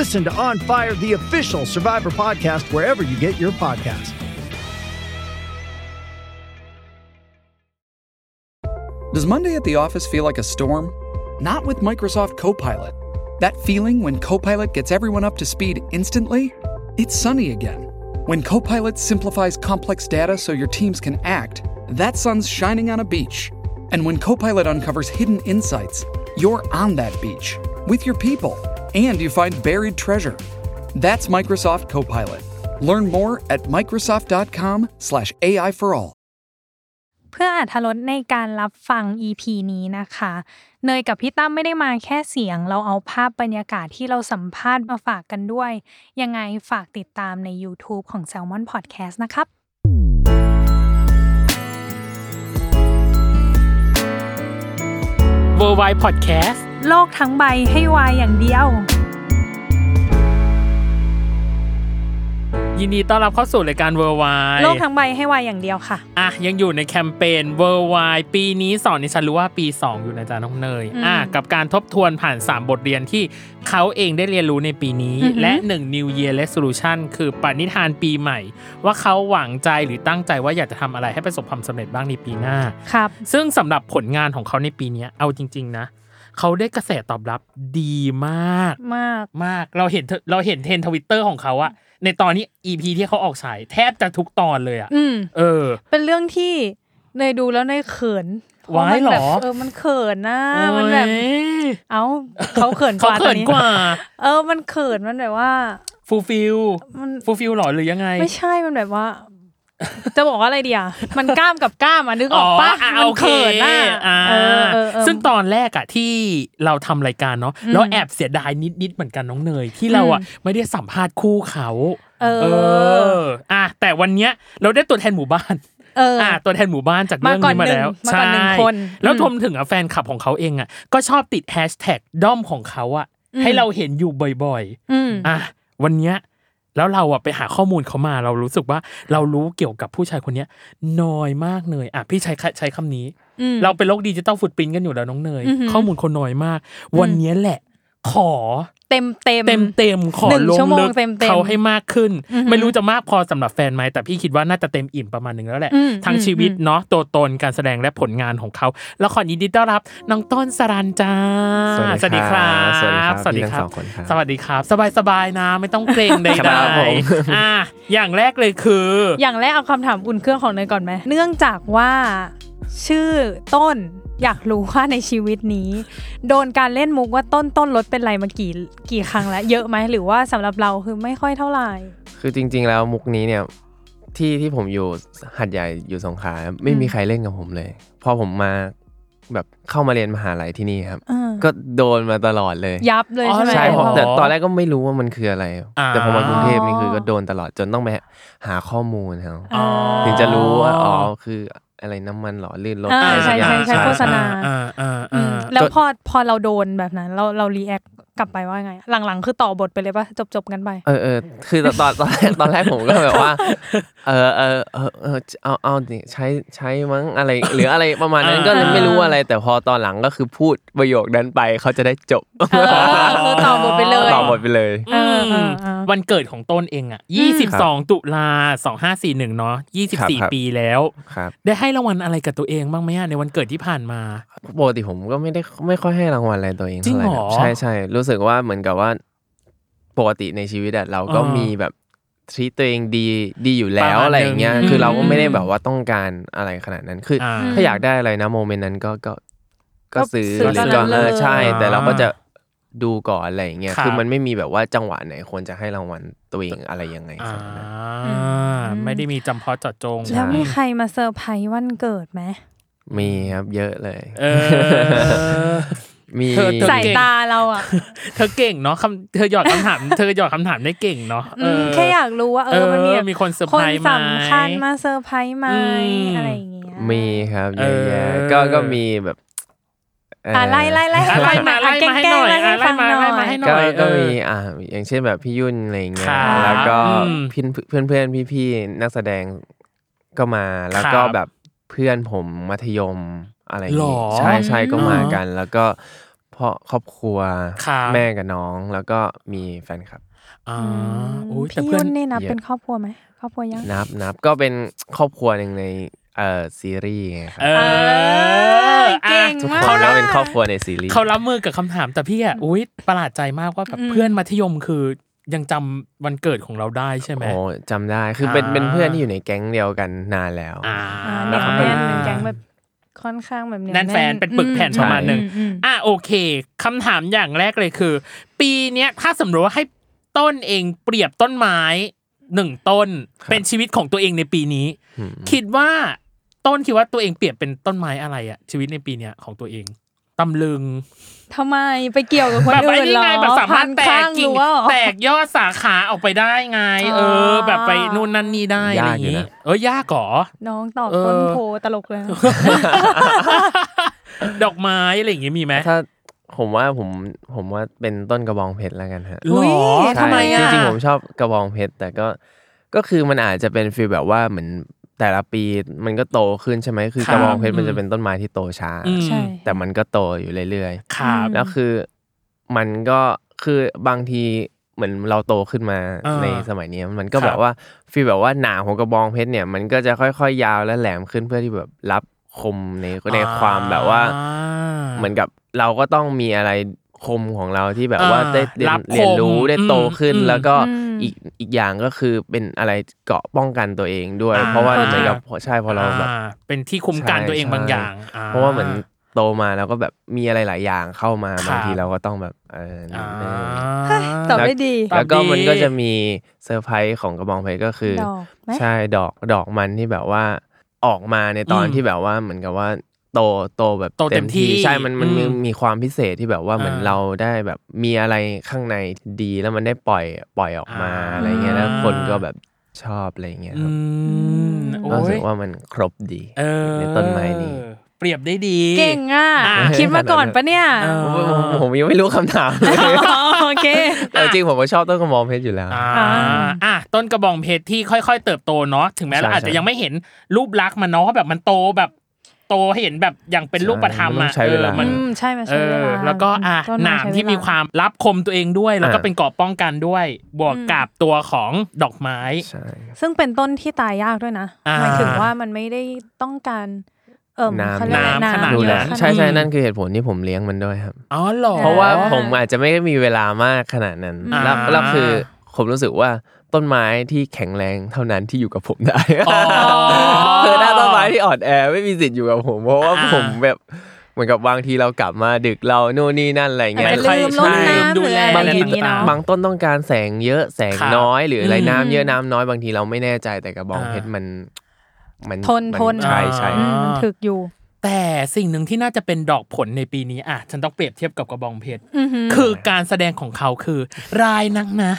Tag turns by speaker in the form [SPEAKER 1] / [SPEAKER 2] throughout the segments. [SPEAKER 1] Listen to On Fire, the official Survivor podcast, wherever you get your podcast.
[SPEAKER 2] Does Monday at the office feel like a storm? Not with Microsoft Copilot. That feeling when Copilot gets everyone up to speed instantly? It's sunny again. When Copilot simplifies complex data so your teams can act, that sun's shining on a beach. And when Copilot uncovers hidden insights, you're on that beach with your people and you find buried treasure. That's Microsoft Copilot. Learn more at Microsoft.com/slash AI for all.
[SPEAKER 3] เพื่ออาธรสในการรับฟัง EP นี้นะคะ เนยกับพี่ตั้มไม่ได้มาแค่เสียง เราเอาภาพบรรยากาศที่เราสัมภาษณ์มาฝากกันด้วย ยังไงฝากติดตามใน YouTube ของ Salmon Podcast นะครับ
[SPEAKER 4] w o r l d w i d e Podcast
[SPEAKER 3] โลกทั้งใบให้วายอย่างเดียว
[SPEAKER 4] ยินดีต้อนรับเข้าสู่รายการ w o r l d w i d e
[SPEAKER 3] โลกทั้งใบให้วายอย่างเดียวค่ะ
[SPEAKER 4] อ่ะยังอยู่ในแคมเปญ w o r l d w i d e ปีนี้สอนในฉันรู้ว่าปี 2 อยู่นะจ๊ะน้องเนย
[SPEAKER 3] อืม
[SPEAKER 4] อ่ะกับการทบทวนผ่าน 3 บทเรียนที่เขาเองได้เรียนรู้ในปีนี้
[SPEAKER 3] อือหือ
[SPEAKER 4] และ 1 New Year Resolution คือปณิธานปีใหม่ ว่าเขาหวังใจหรือตั้งใจว่าอยากจะทำอะไรให้ประสบความสำเร็จบ้างในปีหน้า
[SPEAKER 3] ครับ
[SPEAKER 4] ซึ่งสำหรับผลงานของเขาในปีเนี้ยเอาจริง ๆ นะ เขาได้กระแสตอบรับดีมาก
[SPEAKER 3] มาก
[SPEAKER 4] มากเราเห็นเราเห็นเทรนทวิตเตอร์ของเขาอะในตอนนี้ EP ที่เขาออกฉายแทบจะทุกตอนเลยอะ
[SPEAKER 3] อืม
[SPEAKER 4] เออ
[SPEAKER 3] เป็นเรื่องที่เนยดูแล้วเนยเขิน
[SPEAKER 4] ว้า
[SPEAKER 3] พะ
[SPEAKER 4] ย
[SPEAKER 3] มันแบบ
[SPEAKER 4] เหรอ
[SPEAKER 3] เออมันเขินนะมันแบบ
[SPEAKER 4] โอ้ย
[SPEAKER 3] เอ้าเขาเขินก
[SPEAKER 4] เขา
[SPEAKER 3] ว่าตอ
[SPEAKER 4] เขิ
[SPEAKER 3] น
[SPEAKER 4] น
[SPEAKER 3] นี้
[SPEAKER 4] กว่า
[SPEAKER 3] เออมันเขินมันแบบว่า
[SPEAKER 4] ฟูลฟิล
[SPEAKER 3] มัน
[SPEAKER 4] ฟูลฟิลหรอหรือยังไง
[SPEAKER 3] ไม่ใช่ มันแบบว่า จะบอกว่าอะไรเดียวมันกล้ามกับกล้ามอ่ะนึกออกปะ
[SPEAKER 4] ะ
[SPEAKER 3] มัน
[SPEAKER 4] โอค
[SPEAKER 3] เขินอ่ะ
[SPEAKER 4] อ่า
[SPEAKER 3] เออเออเออ
[SPEAKER 4] ซึ่งตอนแรกอะที่เราทำรายการเนาะ
[SPEAKER 3] อืม
[SPEAKER 4] แล้วแอบเสียดายนิดๆเหมือนกันน้องเนย ที่เราอะ
[SPEAKER 3] อืม
[SPEAKER 4] ไม่ได้สัมภาษณ์คู่เขา
[SPEAKER 3] เออ
[SPEAKER 4] ออ่ะแต่วันเนี้ยเราได้ตัวแทนหมู่บ้าน
[SPEAKER 3] เออ
[SPEAKER 4] อ่าตัวแทนหมู่บ้านจาก
[SPEAKER 3] มา
[SPEAKER 4] เรื่อง
[SPEAKER 3] ก่อน
[SPEAKER 4] นี้มาแล้ว
[SPEAKER 3] หนึ่งมาก่อนหนึ่งคน
[SPEAKER 4] แล้ว
[SPEAKER 3] อืม
[SPEAKER 4] ทมถึงอ่ะแฟนคลับของเขาเองอ่ะก็ชอบติดแฮชแท็กด้อมของเขาอ่ะ
[SPEAKER 3] อืม
[SPEAKER 4] ให้เราเห็นอยู่บ่อย
[SPEAKER 3] อืม
[SPEAKER 4] ๆอ่ะวันเนี้ยแล้วเราอ่ะไปหาข้อมูลเขามาเรารู้สึกว่าเรารู้เกี่ยวกับผู้ชายคนเนี้ยน้อยมากเลยอ่ะพี่ใช้ใช้คำนี้
[SPEAKER 3] อืม
[SPEAKER 4] เราเป็นโลกดิจิตอลฟุตปรินกันอยู่แล้วน้องเนย
[SPEAKER 3] อือหือ
[SPEAKER 4] ข้อมูลคนน้อยมาก วันเนี้ยแหละ ขอ
[SPEAKER 3] เต็มเต็ม
[SPEAKER 4] เต็มเต็มๆขอ
[SPEAKER 3] หนึ่ง
[SPEAKER 4] ลง
[SPEAKER 3] ชั่วโม
[SPEAKER 4] ลึ
[SPEAKER 3] ง
[SPEAKER 4] ก
[SPEAKER 3] เต็มๆ
[SPEAKER 4] เขาให้มากขึ้น
[SPEAKER 3] อือหือ
[SPEAKER 4] ไม่รู้จะมากพอสำหรับแฟนไหมแต่พี่คิดว่าน่าจะเต็มอิ่มประมาณหนึ่งแล้วแหละ
[SPEAKER 3] อืม
[SPEAKER 4] ทั้ง
[SPEAKER 3] อืม
[SPEAKER 4] ชีวิต
[SPEAKER 3] อืม
[SPEAKER 4] เนาะตัวตนการแสดงและผลงานของเขาแล้วขอยินดีต้อนรับน้องต้นสรันจ้า
[SPEAKER 5] สวัสดีครับ
[SPEAKER 4] สวัสดีครั
[SPEAKER 5] สวัสดีครับ บพี่ทั้งสองคนครับ
[SPEAKER 4] สวัสดีครับ สบายๆนะ ไม่ต้องเกรงใด
[SPEAKER 5] ครับผม
[SPEAKER 4] ๆอ่ะอย่างแรกเลยคืออ
[SPEAKER 3] อย่างแรกเอาคำถามอุ่นเครื่องของเนยก่อนไหม เนื่องจากว่า ชื่อต้นอยากรู้ว่าในชีวิตนี้ โดนการเล่นมุกว่าต้นต้นรถเป็นไรมากี่กี่ครั้งแล้ว เยอะไหมหรือว่าสำหรับเราคือไม่ค่อยเท่าไหร่
[SPEAKER 5] คือจริง ๆ แล้วมุกนี้เนี่ยที่ที่ผมอยู่หัดใหญ่อยู่สงขลาครับไม่มีใครเล่นกับผมเลย พอผมมาแบบเข้ามาเรียนมหาลัยที่นี่ครับ
[SPEAKER 3] อ่า
[SPEAKER 5] ก็โดนมาตลอดเลย
[SPEAKER 3] ยับเลยใช่ไหม
[SPEAKER 5] ใช่ผมแต่ตอนแรกก็ไม่รู้ว่ามันคืออะไร
[SPEAKER 4] อ่า
[SPEAKER 5] แต่พอมากรุงเทพนี่คือ
[SPEAKER 3] อ
[SPEAKER 5] ก็โดนตลอดจนต้องไปหาข้อมูลครับ
[SPEAKER 3] อ๋อ
[SPEAKER 5] ถึงจะรู้ว่าอ๋อคืออะไรน้ำมันหล่อลื่นรถ
[SPEAKER 3] อ่า
[SPEAKER 5] อะไร
[SPEAKER 3] ใช่
[SPEAKER 5] สักอย่า
[SPEAKER 3] ใช่
[SPEAKER 5] ง
[SPEAKER 3] ใช่โฆษณา
[SPEAKER 4] อ่าอ่า
[SPEAKER 3] อื
[SPEAKER 4] อ่าม อ่า
[SPEAKER 3] แล้ว
[SPEAKER 5] จน
[SPEAKER 3] พอพอเราโดนแบบนั้น เราเรารีแอคกลับไปว่าไง หลังๆ คือต่อบทไปเลยปะจบจบกันไป
[SPEAKER 5] เออเออคือตอน ตอนตอนแรกตอนแรกผมก็แบบว่า เออเออเออเออเอาเอาดิใช้ใช้มั้งอะไร หรืออะไรประมาณนั้นก็เลยไม่รู้อะไร แต่พอตอนหลังก็คือพูดประโยคนั้นไปเขาจะได้จบ
[SPEAKER 3] เออคือต่อบทไปเลย
[SPEAKER 5] ต่อบทไปเลย
[SPEAKER 3] เออเออเออ
[SPEAKER 4] วันเกิดของต้นเองอ่ะ 22 ตุลา 2541 เนาะ
[SPEAKER 5] ครับครั
[SPEAKER 4] 24
[SPEAKER 5] บ
[SPEAKER 4] ปีแล้ว
[SPEAKER 5] ครับ
[SPEAKER 4] ได้ให้รางวัลอะไรกับตัวเองบ้างไหมอะในวันเกิดที่ผ่านมา
[SPEAKER 5] ปกติผมก็ไม่ได้ไม่ค่อยให้รางวัลอะไรตัวเองเท่าไห
[SPEAKER 4] จ
[SPEAKER 5] ร่
[SPEAKER 4] ริงเหรอ
[SPEAKER 5] ใช่ใช่รู้สึกว่าเหมือนกับว่า ปกติในชีวิตอะเราก็
[SPEAKER 4] อ่ามี
[SPEAKER 5] มีแบบทีตัวเองดีดีอยู่แล้
[SPEAKER 4] ประ
[SPEAKER 5] ว
[SPEAKER 4] มาณ
[SPEAKER 5] อะไรอย่างเงี้ย
[SPEAKER 4] หนึ่ง
[SPEAKER 5] คือเราก็ไม่ได้
[SPEAKER 4] อืม
[SPEAKER 5] แบบว่าต้องการอะไรขนาดนั้นคืออ
[SPEAKER 4] อ่า
[SPEAKER 5] ถ้าอยากได้อะไรนะโมเมนต์นั้นก็ก็ก็
[SPEAKER 3] ก็
[SPEAKER 5] ซื้อ
[SPEAKER 3] ซื้อ
[SPEAKER 5] หรือ
[SPEAKER 3] ต
[SPEAKER 5] ก็
[SPEAKER 3] อนนั้น
[SPEAKER 5] เออ
[SPEAKER 3] เลย
[SPEAKER 5] ใช่
[SPEAKER 4] อ่า
[SPEAKER 5] แต่เราก็จะดูก่อนอะไรอย่างเงี้ย
[SPEAKER 4] ครับ
[SPEAKER 5] คือมันไม่มีแบบว่าจังหวะไหนควรจะให้รางวัลตัวเองอะไรยังไง
[SPEAKER 4] อ่า
[SPEAKER 5] ขนาดนั้น
[SPEAKER 4] ไม่ได้มีจำเพาะเจาะจง
[SPEAKER 5] ใช่
[SPEAKER 3] แล้วมีใครมาเซอร์ไพรส์วันเกิดไหม
[SPEAKER 5] มีครับเยอะเลย
[SPEAKER 4] เออ
[SPEAKER 5] มี
[SPEAKER 4] เธอเธอ
[SPEAKER 3] สายตาเรา อ่ะ
[SPEAKER 4] เธอเก่งเนาะคำเธอหยอดคำถาม เธอหยอดคำถามได้เก่งเนาะ
[SPEAKER 3] อืม
[SPEAKER 4] เ
[SPEAKER 3] แค่อยากรู้ว่าเออมันมี
[SPEAKER 4] เออ
[SPEAKER 3] แบบ
[SPEAKER 4] มีคนเซอร์
[SPEAKER 3] ค
[SPEAKER 4] ไพร
[SPEAKER 3] น
[SPEAKER 4] ส์ไหม
[SPEAKER 3] สำคัญมาเซอร์ไพรส์ไหม
[SPEAKER 4] อืม
[SPEAKER 3] อะไรอย่างเงี้ย
[SPEAKER 5] มีครับเยอะแยะ
[SPEAKER 4] เออ
[SPEAKER 5] ก็ก็มีแบบเ
[SPEAKER 3] อ่ะไล่ไล่ไล่
[SPEAKER 4] อะไรมาไล่
[SPEAKER 3] แกล้
[SPEAKER 4] มางให้
[SPEAKER 3] แก
[SPEAKER 4] ห
[SPEAKER 3] ล้
[SPEAKER 4] น่
[SPEAKER 3] ง
[SPEAKER 4] อย
[SPEAKER 3] ไล่
[SPEAKER 4] อะ
[SPEAKER 3] ให้
[SPEAKER 4] ไล่
[SPEAKER 3] ฟัง
[SPEAKER 4] มา
[SPEAKER 3] หน่
[SPEAKER 4] ไล่
[SPEAKER 3] อ
[SPEAKER 4] มา
[SPEAKER 3] ย
[SPEAKER 4] ให้หน่
[SPEAKER 5] ก็
[SPEAKER 4] อย
[SPEAKER 5] ก็
[SPEAKER 4] เออ
[SPEAKER 5] มีอ่าอย่างเช่นแบบพี่ยุ่นอะไรอย่างเงี้
[SPEAKER 4] ค
[SPEAKER 5] ย
[SPEAKER 4] รับ
[SPEAKER 5] แล้วก็
[SPEAKER 4] อืม
[SPEAKER 5] พี่เพื่อนเพื่อนพี่พี่ๆนักแสดงก็มาแล้วก็
[SPEAKER 4] ครับ
[SPEAKER 5] แบบเพื่อนผมมัธยมอะไรอย่าง
[SPEAKER 4] ห
[SPEAKER 5] งี้
[SPEAKER 4] รอ
[SPEAKER 5] ใช่ใช่ก็มา
[SPEAKER 4] อืม
[SPEAKER 5] กัน แล้วก็พ่อครอบครัว
[SPEAKER 4] ครับ
[SPEAKER 5] แม่กับน้องแล้วก็มีแฟนคลับ
[SPEAKER 4] อ่า
[SPEAKER 3] อืม
[SPEAKER 4] โอ้ยแต่
[SPEAKER 3] พี่
[SPEAKER 4] เพื่อ
[SPEAKER 3] ยุ่
[SPEAKER 4] น
[SPEAKER 3] นนี่นับ
[SPEAKER 5] เยอะ
[SPEAKER 3] เป็นครอบครัวไหมครอบครัวยัง
[SPEAKER 5] นับนับก็เป็นครอบครัวหนึ่งในเอ่อซีรีส์ไงค
[SPEAKER 4] เอ
[SPEAKER 5] รับ
[SPEAKER 4] อ
[SPEAKER 3] เก่
[SPEAKER 4] อ่ะ
[SPEAKER 3] ง
[SPEAKER 5] ทุก
[SPEAKER 3] มาก
[SPEAKER 5] คนก็เป็นครอบครัวในซีรีส์
[SPEAKER 4] เขารับมือกับคำถามแต่พี่อ่ะอุ้ยประหลาดใจมากว่าแบบ
[SPEAKER 3] อืม
[SPEAKER 4] เพื่อนมัธยมคือยังจำวันเกิดของเราได้ใช่ไหม
[SPEAKER 5] โอ้จำได้คือเป็น
[SPEAKER 4] อ่า
[SPEAKER 5] เป็นเพื่อนที่อยู่ในแก๊งเดียวกันนานแล้ว
[SPEAKER 4] อ่า
[SPEAKER 3] อ่า
[SPEAKER 5] แล้วเขา
[SPEAKER 3] เห
[SPEAKER 5] ก็
[SPEAKER 3] นียวแน่นเป็นแก๊งแบบค่อนข้างแบบเหยว
[SPEAKER 4] แน่นแฟนเป็นปึกแผ่น
[SPEAKER 3] อื
[SPEAKER 4] ประมาณหนึ่ง
[SPEAKER 3] อือืม
[SPEAKER 4] อ่ะโอเคคำถามอย่างแรกเลยคือ ปีเนี้ยถ้าสมมติว่าให้ต้นเองเปรียบต้นไม้หนึ่งต้น
[SPEAKER 5] ครับ
[SPEAKER 4] เป็นชีวิตของตัวเองในปีนี้
[SPEAKER 5] อืม
[SPEAKER 4] คิดว่าต้นคิดว่าตัวเองเปรียบเป็นต้นไม้อะไรอะชีวิตในปีเนี้ยของตัวเองตำลึง
[SPEAKER 3] ทำไมไปเกี่ยวกับคน
[SPEAKER 4] แบบ
[SPEAKER 3] อื่
[SPEAKER 4] ไอ้
[SPEAKER 3] น
[SPEAKER 4] นี่
[SPEAKER 3] เหรอ
[SPEAKER 4] ไงแบบสามารถแต
[SPEAKER 3] พัน
[SPEAKER 4] ก
[SPEAKER 3] ข้าง
[SPEAKER 4] กิ่ง
[SPEAKER 3] รั้วเหรอ
[SPEAKER 4] แตกยอดสาขาออกไปได้ไง เออ
[SPEAKER 3] อ๋อ
[SPEAKER 4] แบบไปนู่นนั่นนี่ได้อะไรอย่างงี้
[SPEAKER 5] ยากอยู่นะ
[SPEAKER 4] เออยากเหรอ
[SPEAKER 3] น้องตอบ
[SPEAKER 4] เออ
[SPEAKER 3] ต้นโพตลกเลยนะ
[SPEAKER 4] ดอกไม้อะไรอย่างงี้มีไหม
[SPEAKER 5] ถ้าผมว่าผมผมว่าเป็นต้นกระบองเพชรแล้วกันฮะ
[SPEAKER 4] หรอ
[SPEAKER 5] ใช่
[SPEAKER 4] ทำไมอ่ะ
[SPEAKER 5] จริงๆผมชอบกระบองเพชรแต่ก็ก็คือมันอาจจะเป็นฟีลแบบว่าเหมือนแต่ละปีมันก็โตขึ้นใช่ไหมคือกระบองเพชรมันจะเป็นต้นไม้ที่โตช้า
[SPEAKER 4] อืม
[SPEAKER 3] ใช่
[SPEAKER 5] แต่มันก็โตอยู่เรื่อย
[SPEAKER 4] ครับ
[SPEAKER 3] อืม
[SPEAKER 5] ๆแล้วคือมันก็คือบางทีเหมือนเราโตขึ้นมา
[SPEAKER 4] อ่า
[SPEAKER 5] ในสมัยเนี้ยมันก็
[SPEAKER 4] ครับ
[SPEAKER 5] แบบว่าฟีลแบบว่าหนาของกระบองเพชรเนี่ยมันก็จะค่อยๆยาวและแหลมขึ้นเพื่อที่แบบรับคมในในความแบบว่า
[SPEAKER 4] อ่
[SPEAKER 5] เหมือนกับเราก็ต้องมีอะไรคมของเราที่แบบ
[SPEAKER 4] อ่า
[SPEAKER 5] ว่าได้เรีย
[SPEAKER 4] รั
[SPEAKER 5] น
[SPEAKER 4] บคม
[SPEAKER 5] เรียนรู้ได้โตขึ้น
[SPEAKER 4] อืม
[SPEAKER 5] แล้วก็
[SPEAKER 3] อืม
[SPEAKER 5] อีกอีกอย่างก็คือเป็นอะไรเกราะป้องกันตัวเองด้วย
[SPEAKER 4] อ่า
[SPEAKER 5] เพราะว่าเหมือนกับใช่พอเราแบบ
[SPEAKER 4] อ่เป็นที่คุ้มกันตัวเอง
[SPEAKER 5] ใช่
[SPEAKER 4] บางอย่างอ่
[SPEAKER 5] เพราะว่าเหมือนโตมาแล้วก็แบบมีอะไรหลายอย่างเข้ามา
[SPEAKER 4] ครับ
[SPEAKER 5] บางทีเราก็ต้องแบบเออ
[SPEAKER 4] อ่า
[SPEAKER 5] เออ
[SPEAKER 3] ตอบได้ดี
[SPEAKER 5] แล้วก็
[SPEAKER 4] ตอบดี
[SPEAKER 5] มันก็จะมีเซอร์ไพรส์ของกระบองเพชรก็คือ
[SPEAKER 3] ดอกไหม
[SPEAKER 5] ใช่ดอกดอกมันที่แบบว่าออกมาในตอน
[SPEAKER 4] อืม
[SPEAKER 5] ที่แบบว่าเหมือนกับว่าโตโตแบบ
[SPEAKER 4] โตเต็มที่
[SPEAKER 5] ใช่มันมันมี
[SPEAKER 4] อืม
[SPEAKER 5] มีความพิเศษที่แบบว่าเหมือน
[SPEAKER 4] อ่า
[SPEAKER 5] เราได้แบบมีอะไรข้างในดีแล้วมันได้ปล่อยปล่อยออกมา
[SPEAKER 4] อ่า
[SPEAKER 5] อะไรเงี้ยแล้วคนก็แบบชอบอะไรเงี้ย
[SPEAKER 4] อื
[SPEAKER 5] ครับ
[SPEAKER 4] มโอ้
[SPEAKER 5] ก็รู้สึ
[SPEAKER 4] ย
[SPEAKER 5] กว่ามันครบดี
[SPEAKER 4] เออ
[SPEAKER 5] ในต้นไม้นี้
[SPEAKER 4] เปรียบได้ดี
[SPEAKER 3] เก่งอ่ะ
[SPEAKER 4] อ่ะ
[SPEAKER 3] คิดมาก่อนปะเนี่ย
[SPEAKER 4] เออ
[SPEAKER 5] ผมผมผมยังไม่รู้คำถามเลย
[SPEAKER 3] โอเค
[SPEAKER 5] แต่จริงๆผมก็ชอบต้นกระบองเพชรอยู่แล้ว
[SPEAKER 4] อ่าอ่ะต้นกระบองเพชรที่ค่อยๆ เติบโตเนาะถึงแม้เรา
[SPEAKER 5] ใช่
[SPEAKER 4] อาจจะ
[SPEAKER 5] ใช่
[SPEAKER 4] ยังไม่เห็นรูปลักษณ์มันเนาะเพราะแบบมันโตแบบโตให้เห็นแบบอย่างเป็นรูปธรรม
[SPEAKER 5] นต้อ
[SPEAKER 4] อ่ะ
[SPEAKER 5] งใช้เวลา
[SPEAKER 4] ออมัน
[SPEAKER 3] อืมใช่มา
[SPEAKER 4] เอ
[SPEAKER 3] ใช้เว
[SPEAKER 4] อ
[SPEAKER 3] ลา
[SPEAKER 4] แล้วก็อ่ะ
[SPEAKER 3] ต้
[SPEAKER 4] หนาม
[SPEAKER 3] ไใช้เ
[SPEAKER 4] ที่มีความรับคมตัวเองด้วย แล้วก็
[SPEAKER 5] อ่า
[SPEAKER 4] เป็นเกราะป้องกันด้วย บวกกับตัวของดอกไม้
[SPEAKER 5] ใช่
[SPEAKER 3] ซึ่งเป็นต้นที่ตายยากด้วยนะ
[SPEAKER 4] อ่า
[SPEAKER 3] หมายถึงว่ามันไม่ได้ต้องการเอิ่ม
[SPEAKER 5] น้ำ
[SPEAKER 3] เขาเรียกอะไร
[SPEAKER 4] น้ำขนาด
[SPEAKER 3] ำ
[SPEAKER 5] ดู
[SPEAKER 3] เย
[SPEAKER 5] แล
[SPEAKER 3] อะ
[SPEAKER 4] นั้
[SPEAKER 3] ข
[SPEAKER 4] น
[SPEAKER 3] นาด
[SPEAKER 5] ใช่ใช่นั่นคือเหตุผลที่ผมเลี้ยงมันด้วยครับ
[SPEAKER 4] อ๋อหรอ
[SPEAKER 5] เพราะว่าผมอาจจะไม่ได้มีเวลามากขนาดนั้น
[SPEAKER 4] อ่า
[SPEAKER 5] แล้วแล้วคือผมรู้สึกว่าต้นไม้ที่แข็งแรงเท่านั้นที่อยู่กับผมได้
[SPEAKER 4] อ๋อ
[SPEAKER 5] เธอหน้าต้นไม้ที่อ่อนแอไม่มีสิทธิ์อยู่กับผม เพราะว่า
[SPEAKER 4] อ่า
[SPEAKER 5] ผมแบบเหมือนกับบางทีเรากลับมาดึกเราโน่นนี่นั่นอะไรเงี้ย
[SPEAKER 3] อาจจะลืมรดน้ำหรืออะไร
[SPEAKER 5] บาง
[SPEAKER 3] อย่
[SPEAKER 5] ที
[SPEAKER 3] งงี้เนอะ
[SPEAKER 5] บางต้นต้องการแสงเยอะแสง
[SPEAKER 4] ครับ
[SPEAKER 5] น้อยหรืออะไร
[SPEAKER 4] อืม
[SPEAKER 5] น้ำเยอะน้ำน้อยบางทีเราไม่แน่ใจแต่กระบอง
[SPEAKER 4] อ่า
[SPEAKER 5] เพชรมันมัน
[SPEAKER 3] ทน
[SPEAKER 5] มั
[SPEAKER 3] ทน
[SPEAKER 5] ใช่ใช่
[SPEAKER 3] อืมมันถึกอยู่
[SPEAKER 4] แต่สิ่งหนึ่งที่น่าจะเป็นดอกผลในปีนี้อ่ะฉันต้องเปรียบเทียบกับกระบองเพชร
[SPEAKER 3] อือหือ
[SPEAKER 4] คือการแสดงของเขาคือ รายนักนะ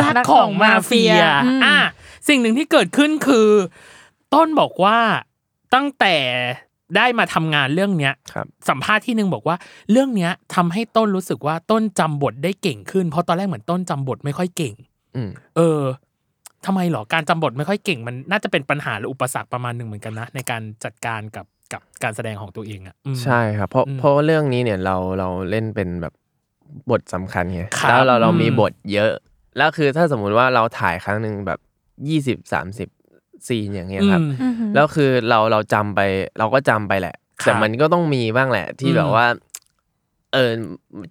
[SPEAKER 4] รัก
[SPEAKER 3] รัก
[SPEAKER 4] ข
[SPEAKER 3] ข
[SPEAKER 4] อ
[SPEAKER 3] อง ง
[SPEAKER 4] มา
[SPEAKER 3] มาเฟี
[SPEAKER 4] เฟีย
[SPEAKER 3] ยอืม
[SPEAKER 4] อ่ะสิ่งหนึ่งที่เกิดขึ้นคือ ต้นบอกว่าตั้งแต่ได้มาทำงานเรื่องเนี้ย
[SPEAKER 5] ครับ
[SPEAKER 4] สัมภาษณ์ที่หนึ่งบอกว่า เรื่องเนี้ยทำให้ต้นรู้สึกว่าต้นจำบทได้เก่งขึ้น เพราะตอนแรกเหมือนต้นจำบทไม่ค่อยเก่ง
[SPEAKER 5] อืม
[SPEAKER 4] เออทำไมหรอการจำบทไม่ค่อยเก่ง มันน่าจะเป็นปัญหาหรืออุปสรรคประมาณหนึ่งเหมือนกันนะ ในการจัดการกับกับการแสดงของตัวเองอ่ะอืม
[SPEAKER 5] ใช่ครับเพราะ
[SPEAKER 4] อืม
[SPEAKER 5] เพราะว่าเรื่องนี้เนี่ยเราเราเล่นเป็นแบบบทสำคัญไง
[SPEAKER 4] ครับ
[SPEAKER 5] แล้วเราเรา
[SPEAKER 4] อืม
[SPEAKER 5] มีบทเยอะ แล้วคือถ้าสมมุติว่าเราถ่ายครั้งหนึ่งแบบยี่สิบสามสิบซีนอย่างเงี้ยครับ
[SPEAKER 4] อืม
[SPEAKER 3] อือหือ
[SPEAKER 5] แล้วคือเราเราจำไปเราก็จำไปแหละ
[SPEAKER 4] ครับ
[SPEAKER 5] แต่มันก็ต้องมีบ้างแหละที่
[SPEAKER 4] อืม
[SPEAKER 5] แบบว่า เออ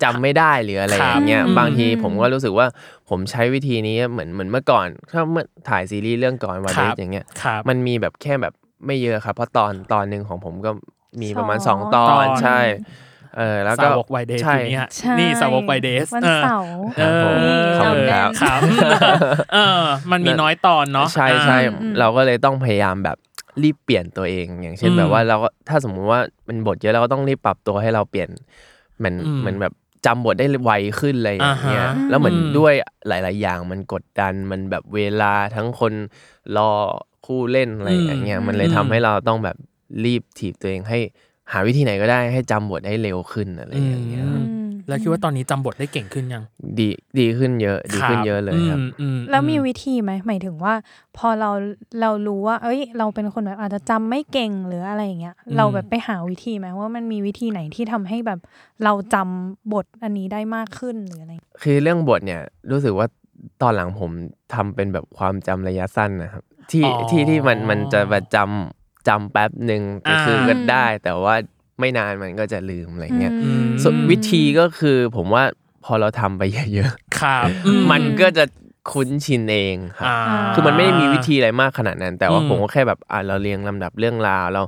[SPEAKER 5] จำไม่ได้หรืออะไร
[SPEAKER 4] ครับ
[SPEAKER 5] อย่างเงี้ย
[SPEAKER 4] อืม
[SPEAKER 5] บางที
[SPEAKER 3] อืม
[SPEAKER 5] ผมก็รู้สึกว่าผมใช้วิธีนี้เหมือนเหมือนเมื่อก่อนถ้าเมื่อถ่ายซีรีส์เรื่องก่อนวา
[SPEAKER 4] ค
[SPEAKER 5] เด
[SPEAKER 4] รับ
[SPEAKER 5] สอย่างเงี้ย
[SPEAKER 4] ครับ
[SPEAKER 5] มันมีแบบแค่แบบไม่เยอะครับ เพราะตอนตอนหนึ่งของผมก็มีประมาณส
[SPEAKER 3] ส
[SPEAKER 5] อ
[SPEAKER 3] อง ง
[SPEAKER 5] ตอ
[SPEAKER 4] ตอน น
[SPEAKER 5] ใช่ เออแล้ว
[SPEAKER 4] สา
[SPEAKER 5] ก็
[SPEAKER 4] วกไวเดส
[SPEAKER 5] ใช่
[SPEAKER 4] อยู่นี่ฮะ
[SPEAKER 3] ใช่
[SPEAKER 4] นี่สาวกไวเดส
[SPEAKER 3] วัน
[SPEAKER 4] เออ
[SPEAKER 3] เสาร์
[SPEAKER 5] ครับผมขอบคุณครับ
[SPEAKER 4] ครับเออ มันมีน้อยตอนเนาะ
[SPEAKER 5] ใช่ใช่
[SPEAKER 3] อืม
[SPEAKER 5] เราก็เลยต้องพยายามแบบรีบเปลี่ยนตัวเอง อย่างเช่น
[SPEAKER 4] อืม
[SPEAKER 5] แบบว่าเราก็ถ้าสมมุติว่ามันบทเยอะเราก็ต้องรีบปรับตัวให้เราเปลี่ยน เหมือน
[SPEAKER 4] อืม
[SPEAKER 5] เหมือนแบบจำบทได้ไวขึ้นอะไรอย่างเงี้ย
[SPEAKER 4] อ่าฮะ
[SPEAKER 5] แล้วเหมือน
[SPEAKER 4] อืม
[SPEAKER 5] ด้วยหลาย ๆ อย่างมันกดดันมันแบบเวลาทั้งคนรอคู่เล่นอะไรอย่างเงี้ยมันเลยทำให้เราต้องแบบรีบถีบตัวเองให้หาวิธีไหนก็ได้ให้จำบทได้เร็วขึ้นอะไรอย่างเงี้ย
[SPEAKER 4] อืม
[SPEAKER 3] อืม
[SPEAKER 4] แล้วคิดว่าตอนนี้จำบทได้เก่งขึ้นยัง
[SPEAKER 5] ดีดีขึ้นเยอะดีขึ้นเยอะเลยครับ
[SPEAKER 4] อืมอือื
[SPEAKER 3] แล้วมีวิธีไหมหมายถึงว่า พอเราเรารู้ว่า เอ้ย เราเป็นคนแบบอาจจะจำไม่เก่งหรืออะไรอย่างเงี้ย
[SPEAKER 4] อืม
[SPEAKER 3] เราแบบไปหาวิธีไหมว่ามันมีวิธีไหนที่ทำให้แบบเราจำบทอันนี้ได้มากขึ้นหรืออะไรอย่างเงี้ย
[SPEAKER 5] คือเรื่องบทเนี่ยรู้สึกว่าตอนหลังผมทำเป็นแบบความจำระยะสั้นนะครับ ที่
[SPEAKER 4] อ๋อ
[SPEAKER 5] ที่ที่มันมันจะแบบจำจำแป๊บหนึ่งก็คืออา ก็ได้ แต่ว่าไม่นานมันก็จะลืมอะไรเงี้ย
[SPEAKER 3] อืม
[SPEAKER 5] ส่วนวิธีก็คือผมว่าพอเราทำไปเยอะ
[SPEAKER 4] ครับอื
[SPEAKER 5] ๆ มันก็จะคุ้นชินเองครับ
[SPEAKER 4] อ่า
[SPEAKER 5] คือมันไม่ได้มีวิธีอะไรมากขนาดนั้น แต่ว่า
[SPEAKER 4] อืม
[SPEAKER 5] ผมก็แค่แบบอ่ะเราเรียงลำดับเรื่องราว เรา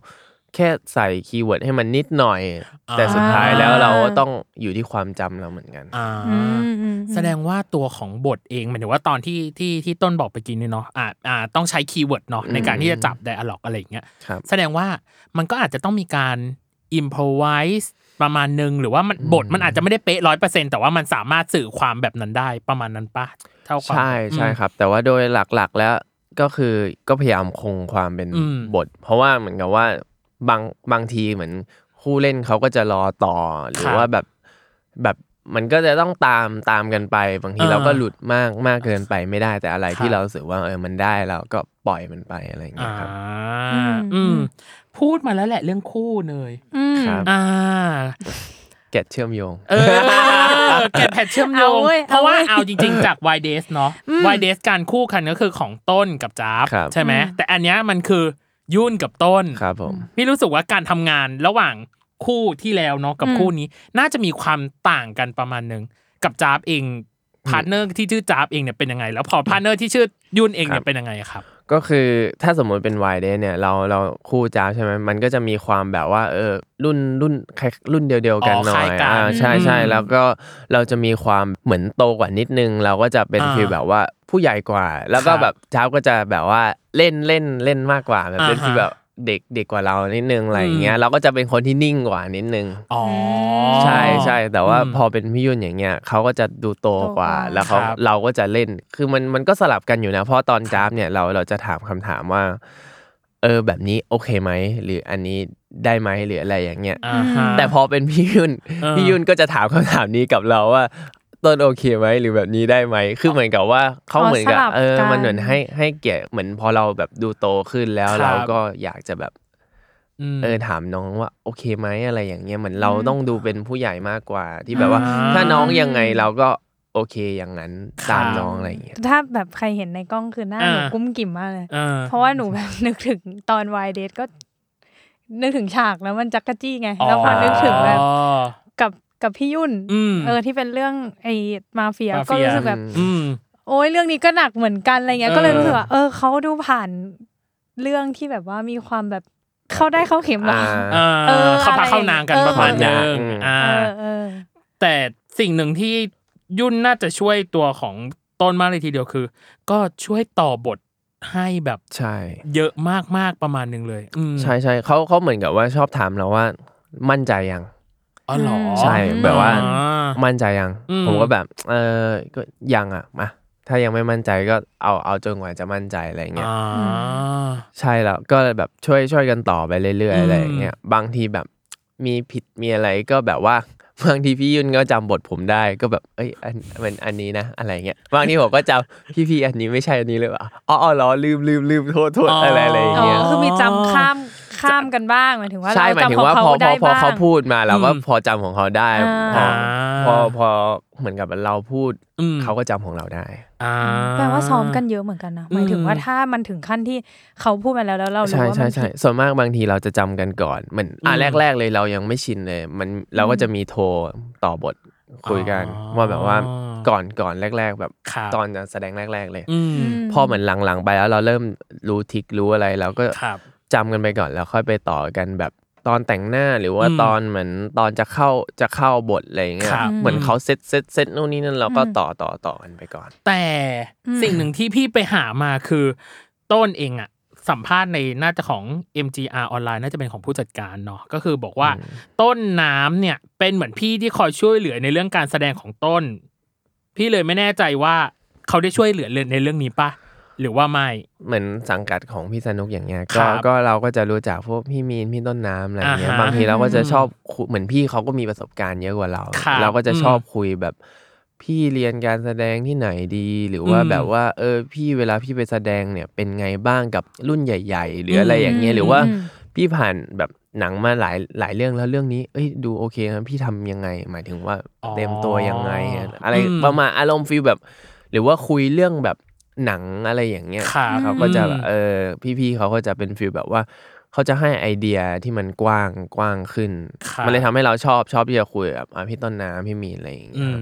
[SPEAKER 5] แค่ใส่คีย์เวิร์ดให้มันนิดหน่อย
[SPEAKER 4] อ่า
[SPEAKER 5] แต่สุดท้ายแล้วเราก็ต้องอยู่ที่ความจำเราเหมือนกัน
[SPEAKER 4] อ่า
[SPEAKER 3] อืมอืมอืม
[SPEAKER 4] แสดงว่าตัวของบทเองหมายถึงว่าตอนที่ที่ที่ต้นบอกไปกินเนี่ยเนาะอ่าอ่าต้องใช้คีย์เวิร์ดเนาะในการที่จะจับไดอะล็อกอะไรอย่างเงี้ย
[SPEAKER 5] ครับ
[SPEAKER 4] แสดงว่ามันก็อาจจะต้องมีการอิมพ o ไวส์ประมาณหนึ่งหรือว่ามันบทมันอาจจะไม่ได้เป๊ะร้อยเปอร์เซ็นแต่ว่ามันสามารถสื่อความแบบนั้นได้ประมาณนั้นปะเท่าความ
[SPEAKER 5] ใช่ใช่ครับ แต่ว่าโดยหลักๆแล้วก็คือก็พยายามคงความเป็น
[SPEAKER 4] อืม
[SPEAKER 5] บท เพราะว่าเหมือนกับว่าบางบางทีเหมือนคู่เล่นเขาก็จะรอต่อ หรือ
[SPEAKER 4] ครับ
[SPEAKER 5] ว่าแบบแบบมันก็จะต้องตามตามกันไป บางที
[SPEAKER 4] อ่า
[SPEAKER 5] เราก็หลุดมากมากเกินไปไม่ได้แต่อะไร
[SPEAKER 4] ครับ
[SPEAKER 5] ที่เรารู้สึกว่าเออมันได้เราก็ปล่อยมันไปอะไรอย่างเงี้
[SPEAKER 4] อ่าย
[SPEAKER 5] ครับ
[SPEAKER 3] อื
[SPEAKER 4] อื
[SPEAKER 3] ม
[SPEAKER 4] มพูดมาแล้วแหละเรื่องคู่เลย
[SPEAKER 3] อืม
[SPEAKER 5] ครับ
[SPEAKER 4] อ่า
[SPEAKER 5] แกะเชื่อมโยง
[SPEAKER 4] เออแกะแพทเชื่อมโย
[SPEAKER 3] เอา
[SPEAKER 4] ง
[SPEAKER 3] เว้ย
[SPEAKER 4] เพราะว่า
[SPEAKER 3] เอา
[SPEAKER 4] เอา
[SPEAKER 3] เว้ย
[SPEAKER 4] จริง ๆ จาก y d a y s เนาะ
[SPEAKER 3] อืม
[SPEAKER 4] y d a y s การคู่กันก็คือของต้นกับจ๊าบ
[SPEAKER 5] ครับ
[SPEAKER 4] ใช่ไหมแต่อันเนี้ยมันคือยุ่นกับต้น
[SPEAKER 5] ครับผม
[SPEAKER 4] พี่รู้สึกว่าการทำงานระหว่างคู่ที่แล้วเนาะกับ
[SPEAKER 3] อืม
[SPEAKER 4] คู่นี้ น่าจะมีความต่างกันประมาณหนึ่งกับจ๊าบเองพาร์ทเนอร์ที่ชื่อจ๊าบเองเนี่ยเป็นยังไง แล้วพอพาร์ทเนอร์ที่ชื่อยุ่นเองเนี่ยเป็นยังไงครับ
[SPEAKER 5] ก็คือถ้าสมมุติเป็นวัยเดย์เนี่ยเราเราคู่จ้าบใช่ไหมมันก็จะมีความแบบว่าเออรุ่นรุ่นคล้ายรุ่นเดียวๆกัน
[SPEAKER 4] อ๋อ
[SPEAKER 5] หน่
[SPEAKER 4] ค
[SPEAKER 5] อ
[SPEAKER 4] ล้าย
[SPEAKER 5] ย
[SPEAKER 4] กัน
[SPEAKER 5] อ่าใช่ใช่
[SPEAKER 4] อืม
[SPEAKER 5] แล้วก็เราจะมีความเหมือนโตกว่านิดนึง เราก็จะเป็น
[SPEAKER 4] อ่า
[SPEAKER 5] ฟีลแบบว่าผู้ใหญ่กว่า แล้ว
[SPEAKER 4] ค
[SPEAKER 5] ก็
[SPEAKER 4] รับ
[SPEAKER 5] แบบจ้าบก็จะแบบว่าเล่นเล่นเล่นมากกว่าแบบเป็น
[SPEAKER 4] อ่าฮะ
[SPEAKER 5] ฟีลแบบเด็กเด็กกว่าเรานิดนึงอะไรอย่างเงี้
[SPEAKER 4] อื
[SPEAKER 5] ย
[SPEAKER 4] ม
[SPEAKER 5] เราก็จะเป็นคนที่นิ่งกว่านิดนึง
[SPEAKER 4] อ๋อ
[SPEAKER 5] ใช่ใช่แต่ว่า
[SPEAKER 4] อืม
[SPEAKER 5] พอเป็นพี่ยุ่นอย่างเงี้ยเขาก็จะดูโตกว่า
[SPEAKER 3] โตกว่า
[SPEAKER 5] แล้วเขา
[SPEAKER 4] ครับ
[SPEAKER 5] เราก็จะเล่นคือมันมันก็สลับกันอยู่นะ เพราะตอนจ้าบเนี่ยเราเราจะถามคำถามว่า เออแบบนี้โอเคไหมหรืออันนี้ได้ไหมหรืออะไรอย่างเงี้ย
[SPEAKER 4] าฮะ
[SPEAKER 5] แต่พอเป็นพี่ยุ่น
[SPEAKER 4] เออ
[SPEAKER 5] พี่ยุ่นก็จะถามคำถามนี้กับเราว่าต้นโอเคไหมหรือแบบนี้ได้ไหมคือเหมือนกับว่าเขา
[SPEAKER 3] อ๋อ
[SPEAKER 5] เหมือนกับ
[SPEAKER 3] สลับ
[SPEAKER 5] เออ
[SPEAKER 3] กัน
[SPEAKER 5] มันเหมือนให้ให้เกียรติเหมือนพอเราแบบดูโตขึ้นแล้วเราก็อยากจะแบบ
[SPEAKER 4] ม
[SPEAKER 5] เออถามน้องว่าโอเคไหมอะไรอย่างเงี้ยเหมือนเราต้องดูเป็นผู้ใหญ่มากกว่า ที่แบบว่า
[SPEAKER 4] อ่า
[SPEAKER 5] ถ้าน้องยังไงเราก็โอเคอย่างนั้น
[SPEAKER 4] ครับ
[SPEAKER 5] ตามน้องอะไรอย่างเงี้ย
[SPEAKER 3] ถ้าแบบใครเห็นในกล้องคือหน้า
[SPEAKER 4] อ่า
[SPEAKER 3] หนูกุ้มกิ่มมากเลย
[SPEAKER 4] เออ
[SPEAKER 3] เพราะว่าหนูแบบ นึกถึงตอนวายเดทก็ นึกถึงฉากแล้วมันจักกะจี้ไง แล้วพอนึกถึงแบบ
[SPEAKER 4] อ๋อ
[SPEAKER 3] กับกับพี่ยุ่น
[SPEAKER 4] อืม
[SPEAKER 3] เออที่เป็นเรื่องไอ้มาเฟีย
[SPEAKER 4] มาเฟีย
[SPEAKER 3] ก็รู้สึกแบบ
[SPEAKER 5] อื
[SPEAKER 4] อืม
[SPEAKER 3] โอ้ยเรื่องนี้ก็หนักเหมือนกันอะไรเงี้ย
[SPEAKER 4] เออ
[SPEAKER 3] ก็เลยรู้สึกว่าเออเขาดูผ่านเรื่องที่แบบว่ามีความแบบเข้าได้เข้าเข็มหรอ
[SPEAKER 5] อ่า
[SPEAKER 4] า
[SPEAKER 3] เออ
[SPEAKER 4] เข้า
[SPEAKER 3] อะไร
[SPEAKER 4] ปากเข้านางกัน
[SPEAKER 3] เออ
[SPEAKER 4] ประมาณหนึง
[SPEAKER 5] อืม
[SPEAKER 4] อ่า
[SPEAKER 3] เออเออ
[SPEAKER 4] แต่สิ่งหนึ่งที่ยุ่นน่าจะช่วยตัวของต้นมากเลยทีเดียวคือ ก็ช่วยต่อบทให้แบบ
[SPEAKER 5] ใช่
[SPEAKER 4] เยอะมากๆประมาณหนึ่งเลยอืม
[SPEAKER 5] ใช่ใช่เขาเขาเหมือนกับว่าชอบถามเราว่า มั่นใจยัง
[SPEAKER 4] อ๋อเหรอ
[SPEAKER 5] ใช่แบบว่า
[SPEAKER 4] อ๋อ
[SPEAKER 5] มั่นใจยัง
[SPEAKER 4] อืม
[SPEAKER 5] ผมก็แบบเออก็ยังอ่ะมาถ้ายังไม่มั่นใจก็เอาเอาจนกว่าจะมั่นใจอะไรอย่างเงี้ย
[SPEAKER 4] อ่า
[SPEAKER 5] ใช่แล้วก็แบบช่วยช่วยกันต่อไปเรื่อย
[SPEAKER 4] อืม
[SPEAKER 5] ๆอะไรอย่างเงี้ยบางทีแบบมีผิดมีอะไรก็แบบว่า บางทีพี่ยุ่นก็จำบทผมได้ก็แบบเอ้ยอันมันอันนี้นะอะไรเงี้ยบางทีผมก็จำ พี่พี่อันนี้ไม่ใช่อันนี้เลยว่ะอ๋ออ๋อเหรอลืมลืมลืมโทษโทษ
[SPEAKER 4] อ๋ออ
[SPEAKER 5] อะไรอะไรอย่าง
[SPEAKER 3] อ๋อ
[SPEAKER 5] เงี้ย
[SPEAKER 3] คือมีจำข้ามข้ามกันบ้างหมายถึงว่า
[SPEAKER 5] ใช่
[SPEAKER 3] เรา
[SPEAKER 5] หมายถึ
[SPEAKER 3] จำ
[SPEAKER 5] ง
[SPEAKER 3] ของ
[SPEAKER 5] ว่า
[SPEAKER 3] เขา
[SPEAKER 5] พอพ
[SPEAKER 3] ได้
[SPEAKER 5] อพอ
[SPEAKER 3] บ้าง
[SPEAKER 5] เขาพูดมาเราก็
[SPEAKER 4] อืม
[SPEAKER 5] พอจำของเขาได้พอ
[SPEAKER 3] อ่า
[SPEAKER 5] พอพอเหมือนกับเราพูด
[SPEAKER 4] อืม
[SPEAKER 5] เขาก็จำของเราได้
[SPEAKER 4] อ่า
[SPEAKER 3] แปลว่าซ้อมกันเยอะเหมือนกันนะหมายถึงว่าถ้ามันถึงขั้นที่เขาพูดมาแล้วแล้วเรารู้
[SPEAKER 5] ใช่
[SPEAKER 3] ว่า
[SPEAKER 5] ใช่
[SPEAKER 3] มันผิ
[SPEAKER 5] ใช่
[SPEAKER 3] ด
[SPEAKER 5] ส่วนมากบางทีเราจะจำกันก่อนเหมือนอ่ะ
[SPEAKER 4] อืม
[SPEAKER 5] แรก ๆ เลยเรายังไม่ชินเลย มันเราก็จะมีโทรต่อบทคุยกัน
[SPEAKER 4] อ๋อ
[SPEAKER 5] ว่าแบบว่าก่อนก่อนแรก ๆ แบบ
[SPEAKER 4] ครับ
[SPEAKER 5] ตอนจะแสดงแรก ๆ เลย
[SPEAKER 4] อืม
[SPEAKER 5] พอเหมือนหลังๆไปแล้วเราเริ่มรู้ทิกรู้อะไรเราก็
[SPEAKER 4] ครับ
[SPEAKER 5] จำกันไปก่อนแล้วค่อยไปต่อกันแบบตอนแต่งหน้าหรือว่า
[SPEAKER 4] อืม
[SPEAKER 5] ตอนเหมือนตอนจะเข้าจะเข้าบทอะไรอย่างเงี้ย
[SPEAKER 4] ครับ
[SPEAKER 5] เหมือน
[SPEAKER 4] อืม
[SPEAKER 5] เขาเซตเซตเซตนู่นนี่นั่นเราก็
[SPEAKER 3] อืม
[SPEAKER 5] ต่อต่อต่อกันไปก่อน
[SPEAKER 4] แต่
[SPEAKER 3] อืม
[SPEAKER 4] สิ่งหนึ่งที่พี่ไปหามาคือ ต้นเองอะ สัมภาษณ์ในน่าจะของ MGR ออนไลน์น่าจะเป็นของผู้จัดการเนาะก็คือบอกว่า ต้นน้ำเนี่ยเป็นเหมือนพี่ที่คอยช่วยเหลือในเรื่องการแสดงของต้น พี่เลยไม่แน่ใจว่าเขาได้ช่วยเหลือในเรื่องนี้ปะหรือว่าไม่
[SPEAKER 5] เหมือนสังกัดของพี่สนุกอย่างเงี้ย
[SPEAKER 4] ครั
[SPEAKER 5] ก็
[SPEAKER 4] บ
[SPEAKER 5] ก็เราก็จะรู้จักพวกพี่มีนพี่ต้นน้ำอะไรเงี้ย
[SPEAKER 4] อ่าฮะ
[SPEAKER 5] บางทีเราก็จะชอบคุยเหมือนพี่เขาก็มีประสบการณ์เยอะกว่าเรา
[SPEAKER 4] ครับ
[SPEAKER 5] เราก็จะชอบคุยแบบพี่เรียนการแสดงที่ไหนดีหรือว่า
[SPEAKER 4] อืม
[SPEAKER 5] แบบว่าเออพี่เวลาพี่ไปแสดงเนี่ยเป็นไงบ้างกับรุ่นใหญ่ ๆ หรืออะไรอย่างเงี้ยหรือว่า
[SPEAKER 3] อืม
[SPEAKER 5] พี่ผ่านแบบหนังมาหลายหลายเรื่องแล้วเรื่องนี้ เอ้ยดูโอเคนะพี่ทำยังไง หมายถึงว่า
[SPEAKER 4] อ๋อ
[SPEAKER 5] เต็มตัวยังไง อะไร
[SPEAKER 4] อืม
[SPEAKER 5] ประมาณอารมณ์ฟีลแบบ หรือว่าคุยเรื่องแบบหนังอะไรอย่างเงี้ย
[SPEAKER 4] ครับ
[SPEAKER 5] เขาก็จะ
[SPEAKER 4] อืม
[SPEAKER 5] แบบเออพี่ๆเขาก็จะเป็นฟีลแบบว่าเขาจะให้ไอเดียที่มันกว้างกว้างขึ้น
[SPEAKER 4] ครับ
[SPEAKER 5] มันเลยทำให้เราชอบชอบที่จะคุยกับอ่ะพี่ต้นน้ำพี่มีนอะไรอย่างเงี้
[SPEAKER 4] อืม
[SPEAKER 5] ยครับ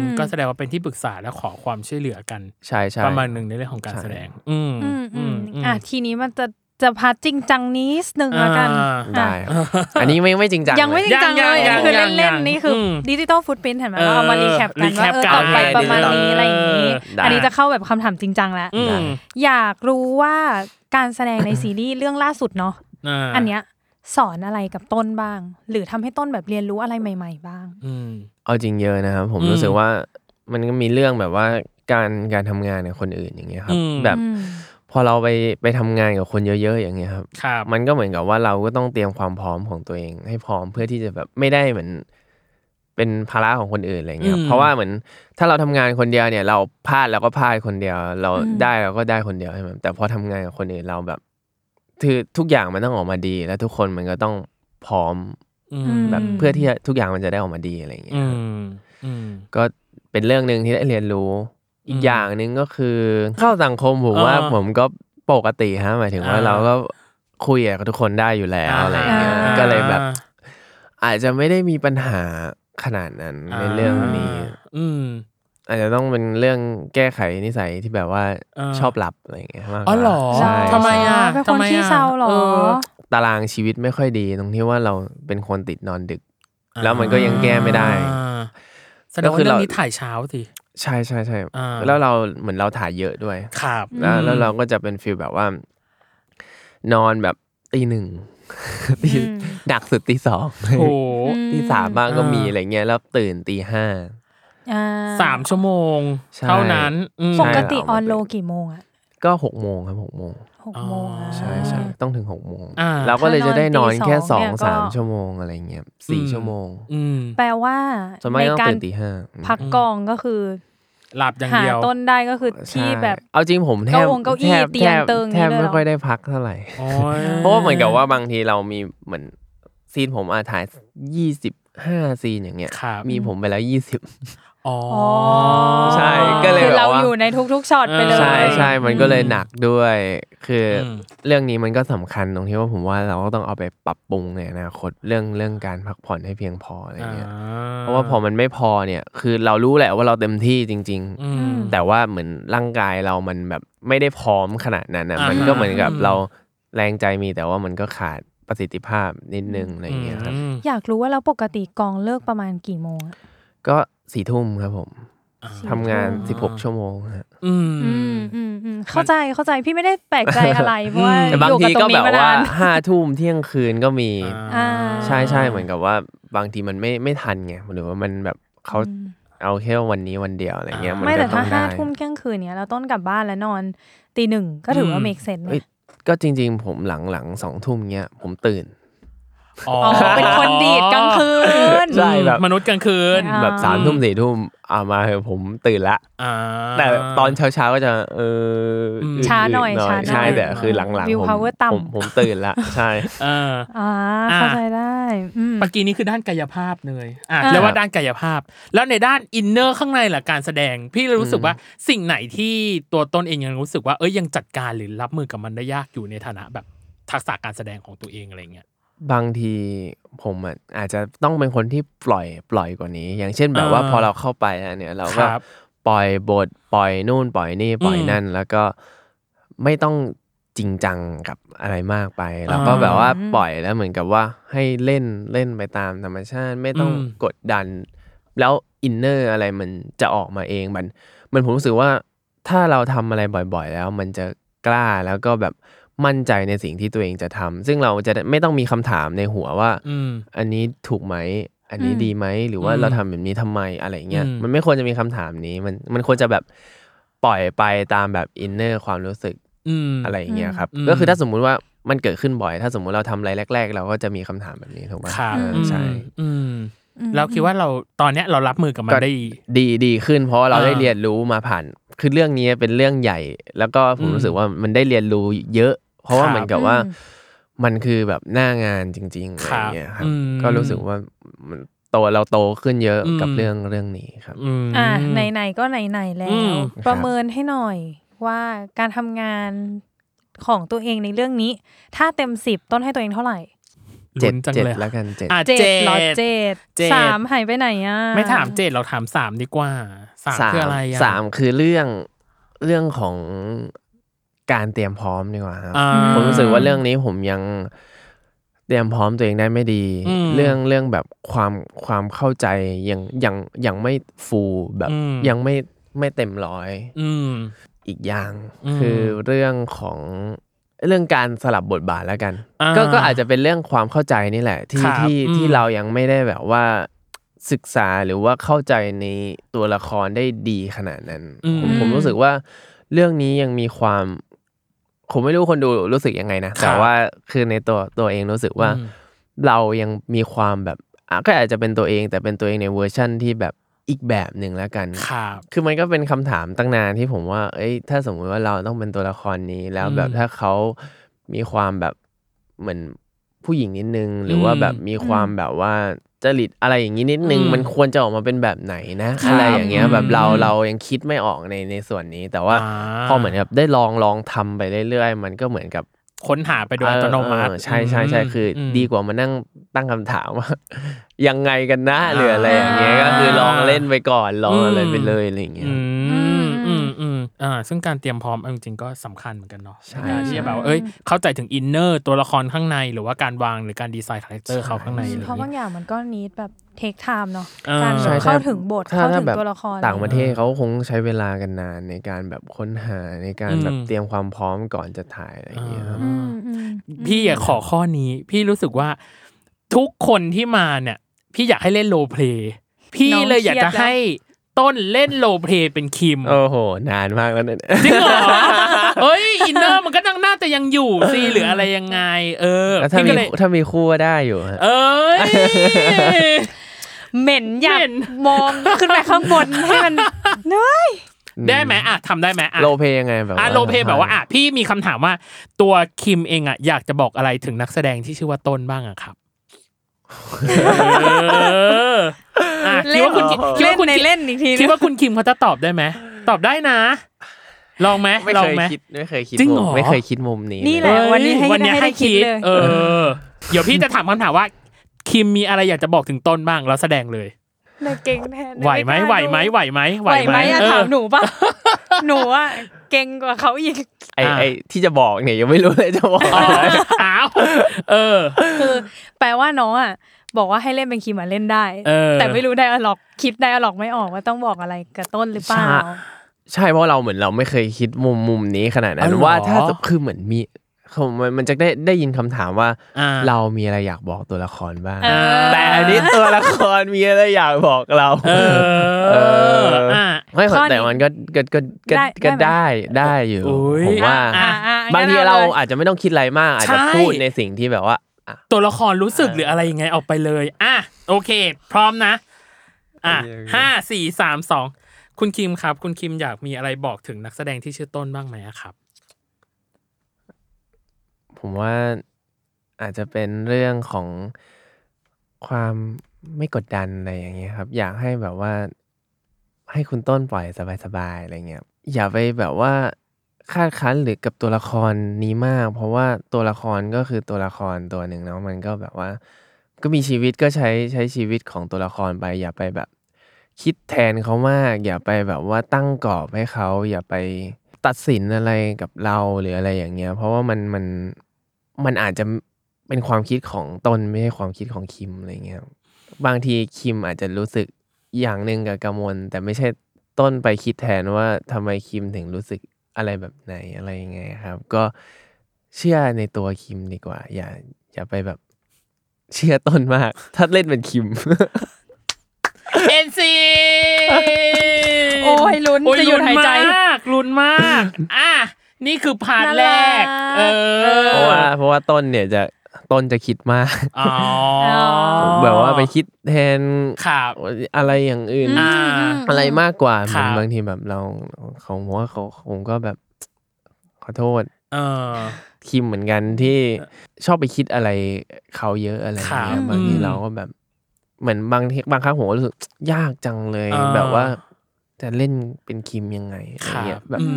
[SPEAKER 3] ม
[SPEAKER 4] ก็แสดงว่าเป็นที่ปรึกษาและขอความช่วยเหลือกัน
[SPEAKER 5] ใช่ใช่
[SPEAKER 4] ประมาณหนึ่งในเรื่องของการ
[SPEAKER 5] ใช่
[SPEAKER 4] แสดง อืม
[SPEAKER 3] อืมอืม
[SPEAKER 4] อืม
[SPEAKER 3] อ่ะทีนี้มันจะจะพัดจริงจังนิดนึงละกัน
[SPEAKER 4] อ่า
[SPEAKER 3] อ่ะ
[SPEAKER 5] ได้ครับอันนี้ไม่ไม่จริงจัง
[SPEAKER 3] ยังไม่จ
[SPEAKER 5] เล
[SPEAKER 3] ริงจังเลย
[SPEAKER 4] ยั
[SPEAKER 3] อันนี้
[SPEAKER 4] ง
[SPEAKER 3] คือ
[SPEAKER 4] ยัง
[SPEAKER 3] เล่น
[SPEAKER 4] ยัง
[SPEAKER 3] ๆนี่คืออ
[SPEAKER 4] ม
[SPEAKER 3] ดิจิตอลฟุตปรินท์เห็นไหมเรา
[SPEAKER 4] เออ
[SPEAKER 3] เอามารีแคปกันว่า
[SPEAKER 4] recap
[SPEAKER 3] เออ
[SPEAKER 4] กัน
[SPEAKER 3] ต่อไป
[SPEAKER 5] ได้
[SPEAKER 3] ประมาณนี้
[SPEAKER 5] ได้
[SPEAKER 3] อะไรอย่างนี้
[SPEAKER 5] ได้
[SPEAKER 3] อันนี้จะเข้าแบบคำถามจริงจังแล้ว
[SPEAKER 4] อืม
[SPEAKER 3] อยากรู้ว่าการแสดงในซีรีส์เรื่องล่าสุดเนาะ
[SPEAKER 4] า
[SPEAKER 3] อันเนี้ยสอนอะไรกับต้นบ้าง หรือทำให้ต้นแบบเรียนรู้อะไรใหม่ ๆ บ้าง
[SPEAKER 4] อืม
[SPEAKER 5] เอาจริงเยอะนะครับผม
[SPEAKER 4] อืม
[SPEAKER 5] รู้สึกว่ามันก็มีเรื่องแบบว่าการการทำงานกับคนอื่นอย่างเงี้ยครั
[SPEAKER 4] อื
[SPEAKER 5] บ
[SPEAKER 4] ม
[SPEAKER 5] แบบ
[SPEAKER 3] อืม
[SPEAKER 5] พอเราไปไปทำงานกับคนเยอะ ๆ อย่างเงี้ยครับ
[SPEAKER 4] ครับ
[SPEAKER 5] มันก็เหมือนกับว่าเราก็ต้องเตรียมความพร้อมของตัวเอง ให้พร้อมเพื่อที่จะแบบไม่ได้เหมือนเป็นภาระของคนอื่นอะไรเงี้ยครั
[SPEAKER 4] อื
[SPEAKER 5] บ
[SPEAKER 4] ม
[SPEAKER 5] เพราะว่าเหมือนถ้าเราทำงานคนเดียวเนี่ย เราพลาดเราก็พลาดคนเดียว เรา
[SPEAKER 3] อืม
[SPEAKER 5] ได้เราก็ได้คนเดียวใช่ไหมแต่พอทำงานกับคนอื่นเราแบบคือทุกอย่างมันต้องออกมาดี แล้วทุกคนมันก็ต้องพร้อม
[SPEAKER 4] อืม
[SPEAKER 3] ม
[SPEAKER 5] แบบเพื่อที่จะทุกอย่างมันจะได้ออกมาดีอะไรเงี้ย
[SPEAKER 4] อืมอืม
[SPEAKER 5] ก็เป็นเรื่องหนึ่งที่ได้เรียนรู้
[SPEAKER 4] อื
[SPEAKER 5] อีก
[SPEAKER 4] ม
[SPEAKER 5] อย่างหนึ่งก็คือ เข้าสังคมผมว่า
[SPEAKER 4] อ่า
[SPEAKER 5] ผมก็ปกติฮะหมายถึงว่า
[SPEAKER 4] อ่า
[SPEAKER 5] เราก็คุยกับทุกคนได้อยู่แล้วอะไรอย่างเงี้ย
[SPEAKER 3] อ่า
[SPEAKER 5] ก็เลยแบบ อาจจะไม่ได้มีปัญหาขนาดนั้น
[SPEAKER 4] า
[SPEAKER 5] ในเรื่องนี้
[SPEAKER 4] อืม
[SPEAKER 5] อาจจะต้องเป็นเรื่องแก้ไขนิสัยที่แบบว่า
[SPEAKER 4] อ่า
[SPEAKER 5] ชอบหลับอะไรอย่างเงี้ยมากก
[SPEAKER 4] อ๋อ
[SPEAKER 5] ว่า
[SPEAKER 4] เหรอ
[SPEAKER 5] ใช่
[SPEAKER 4] ทำไมอ่ะ
[SPEAKER 3] เป็นค
[SPEAKER 4] ทำ
[SPEAKER 3] น
[SPEAKER 4] ไม
[SPEAKER 3] ขี้
[SPEAKER 4] อ่ะ
[SPEAKER 3] เศร้าเหรอ
[SPEAKER 4] เ
[SPEAKER 5] ตารางชีวิตไม่ค่อยดี ตรงที่ว่าเราเป็นคนติดนอนดึก แล้วมันก็ยังแก้ไม่ได้
[SPEAKER 4] อ่าแสดงว่าเรื่องนี้ถ่ายเช้าสิ
[SPEAKER 5] ใช่ใช่ใช่
[SPEAKER 4] อ่า
[SPEAKER 5] แล้วเราเหมือนเราถ่ายเยอะด้วย
[SPEAKER 4] ครับ
[SPEAKER 5] แล้ว
[SPEAKER 3] อืม
[SPEAKER 5] แล้วเราก็จะเป็นฟีลแบบว่า นอนแบบตีหนึ่ง ตี
[SPEAKER 3] อืม
[SPEAKER 5] หนักสุดตีสอง
[SPEAKER 4] โอ้
[SPEAKER 5] ตีสามบ้างก็มี
[SPEAKER 4] อ่า
[SPEAKER 5] อะไรเงี้ยแล้วตื่นตีห้า
[SPEAKER 3] อ่า
[SPEAKER 4] สามชั่วโมง
[SPEAKER 5] ใช่
[SPEAKER 4] เท่านั้นอืม
[SPEAKER 3] ปกติ
[SPEAKER 5] ใช่
[SPEAKER 3] ออ
[SPEAKER 5] เราเอา
[SPEAKER 3] น
[SPEAKER 5] มา
[SPEAKER 3] โลกี่โมงอะ
[SPEAKER 5] ก็หกโมงครับหกโมง
[SPEAKER 3] หกโมงอะ
[SPEAKER 5] ใช่ใช่ต้องถึงหกโมง
[SPEAKER 4] อ่า
[SPEAKER 5] เราก็เลยจะได้นอนแค่ส
[SPEAKER 3] ถ้า
[SPEAKER 5] อ
[SPEAKER 3] อนตีสอง
[SPEAKER 5] นง
[SPEAKER 3] เนี่ยก็
[SPEAKER 5] สามชั่วโมงอะไรเงี้ยสี่ชั่วโมง
[SPEAKER 4] อืม
[SPEAKER 3] แปลว่า
[SPEAKER 5] ส่วนมาก
[SPEAKER 3] ใน
[SPEAKER 5] ก็ต้อง
[SPEAKER 3] การ
[SPEAKER 5] ตื่นตีห้าอืม
[SPEAKER 3] พักกองก็คือ
[SPEAKER 4] หลับอย่าง
[SPEAKER 3] หา
[SPEAKER 4] เดียว
[SPEAKER 3] ต้นได้ก็คือที่แบบ
[SPEAKER 5] ใช่เอาจริงผมแทบ
[SPEAKER 3] เก้าองเก้าอี้
[SPEAKER 5] แทบ
[SPEAKER 3] เตียงเติง
[SPEAKER 5] แทบ
[SPEAKER 3] นี่ด้วยเหรอ
[SPEAKER 5] ไม่ค่อยได้พักเท่าไหร่
[SPEAKER 4] โอ้ย
[SPEAKER 5] เพราะว่าเหมือนกับว่าบางทีเรามีเหมือนซีนผมอาถ่ายยี่สิบห้าซีนอย่างเงี้ย
[SPEAKER 4] ครับ
[SPEAKER 5] มีผมไปแล้วยี่สิบ
[SPEAKER 4] อ๋อ
[SPEAKER 5] ใช่ก็เลย
[SPEAKER 3] คือ
[SPEAKER 5] แบบ
[SPEAKER 3] เรา
[SPEAKER 5] ว่า
[SPEAKER 3] อยู่ในทุกๆช็อตไปเลย
[SPEAKER 5] ใช่ใช่มันก็เลย
[SPEAKER 4] อืม
[SPEAKER 5] หนักด้วย คืออ
[SPEAKER 4] ม
[SPEAKER 5] เรื่องนี้มันก็สำคัญตรงที่ว่าผมว่าเราก็ต้องเอาไปปรับปรุงในอนาคตเรื่องเรื่องการพักผ่อนให้เพียงพออะไรเงี้ย
[SPEAKER 4] อ่
[SPEAKER 5] เพราะว่าพอมันไม่พอเนี่ย คือเรารู้แหละว่าเราเต็มที่จริง
[SPEAKER 4] อืม
[SPEAKER 5] ๆ แต่ว่าเหมือนร่างกายเรามันแบบไม่ได้พร้อมขนาดนั้นอ่ะ
[SPEAKER 4] อ่ามั
[SPEAKER 5] มันก็เหมือนกับ
[SPEAKER 4] อืม
[SPEAKER 5] เราแรงใจมีแต่ว่ามันก็ขาดประสิทธิภาพนิดนึงอะไรเงี้ยครับ
[SPEAKER 4] ม
[SPEAKER 3] อยากรู้ว่าแล้วปกติกองเลิกประมาณกี่โมงอะ
[SPEAKER 5] ก็สี่ทุ่มครับผม
[SPEAKER 4] อ่า
[SPEAKER 3] สี่
[SPEAKER 5] ทำงาน
[SPEAKER 3] ทุ่ม
[SPEAKER 5] สิบหกชั่วโมงฮะ
[SPEAKER 4] อืม
[SPEAKER 3] อืมอืมอืมเข้าใจเข้าใจพี่ไม่ได้แปลกใจอะไรเพราะว่า
[SPEAKER 5] แต่บา
[SPEAKER 3] อ
[SPEAKER 5] ง
[SPEAKER 3] ยู่
[SPEAKER 5] ที
[SPEAKER 3] กับตร
[SPEAKER 5] ก็
[SPEAKER 3] ง
[SPEAKER 5] แบ
[SPEAKER 3] นี้
[SPEAKER 5] บว่าน
[SPEAKER 3] มาาน
[SPEAKER 5] ห้าทุ่มเที่ยงคืนก็มี
[SPEAKER 3] อ่า
[SPEAKER 5] ใช่ใช่เหมือนกับว่าบางทีมันไม่ไม่ทันไงหรือว่ามันแบบเขาเอาแค่วันนี้วันเดียวอะไรเงี้ยมัน
[SPEAKER 3] ไม่
[SPEAKER 5] ก็
[SPEAKER 3] แต่
[SPEAKER 5] ต้
[SPEAKER 3] ถ้า
[SPEAKER 5] อง
[SPEAKER 3] ห้า
[SPEAKER 5] ได้
[SPEAKER 3] ทุ่มเที่ยงคืนเนี้ยเราต้นกลับบ้านแล้วนอนตีหนึ่งก็ถือว่าเมกเซน
[SPEAKER 5] เอ้ยก็จริง ๆ ผมหลังหลังสองทุ่มเงี้ยผมตื่น
[SPEAKER 4] อ๋อ
[SPEAKER 3] อ๋อเป็นคนดีดกลางคืน
[SPEAKER 5] ใช่แบบ
[SPEAKER 4] มนุษย์กลางคืน
[SPEAKER 3] อ่า
[SPEAKER 5] แบบสามทุ่มสี่ทุ่มเอามาเถอะผมตื่นละ
[SPEAKER 4] อ่า
[SPEAKER 5] แต่ตอนเช้าเช้าๆก็จะเออ
[SPEAKER 4] อืม
[SPEAKER 5] ดๆ
[SPEAKER 3] ช้าหน่อยช้าหน่อย
[SPEAKER 5] ใช่แต่คือหลังหลัง
[SPEAKER 3] Will
[SPEAKER 5] ผม
[SPEAKER 3] power ต่ำ
[SPEAKER 5] ผมผมตื่นละใช่
[SPEAKER 4] เออ
[SPEAKER 3] อ่า
[SPEAKER 4] อ่า
[SPEAKER 3] เข้าใจได้อืม
[SPEAKER 4] เมื่อกี้นี้คือด้านกายภาพเลยอ่ะ
[SPEAKER 3] อ่า
[SPEAKER 4] แล้วว่าด้านกายภาพ แล้วในด้านอินเนอร์ข้างในล่ะการแสดง พี่เลยรู้สึกว่าสิ่งไหนที่ตัวต้นเองยังรู้สึกว่าเอ้ยยังจัดการหรือรับมือกับมันได้ยากอยู่ในฐานะแบบทักษะการแสดงของตัวเองอะไรเงี้ย
[SPEAKER 5] บางทีผมอะอาจจะต้องเป็นคนที่ปล่อยปล่อยกว่านี้ อย่างเช่นแบบว่า
[SPEAKER 4] อ่า
[SPEAKER 5] พอเราเข้าไปแล้วเนี่ย เราก็
[SPEAKER 4] ครับ
[SPEAKER 5] ปล่อยบทปล่อยนู่นปล่อยนี่ปล่อย
[SPEAKER 4] อืม
[SPEAKER 5] นั่น แล้วก็ไม่ต้องจริงจังกับอะไรมากไปเราก็แบบว่าปล่อยแล้วเหมือนกับว่าให้เล่นเล่นไปตามธรรมชาติ ไม่ต้อง
[SPEAKER 4] อืม
[SPEAKER 5] กดดัน แล้วอินเนอร์อะไรมันจะออกมาเองมัน มันผมรู้สึกว่าถ้าเราทำอะไรบ่อยๆ แล้ว มันจะกล้าแล้วก็แบบ มั่นใจในสิ่งที่ตัวเองจะทำซึ่งเราจะได้ไม่ต้องมีคำถามในหัวว่า
[SPEAKER 4] อืม
[SPEAKER 5] อันนี้ถูกไหม อันนี้
[SPEAKER 3] อืม
[SPEAKER 5] ดีไหม หรือว่า
[SPEAKER 4] อืม
[SPEAKER 5] เราทำแบบนี้ทำไมอะไรเงี้ย
[SPEAKER 4] อืม
[SPEAKER 5] มันไม่ควรจะมีคำถามนี้ มันมันควรจะแบบปล่อยไปตามแบบอินเนอร์ความรู้สึก
[SPEAKER 4] อืม
[SPEAKER 5] อะไรเงี้ยครับ
[SPEAKER 4] อืม
[SPEAKER 5] ก็คือถ้าสมมุติว่ามันเกิดขึ้นบ่อย ถ้าสมมุติเราทำอะไรแรก ๆ เราก็จะมีคำถามแบบนี้ถูกไหม
[SPEAKER 4] ครับ
[SPEAKER 5] เออใช่
[SPEAKER 4] อืม
[SPEAKER 3] อืม
[SPEAKER 4] เราคิดว่าเราตอนเนี้ยเรารับมือกับมัน
[SPEAKER 5] ก็
[SPEAKER 4] ได้ดี
[SPEAKER 5] ดีดีขึ้นเพราะว่าเราได้
[SPEAKER 4] อ่า
[SPEAKER 5] เรียนรู้มาผ่าน คือเรื่องนี้เป็นเรื่องใหญ่ แล้วก็ผม
[SPEAKER 4] อืม
[SPEAKER 5] รู้สึกว่ามันได้เรียนรู้เยอะ เพราะว่า
[SPEAKER 4] ครับ
[SPEAKER 5] เหมือนกับว่า
[SPEAKER 3] อืม
[SPEAKER 5] มันคือแบบหน้างานจริงๆอะไรอย่างเงี้ยครับ
[SPEAKER 4] อืม
[SPEAKER 5] ก็รู้สึกว่ามันโตเราโตขึ้นเยอะ
[SPEAKER 4] อืม
[SPEAKER 5] กับเรื่องเรื่องนี้ครับ
[SPEAKER 4] อืม
[SPEAKER 3] อ่ะไหนๆก็ไหนๆแล้
[SPEAKER 4] อื
[SPEAKER 3] ว
[SPEAKER 4] ม
[SPEAKER 3] ประเมินให้หน่อยว่าการทำงานของตัวเองในเรื่องนี้ ถ้าเต็มสิบต้นให้ตัวเองเท่าไหร่
[SPEAKER 5] เจ็
[SPEAKER 4] ลุ้
[SPEAKER 5] ด
[SPEAKER 4] นจัง
[SPEAKER 5] เจ็ด
[SPEAKER 4] เลย
[SPEAKER 5] แล้วกันเจ็ด
[SPEAKER 4] อ่ะ
[SPEAKER 3] เจ็
[SPEAKER 4] เจ็
[SPEAKER 3] ด
[SPEAKER 4] ด
[SPEAKER 3] เหรอเจ็ด
[SPEAKER 4] เจ็ด
[SPEAKER 3] สามหายไปไหนอ่ะ
[SPEAKER 4] ไม่ถามเจ็ดเราถามสามดีกว่าสามคืออะไรอ่ะ
[SPEAKER 5] สามคือเรื่องเรื่องของการเตรียมพร้อมดีกว่าครับ
[SPEAKER 4] อ่า
[SPEAKER 5] ผมรู้สึกว่าเรื่องนี้ผมยังเตรียมพร้อมตัวเองได้ไม่ดี
[SPEAKER 4] อืม
[SPEAKER 5] เรื่องเรื่องแบบความความเข้าใจยังยังยังไม่ฟูแบบ
[SPEAKER 4] อืม
[SPEAKER 5] ยังไม่ไม่เต็มร้อย
[SPEAKER 4] อืม
[SPEAKER 5] อีกอย่าง
[SPEAKER 4] อืม
[SPEAKER 5] คือเรื่องของเรื่องการสลับบทบาทแล้วกัน
[SPEAKER 4] อ่า
[SPEAKER 5] ก็ก็อาจจะเป็นเรื่องความเข้าใจนี่แหละ ที่
[SPEAKER 4] ครับ
[SPEAKER 5] ที่
[SPEAKER 4] อืม
[SPEAKER 5] ที่เรายังไม่ได้แบบว่าศึกษาหรือว่าเข้าใจในตัวละครได้ดีขนาดนั้น
[SPEAKER 4] อืม
[SPEAKER 5] ผมผมรู้สึกว่าเรื่องนี้ยังมีความ ผมไม่รู้คนดูรู้สึกยังไงนะ
[SPEAKER 4] ครั
[SPEAKER 5] แต่
[SPEAKER 4] บ
[SPEAKER 5] ว่าคือในตัวตัวเองรู้สึกว่า
[SPEAKER 4] อืม
[SPEAKER 5] เรายังมีความแบบอ่ะก็อาจจะเป็นตัวเอง แต่เป็นตัวเองในเวอร์ชั่นที่แบบอีกแบบหนึ่งแล้วกัน
[SPEAKER 4] ครับ
[SPEAKER 5] คือมันก็เป็นคำถามตั้งนานที่ผมว่า เอ้ย ถ้าสมมุติว่าเราต้องเป็นตัวละครนี้ แล้วแบบ
[SPEAKER 4] อืม
[SPEAKER 5] ถ้าเขามีความแบบเหมือนผู้หญิงนิดนึง หรือว่า
[SPEAKER 4] อืม
[SPEAKER 5] แบบมีความแบบว่าจริตอะไรอย่างนี้นิดนึง
[SPEAKER 4] อืม
[SPEAKER 5] มันควรจะออกมาเป็นแบบไหนนะ
[SPEAKER 4] ครับ
[SPEAKER 5] อะไรอย่างเงี้ยแบบเรา
[SPEAKER 4] อืม
[SPEAKER 5] เรายังคิดไม่ออกในในส่วนนี้ แต่ว่า
[SPEAKER 4] อ่า
[SPEAKER 5] พอเหมือนกับได้ลองลองทำไปเรื่อยๆ มันก็เหมือนกับ
[SPEAKER 4] ค้นหาไปโดยอัตโนมัติ
[SPEAKER 5] เออเออใช่ใช่ใช่คืออ
[SPEAKER 4] ม
[SPEAKER 5] ดีกว่ามานั่งตั้งคำถามว่า ยังไงกันนะหรืออะไรอย่างเงี้ยก็คือลองเล่นไปก่อนลองอะไรไปเลยอะไรอย่างเงี้ย
[SPEAKER 4] อืมอืมอืมอ่าซึ่งการเตรียมพร้อมเอาจริงๆก็สำคัญเหมือนกันเนาะ
[SPEAKER 5] ใช่
[SPEAKER 4] ในการที่จะแบบว่าเอ้ย เข้าใจถึงอินเนอร์ตัวละครข้างในหรือว่าการวางหรือการดีไซน์คาแรคเตอร์เขาข้างใน
[SPEAKER 3] อืม
[SPEAKER 4] อะไรอย่ง
[SPEAKER 3] เพราะบางอ
[SPEAKER 4] งี้ย
[SPEAKER 3] ย่างมันก็นิดแบบเทคไทม์เนาะ
[SPEAKER 4] เออ
[SPEAKER 3] การแบบ
[SPEAKER 5] ใช่ใช่
[SPEAKER 3] เข้าถึงบท
[SPEAKER 5] ถ้
[SPEAKER 3] เข้าถึง
[SPEAKER 5] แบบ
[SPEAKER 3] ตัวละคร
[SPEAKER 5] ต่างประเทศเขาคงใช้เวลากันนานในการแบบค้นหาในการแบบ
[SPEAKER 4] อืม
[SPEAKER 5] เตรียมความพร้อมก่อนจะถ่ายอะไรอย่างเงี้ยครับ
[SPEAKER 3] อืมอืม
[SPEAKER 4] พี่อยากขอข้อนี้ พี่รู้สึกว่าทุกคนที่มาเนี่ย พี่อยากให้เล่นโรลเพลย์พี่เลยอยากจะให้ต้นเล่นโรลเพลย์เป็นคิม
[SPEAKER 5] โอ้โห นานมากแล้วเนี่ย
[SPEAKER 4] จริงเหรอ เอ้ยอินเนอร์มันก็น่าจะยังอยู่สิหรืออะไรยังไง เออ
[SPEAKER 5] แล้วถ้า
[SPEAKER 4] พี่
[SPEAKER 5] มี
[SPEAKER 4] ก็เลย
[SPEAKER 5] ถ้ามีคู่ก็ได้อยู่ฮะ
[SPEAKER 4] เอ้ย
[SPEAKER 3] เหม็นอยาก
[SPEAKER 4] เหม็น
[SPEAKER 3] มองขึ้นไปข้างบนให้ มันเน้ย
[SPEAKER 4] ได้ไหมอ่ะทำได้ไหมอ่ะ
[SPEAKER 5] โลเพยังไงแบบ
[SPEAKER 4] อ่ะ
[SPEAKER 5] ว่า
[SPEAKER 4] โลเพแบบว่าอ่ะพี่มีคำถามว่าตัวคิมเองอ่ะอยากจะบอกอะไรถึงนักแสดงที่ชื่อว่าต้นบ้างอ่ะครับเออ อ่ะคิดว่าคุณคิด
[SPEAKER 3] เล่
[SPEAKER 4] ว่าน คุณ
[SPEAKER 3] ใน
[SPEAKER 4] คิด
[SPEAKER 3] เล่นอีกที
[SPEAKER 4] คิด
[SPEAKER 3] นะ
[SPEAKER 4] ว่าคุณคิมเขาจะตอบได้ไหมตอบได้นะ ลองไหม
[SPEAKER 5] ไม่
[SPEAKER 4] ลอ
[SPEAKER 5] เค
[SPEAKER 4] ง
[SPEAKER 5] ย
[SPEAKER 4] ไหม
[SPEAKER 5] คิดไม่เคยคิด
[SPEAKER 4] จริง
[SPEAKER 5] มุ
[SPEAKER 4] เหร
[SPEAKER 5] ม
[SPEAKER 4] อ
[SPEAKER 5] ไม่เคยคิดมุมนี้
[SPEAKER 3] นี่แห
[SPEAKER 5] เลย
[SPEAKER 3] ละ
[SPEAKER 4] เอ้ย
[SPEAKER 3] วันนี้ให้
[SPEAKER 4] วันเนี้ย
[SPEAKER 3] ให้ได้
[SPEAKER 4] ให้
[SPEAKER 3] คิด
[SPEAKER 4] คิด
[SPEAKER 3] เลย
[SPEAKER 4] เออ เดี๋ยวพี่จะถามคำถามว่า คิมมีอะไรอยากจะบอกถึงต้นบ้างแล้วแสดงเลย
[SPEAKER 3] ในเก่งแทน
[SPEAKER 4] ไหวไหมไหวไหมไหวไหม
[SPEAKER 3] ไหวไหมอะ
[SPEAKER 4] เออ
[SPEAKER 3] ถามหนูป่ะ หนูอ่ะเก่งกว่าเขาอีก
[SPEAKER 5] ไอ
[SPEAKER 4] อ่ะ
[SPEAKER 5] ไอที่จะบอกเนี่ยยังไม่รู้เลยจะบอก
[SPEAKER 4] อ๋อ
[SPEAKER 5] อะไร
[SPEAKER 4] อ้าวเออ
[SPEAKER 3] คือแปลว่าน้องอ่ะบอกว่าให้เล่นเป็นคีมาเล่นได้
[SPEAKER 4] เออ
[SPEAKER 3] แต่ไม่รู้ได้อะล็อกคิดได้อะล็อกไม่ออกว่าต้องบอกอะไรกับต้นหรือเปล่า
[SPEAKER 5] ใช่เพราะเราเหมือนเราไม่เคยคิดมุมมุมนี้ขนาดนั้
[SPEAKER 4] อ๋อนเหรอ
[SPEAKER 5] ว่าถ้าคือเหมือนมีคือมันมันจะได้ได้ยินคำถามว่า
[SPEAKER 4] อ่า
[SPEAKER 5] เรามีอะไรอยากบอกตัวละครบ้าง
[SPEAKER 3] เออ
[SPEAKER 5] แต่อันนี้ตัวละครมีอะไรอยากบอกเรา
[SPEAKER 4] เอออ่ะ
[SPEAKER 5] ไม่
[SPEAKER 3] ข้อนี้
[SPEAKER 5] แต่มันก็ก็ก็
[SPEAKER 3] ได้
[SPEAKER 5] ก็ก็
[SPEAKER 3] ได้
[SPEAKER 5] ได้ได้อยู่
[SPEAKER 4] โอ้ย
[SPEAKER 5] ผมว่า
[SPEAKER 4] อ่ะ
[SPEAKER 3] อ่ะ
[SPEAKER 5] บางที
[SPEAKER 3] งั้น
[SPEAKER 5] เรา
[SPEAKER 3] เอาเลย
[SPEAKER 5] อาจจะไม่ต้องคิดอะไรมาก อาจจะ
[SPEAKER 4] ใช่
[SPEAKER 5] พูดในสิ่งที่แบบว่าอ่ะ
[SPEAKER 4] ตัวละครรู้สึกหรืออะไรยังไงออกไปเลย อ่ะโอเค พร้อมนะ อ่ะ
[SPEAKER 5] โอเคโอเค
[SPEAKER 4] ห้าสี่สามสองคุณคิมครับ คุณคิมอยากมีอะไรบอกถึงนักแสดงที่ชื่อต้นบ้างไหมอะครับ
[SPEAKER 5] ผมว่าอาจจะเป็นเรื่องของความไม่กดดันอะไรอย่างเงี้ยครับ อยากให้แบบว่า ให้คุณต้นปล่อยสบายๆอะไรเงี้ยอย่าไปแบบว่าคาดคั้นหรือกับตัวละครนี้มาก เพราะว่าตัวละครก็คือตัวละครตัวหนึ่งเนาะมันก็แบบว่า ก็มีชีวิตก็ใช้ใช้ชีวิตของตัวละครไป อย่าไปแบบ คิดแทนเขามาก อย่าไปแบบว่าตั้งกรอบให้เขา อย่าไปตัดสินอะไรกับเราหรืออะไรอย่างเงี้ย เพราะว่ามันมันมันอาจจะเป็นความคิดของตนไม่ใช่ความคิดของคิมอะไรเงี้ย บางทีคิมอาจจะรู้สึกอย่างหนึ่งกับกำมลแต่ไม่ใช่ต้นไปคิดแทนว่าทำไมคิมถึงรู้สึกอะไรแบบไหนอะไรยังไงครับ ก็ เชื่อในตัวคิมดีกว่า อย่า อย่าไปแบบ เชื่อต้นมาก ถ้าเล่นเป็นคิม
[SPEAKER 4] เอ็นซี
[SPEAKER 3] โอ้ยลุ้นจะหยุดหายใจ
[SPEAKER 4] มากลุ้นม ากอ่ะนี่คือพาร์ท
[SPEAKER 3] น่ารัก
[SPEAKER 4] แรก เออ
[SPEAKER 5] เพราะว่าเพราะว่าต้นเนี่ยจะต้นจะคิดมาก
[SPEAKER 4] อ๋อ
[SPEAKER 5] แบบว่าไปคิดแทน
[SPEAKER 4] ครับ
[SPEAKER 5] อะไรอย่างอื่น
[SPEAKER 4] อ่า
[SPEAKER 5] อะไรมากกว่าเห
[SPEAKER 4] ครั
[SPEAKER 5] มือบ นบางทีแบบเราของผมว่าเขาผมก็แบบ ขอโทษ
[SPEAKER 4] เออ
[SPEAKER 5] คิมเหมือนกันที่ชอบไปคิดอะไรเขาเยอะอะไรอย่าง
[SPEAKER 4] ครั
[SPEAKER 5] เงี้
[SPEAKER 4] บบ
[SPEAKER 5] ยางที
[SPEAKER 4] อืม
[SPEAKER 5] เราก็แบบ เหมือนบางทีบางครั้งผมก็รู้สึกยากจังเลย
[SPEAKER 4] อ่า
[SPEAKER 5] แบบว่าจะเล่นเป็นคิมยังไงอะไร
[SPEAKER 4] ครับ
[SPEAKER 5] เงี้ยแบบ
[SPEAKER 4] อื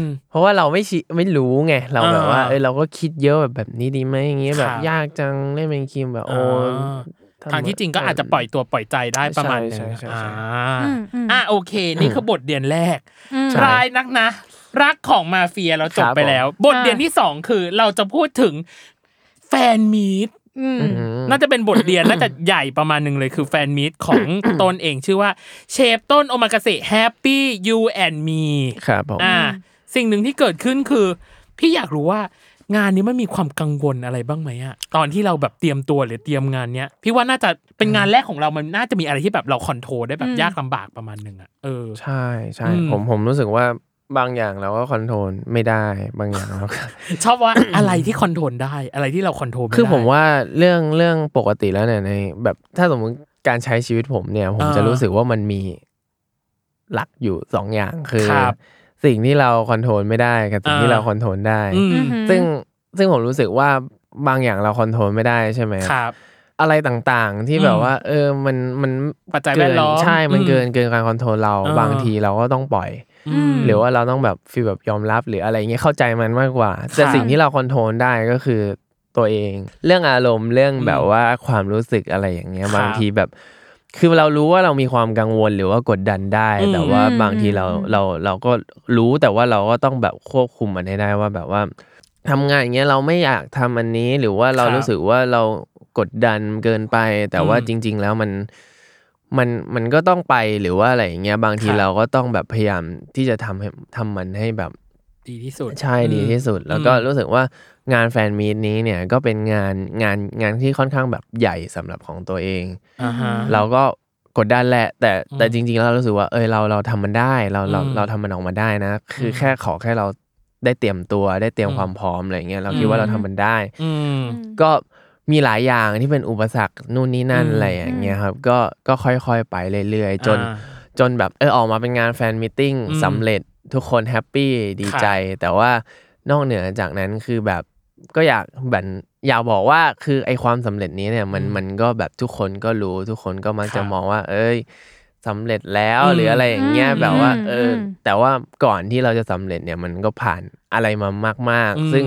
[SPEAKER 4] ม
[SPEAKER 5] เพราะว่าเราไม่ชิไม่รู้ไงเราแบบว่า
[SPEAKER 4] อ่า
[SPEAKER 5] เออเราก็คิดเยอะแบบแบบนี้ดีไหมอย่างเงี้ย
[SPEAKER 4] ค
[SPEAKER 5] แบ
[SPEAKER 4] รับ
[SPEAKER 5] บยากจังเล่นเป็นคิมแบบ
[SPEAKER 4] อ่
[SPEAKER 5] โอ้
[SPEAKER 4] า
[SPEAKER 5] ำ
[SPEAKER 4] ทางที่จริงก็อาจจะปล่อยตัวปล่อยใจได้ประมาณนึ
[SPEAKER 5] ใช่
[SPEAKER 4] ง
[SPEAKER 5] ใช่ใช่
[SPEAKER 4] อ่า
[SPEAKER 5] ใช่
[SPEAKER 3] อืมอืม
[SPEAKER 4] อ่ะโอเค นี่คือบทเรียนแรก
[SPEAKER 3] อืม
[SPEAKER 5] ใช่
[SPEAKER 4] รายนักนะ รักของมาเฟียเราจบไปแล้ว บทเรียนที่สองคือเราจะพูดถึงแฟนมีด
[SPEAKER 3] อืม
[SPEAKER 5] อืม
[SPEAKER 4] น่าจะเป็นบทเรียน น่าจะใหญ่ประมาณหนึ่งเลยคือแฟนมีตของ ตนเองชื่อว่าเชฟต้นโอมากาเสะแฮปปี้ยูแอนมี
[SPEAKER 5] ครับผม
[SPEAKER 4] อ่าสิ่งหนึ่งที่เกิดขึ้นคือ พี่อยากรู้ว่างานนี้มันมีความกังวลอะไรบ้างไหมอะตอนที่เราแบบเตรียมตัวหรือเตรียมงานเนี้ย พี่ว่าน่าจะเป็นงานแรกของเรามันน่าจะมีอะไรที่แบบเราคอนโทรลได้แบบ
[SPEAKER 3] อืม
[SPEAKER 4] ยากลำบากประมาณหนึ่งอะเออ
[SPEAKER 5] ใช่ใช่
[SPEAKER 4] อืม
[SPEAKER 5] ผมผมรู้สึกว่าบางอย่างเราก็คอนโทรลไม่ได้บางอย่าง เราก็
[SPEAKER 4] ชอบว่า อะไรที่คอนโทรลได้อะไรที่เราคอนโทรล
[SPEAKER 5] คือ
[SPEAKER 4] ไได้
[SPEAKER 5] ผมว่าเรื่องเรื่องปกติแล้วเนี่ยในแบบถ้าสมมติการใช้ชีวิตผมเนี่ย ผม
[SPEAKER 4] อ่า
[SPEAKER 5] จะรู้สึกว่ามันมีหลักอยู่สองอย่างคือ
[SPEAKER 4] ครับ
[SPEAKER 5] สิ่งที่เราคอนโทรลไม่ได้กับสิ่งที่
[SPEAKER 4] อ่า
[SPEAKER 5] เราคอนโทรลได้
[SPEAKER 4] อืม
[SPEAKER 5] ซึ่งซึ่งผมรู้สึกว่าบางอย่างเราคอนโทรลไม่ได้ใช่ไหม
[SPEAKER 4] ครับ
[SPEAKER 5] อะไรต่างๆที่แบบ
[SPEAKER 4] อืม
[SPEAKER 5] ว่า เออมันมัน
[SPEAKER 4] ปัจจัยแว
[SPEAKER 5] เกิ
[SPEAKER 4] ดล้อม
[SPEAKER 5] ใช่มันเกินเกินการคอนโทรลเรา
[SPEAKER 4] อ่า
[SPEAKER 5] บางทีเราก็ต้องปล่อย
[SPEAKER 4] อืม
[SPEAKER 5] หรือว่าเราต้องแบบฟีลแบบยอมรับหรืออะไรเงี้ยเข้าใจมันมากกว่า แต่
[SPEAKER 4] ค่ะ
[SPEAKER 5] สิ่งที่เราคอนโทรลได้ก็คือตัวเอง เรื่องอารมณ์เรื่อง
[SPEAKER 4] อืม
[SPEAKER 5] แบบว่าความรู้สึกอะไรอย่างเงี้
[SPEAKER 4] ค
[SPEAKER 5] ย
[SPEAKER 4] รับ
[SPEAKER 5] บางทีแบบ คือเรารู้ว่าเรามีความกังวลหรือว่ากดดันได้
[SPEAKER 4] อืม
[SPEAKER 5] แต่ว่า
[SPEAKER 3] อืม
[SPEAKER 5] บางทีเรา
[SPEAKER 3] อืม
[SPEAKER 5] เราเราก็รู้แต่ว่าเราก็ต้องแบบควบคุมมันให้ได้ว่าแบบว่าทำงานอย่างเงี้ยเราไม่อยากทำอันนี้หรือว่าเรา
[SPEAKER 4] ครับ
[SPEAKER 5] รู้สึกว่าเรากดดันเกินไป แต่ว่า
[SPEAKER 4] อืม
[SPEAKER 5] จริง ๆ แล้วมัน มันมันก็ต้องไปหรือว่าอะไรอย่างเงี้ยบางที
[SPEAKER 4] ครับ
[SPEAKER 5] เราก็ต้องแบบพยายามที่จะทำให้ทำมันให้แบบ
[SPEAKER 4] ดีที่สุด
[SPEAKER 5] ใช่ดีที่สุด แล้วก็รู้สึกว่างานแฟนมีตนี้เนี่ยก็เป็นงานงานงานที่ค่อนข้างแบบใหญ่สำหรับของตัวเอง
[SPEAKER 4] อ่าฮะ
[SPEAKER 5] เราก็กดดันแหละ แต่
[SPEAKER 4] อืม
[SPEAKER 5] แต่จริง ๆ แล้วเรารู้สึกว่าเอยเราเราทำมันได้เราเรา
[SPEAKER 4] อืม
[SPEAKER 5] เราทำมันออกมาได้นะ คืออ
[SPEAKER 4] ม
[SPEAKER 5] แค่ขอแค่เราได้เตรียมตัวได้เตรียม
[SPEAKER 4] อืม
[SPEAKER 5] ความพร้อมอะไรอย่างเงี้ยเรา
[SPEAKER 4] อืม
[SPEAKER 5] คิดว่าเราทำมันได้
[SPEAKER 4] อืม
[SPEAKER 5] ก็มีหลายอย่างที่เป็นอุปสรรคนู่นนี่นั่น
[SPEAKER 4] อืม
[SPEAKER 5] อะไรอย่างเงี้ยครับ ก็ก็ค่อยๆไปเรื่อยๆ จน
[SPEAKER 4] อ่า
[SPEAKER 5] จนแบบเออออกมาเป็นงานแฟนมิทติ้ง
[SPEAKER 4] อืม
[SPEAKER 5] สำเร็จทุกคนแฮปปี้ดีใจ แต่ว่านอกเหนือจากนั้นคือแบบก็อยากแบบอยากบอกว่าคือไอความสำเร็จนี้เนี่ยมัน
[SPEAKER 4] อืม
[SPEAKER 5] มันก็แบบทุกคนก็รู้ทุกคนก็มั
[SPEAKER 4] ค
[SPEAKER 5] ก
[SPEAKER 4] รับ
[SPEAKER 5] จะมองว่า เอ้ยสำเร็จแล้ว
[SPEAKER 4] อืม
[SPEAKER 5] หรืออะไรอย่างเงี้ย
[SPEAKER 3] อืม
[SPEAKER 5] แบบว่า
[SPEAKER 3] อืม
[SPEAKER 5] เอออ
[SPEAKER 3] ม
[SPEAKER 5] แต่ว่าก่อนที่เราจะสำเร็จเนี่ยมันก็ผ่านอะไรมามาก
[SPEAKER 4] อืม
[SPEAKER 5] ๆ ซึ่ง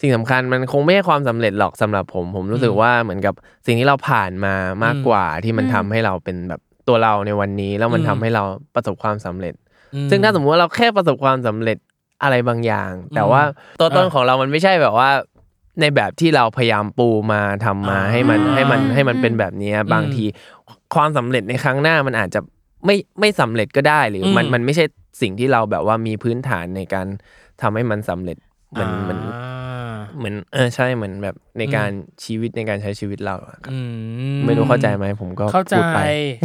[SPEAKER 5] สิ่งสำคัญมันคงไม่ใช่ความสำเร็จหรอกสำหรับผม ผมรู้สึก
[SPEAKER 4] อืม
[SPEAKER 5] ว่าเหมือนกับสิ่งที่เราผ่านมามาก
[SPEAKER 4] อืม
[SPEAKER 5] กว่าที่มันทำให้เราเป็นแบบตัวเราในวันนี้ แล้วมัน
[SPEAKER 4] อืม
[SPEAKER 5] ทำให้เราประสบความสำเร็จ
[SPEAKER 4] อื
[SPEAKER 5] ซึ่งถ้าสมมติว่าเราแค่ประสบความสำเร็จอะไรบางอย่าง
[SPEAKER 4] อืม
[SPEAKER 5] แต่ว่าตัวต้น
[SPEAKER 4] อ่ะ
[SPEAKER 5] ของเรามันไม่ใช่แบบว่า ในแบบที่เราพยายามปูมาทำมา
[SPEAKER 4] อ่า
[SPEAKER 5] ให้มันให้มันให้มัน
[SPEAKER 3] อืม
[SPEAKER 5] เป็นแบบเนี้ยบางทีความสำเร็จในครั้งหน้ามันอาจจะไม่ไม่สำเร็จก็ได้หรืออ
[SPEAKER 4] ม
[SPEAKER 5] มันมันไม่ใช่สิ่งที่เราแบบว่ามีพื้นฐานในการทำให้มันสำเร็จเหมือนเหมือนเหมือนเออใช่เหมือนแบบใน
[SPEAKER 4] อืม
[SPEAKER 5] การชีวิตในการใช้ชีวิตเราอะครับ
[SPEAKER 4] อื
[SPEAKER 5] ไม่รู้เข้าใจไหมผมก็
[SPEAKER 4] เข้าใจ
[SPEAKER 5] พูดไป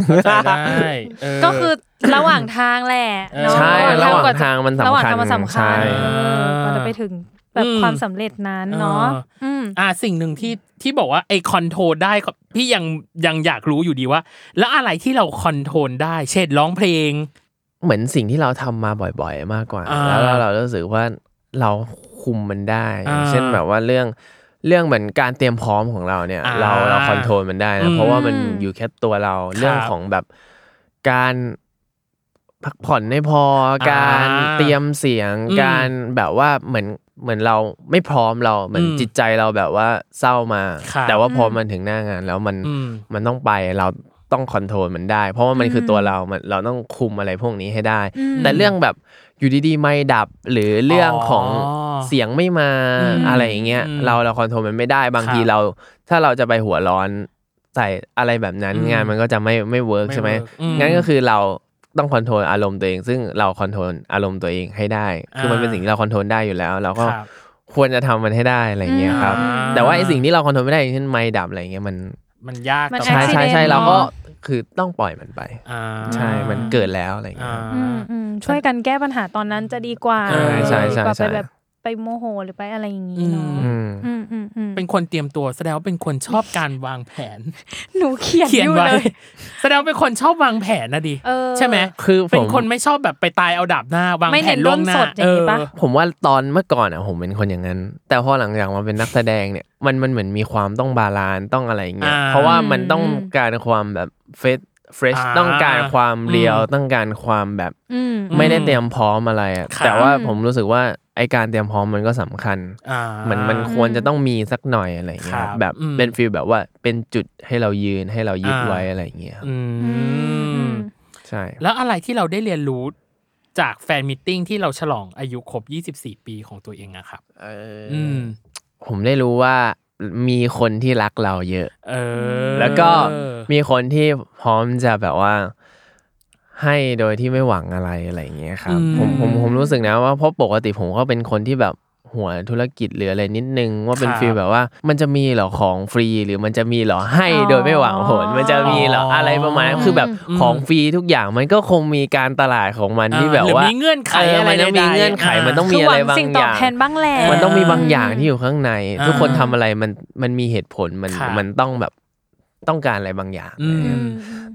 [SPEAKER 4] เข้าใจได้เ
[SPEAKER 3] ก็คือระหว่างทางแหละเนอะ
[SPEAKER 4] ใช่
[SPEAKER 3] ท
[SPEAKER 5] ระหว่างทางมันสำคัญ
[SPEAKER 3] ระหว่างทางมันสำคัญ
[SPEAKER 5] ใช่
[SPEAKER 3] เออก่อนจะไปถึงแบบ
[SPEAKER 4] อืม
[SPEAKER 3] ความสำเร็จนั้นเนาะ
[SPEAKER 4] เออ
[SPEAKER 3] อืม
[SPEAKER 4] อ่าสิ่งหนึ่งที่ที่บอกว่าไอคอนโทรได้ก็พี่ยังยังอยากรู้อยู่ดีว่า แล้วอะไรที่เราคอนโทรได้ เช่นร้องเพลง
[SPEAKER 5] เหมือนสิ่งที่เราทำมาบ่อยๆ มากกว่า
[SPEAKER 4] อ่า
[SPEAKER 5] แล้วเราเรารู้สึกว่าเราคุมมันได้อย่าง
[SPEAKER 4] อ่า
[SPEAKER 5] เช่นแบบว่าเรื่องเรื่องเหมือนการเตรียมพร้อมของเราเนี่ย
[SPEAKER 4] อ่า
[SPEAKER 5] เราเราคอนโทรลมันได้
[SPEAKER 4] อื
[SPEAKER 5] นะ
[SPEAKER 4] ม
[SPEAKER 5] เพราะว่ามันอยู่แค่ตัวเรา
[SPEAKER 4] ครับ
[SPEAKER 5] เรื่องของแบบการพักผ่อนไม่พออการเตรียมเสียง
[SPEAKER 4] อืม
[SPEAKER 5] การแบบว่าเหมือนเหมือนเราไม่พร้อมเราเหมือน
[SPEAKER 4] อืม
[SPEAKER 5] จิตใจเราแบบว่าเศร้ามา
[SPEAKER 4] ครับ
[SPEAKER 5] แต่ว่าพออ
[SPEAKER 3] ม
[SPEAKER 5] มันถึงหน้างานแล้วมัน
[SPEAKER 4] อืม
[SPEAKER 5] มันต้องไปเราต้องคอนโทรลมันได้ เพราะว่ามันคืออ
[SPEAKER 3] ม
[SPEAKER 5] ตัวเรามันเราต้องคุมอะไรพวกนี้ให้ได้
[SPEAKER 3] อืม
[SPEAKER 5] แต่เรื่องแบบอยู่ดีๆไม่ดับหรือเรื่องของ
[SPEAKER 4] อ๋อ
[SPEAKER 5] เสียงไม่มา
[SPEAKER 4] อืม
[SPEAKER 5] อะไรอย่างเงี้ย
[SPEAKER 4] อืม
[SPEAKER 5] เราเราคอนโทรลมันไม่ได้บาง
[SPEAKER 4] ครับ
[SPEAKER 5] ทีเรา ถ้าเราจะไปหัวร้อนใส่อะไรแบบนั้น
[SPEAKER 4] อืม
[SPEAKER 5] งานมันก็จะไม่ไม่เวิร์ก
[SPEAKER 4] ไม่
[SPEAKER 5] ใช่ไหม
[SPEAKER 4] work อืม
[SPEAKER 5] งั้นก็คือเราต้องคอนโทรลอารมณ์ตัวเอง ซึ่งเราคอนโทรลอารมณ์ตัวเองให้ได้ คือมันเป็น
[SPEAKER 4] อ่า
[SPEAKER 5] สิ่งที่เราคอนโทรลได้อยู่แล้วเราก็
[SPEAKER 4] ครับ
[SPEAKER 5] ควรจะทำมันให้ได้อะไรอย่างเงี้ยครับ
[SPEAKER 3] อืม
[SPEAKER 5] แต่ว่าไอสิ่งที่เราคอนโทรลไม่ได้อย่างเช่นไม้ดับอะไรอย่างเงี้ยมัน
[SPEAKER 4] มันยาก
[SPEAKER 3] มัน
[SPEAKER 4] ต่อกา
[SPEAKER 5] ใช่
[SPEAKER 4] ร
[SPEAKER 5] ใช่ใช่
[SPEAKER 3] accident
[SPEAKER 5] เราก็
[SPEAKER 3] เนอะ
[SPEAKER 5] คือต้องปล่อยมันไป
[SPEAKER 4] อ่า
[SPEAKER 5] ใช่มันเกิดแล้วอะไรอย่าง
[SPEAKER 4] อ่า
[SPEAKER 5] เงี้ย
[SPEAKER 3] อืมอืมช่วยกันแก้ปัญหาตอนนั้นจะดีกว่า
[SPEAKER 4] ใช่ใช่
[SPEAKER 3] ดีกว่า
[SPEAKER 5] ใช่
[SPEAKER 3] ไป
[SPEAKER 5] ใช่
[SPEAKER 3] แบบไปโมโหหรือไปอะไรอย่างงี้เนาะ
[SPEAKER 5] อืม
[SPEAKER 3] อืมอืมอืม
[SPEAKER 4] เป็นคนเตรียมตัวแสดงว่าเป็นคนชอบการวางแผน
[SPEAKER 3] หนูเขียน
[SPEAKER 4] เขียน
[SPEAKER 3] อยู่
[SPEAKER 4] ไว้
[SPEAKER 3] เลย
[SPEAKER 4] แสดงว่าเป็นคนชอบวางแผนนะดิ
[SPEAKER 3] เออ
[SPEAKER 4] ใช่ไหม
[SPEAKER 5] คือผม
[SPEAKER 4] เป็นคนไม่ชอบแบบไปตายเอาดาบหน้าวาง
[SPEAKER 3] ไม่
[SPEAKER 4] แผ
[SPEAKER 3] เน้
[SPEAKER 4] น
[SPEAKER 3] น
[SPEAKER 4] ล่วงหน้า
[SPEAKER 3] ด้นสดอย่างนี้ปะ
[SPEAKER 4] เออ
[SPEAKER 5] ผมว่าตอนเมื่อก่อนอ่ะผมเป็นคนอย่างนั้น แต่พอหลังจากมาเป็นนักแสดงเนี่ยมันมันเหมือนมีความต้องบาลานซ์ต้องอะไรอย่างเงี้ย
[SPEAKER 4] อ่า
[SPEAKER 5] เพราะว่ามันต้องการความแบบเฟสเฟรช
[SPEAKER 4] อ่า
[SPEAKER 5] ต้องการความเรียว
[SPEAKER 4] อืม
[SPEAKER 5] ต้องการความแบบ
[SPEAKER 3] อืม
[SPEAKER 5] ไม่ได้เตรียมพร้อมอะไรอะ
[SPEAKER 4] ครับ
[SPEAKER 5] แต่ว่าผมรู้สึกว่าไอการเตรียมพร้อมมันก็สำคัญ
[SPEAKER 4] อ่า
[SPEAKER 5] มันมันควรจะต้องมีสักหน่อยอะไรอย่างเงี้ย
[SPEAKER 4] ครับ
[SPEAKER 5] ครับแบบ
[SPEAKER 4] อืม
[SPEAKER 5] เป็นฟีลแบบว่าเป็นจุดให้เรายืนให้เรายึด
[SPEAKER 4] อ่า
[SPEAKER 5] ไว้อะไรอย่างเงี้ยครับ
[SPEAKER 4] อืม
[SPEAKER 5] ใช่
[SPEAKER 4] แล้วอะไรที่เราได้เรียนรู้จากแฟนมิทติ้งที่เราฉลองอายุครบ 24 ปีของตัวเองอะครับ
[SPEAKER 5] เอออ
[SPEAKER 4] อืม
[SPEAKER 5] ผมได้รู้ว่ามีคนที่รักเราเยอะ
[SPEAKER 4] เออ
[SPEAKER 5] แล้วก็มีคนที่พร้อมจะแบบว่า ให้โดยที่ไม่หวังอะไรอะไรอย่างเงี้ยครับผมผมผมรู้สึกนะว่าเพราะปกติผมก็เป็นคนที่แบบหัวธุรกิจหรืออะไรนิดนึง ว่าเป็นฟีลแบบว่า มันจะมีเหรอของฟรีหรือมันจะมีเหรอให้
[SPEAKER 3] อ๋อ
[SPEAKER 5] โดยไม่หวังผล มันจะมีเหรออะไรประมาณนั้นคือแบบของฟรีทุกอย่างมันก็คงมีการตลาดของมันที่แบบ
[SPEAKER 4] หรือ
[SPEAKER 5] ว่า
[SPEAKER 4] มีเงื่อนไข
[SPEAKER 5] เออ
[SPEAKER 4] อะไร
[SPEAKER 5] มันต้องมี
[SPEAKER 4] ใดๆ
[SPEAKER 5] เงื่อนไขมันต้อง
[SPEAKER 3] คื
[SPEAKER 5] มี
[SPEAKER 3] อ
[SPEAKER 5] อะไร
[SPEAKER 3] หวัง
[SPEAKER 5] บาง
[SPEAKER 3] สิ่ง
[SPEAKER 5] อ
[SPEAKER 3] ตอบ
[SPEAKER 5] ย่าง
[SPEAKER 3] แทนบ้างแหละ
[SPEAKER 5] มันต้องมีบางอย่างที่อยู่ข้างใน
[SPEAKER 4] อ่า
[SPEAKER 5] ทุกคนทำอะไรมันมันมีเหตุผลมัน
[SPEAKER 4] ค่ะ
[SPEAKER 5] มันต้องแบบต้องการอะไรบางอย่าง
[SPEAKER 4] อืม
[SPEAKER 5] อะไรเงี้ย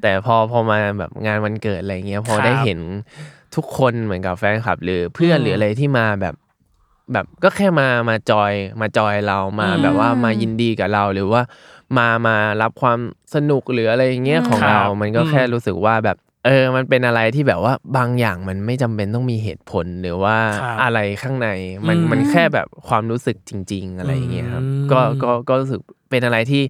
[SPEAKER 5] แต่พอพอมาแบบงานวันเกิดอะไรเงี้ย พอ
[SPEAKER 4] ครับ
[SPEAKER 5] ได้เห็นทุกคนเหมือนกับแฟนคลับ หรือเพื่อน
[SPEAKER 4] อืม
[SPEAKER 5] หรืออะไรที่มาแบบ แบบก็แค่มามาจอยมาจอยเรามา
[SPEAKER 4] อืม
[SPEAKER 5] แบบว่ามายินดีกับเราหรือว่า มามารับความสนุกหรืออะไรเงี้ยของ
[SPEAKER 4] ครับ
[SPEAKER 5] เรา มันก็
[SPEAKER 4] อืม
[SPEAKER 5] แค่รู้สึกว่าแบบ เออ มันเป็นอะไรที่แบบว่าบางอย่างมันไม่จำเป็นต้องมีเหตุผลหรือว่า
[SPEAKER 4] ครับ
[SPEAKER 5] อะไรข้างในมัน
[SPEAKER 4] อืม
[SPEAKER 5] มันแค่แบบความรู้สึกจริง ๆ อะไรอย่างเงี้ยครับ
[SPEAKER 4] อืม
[SPEAKER 5] ก็ก็ก็รู้สึกเป็นอะไรที่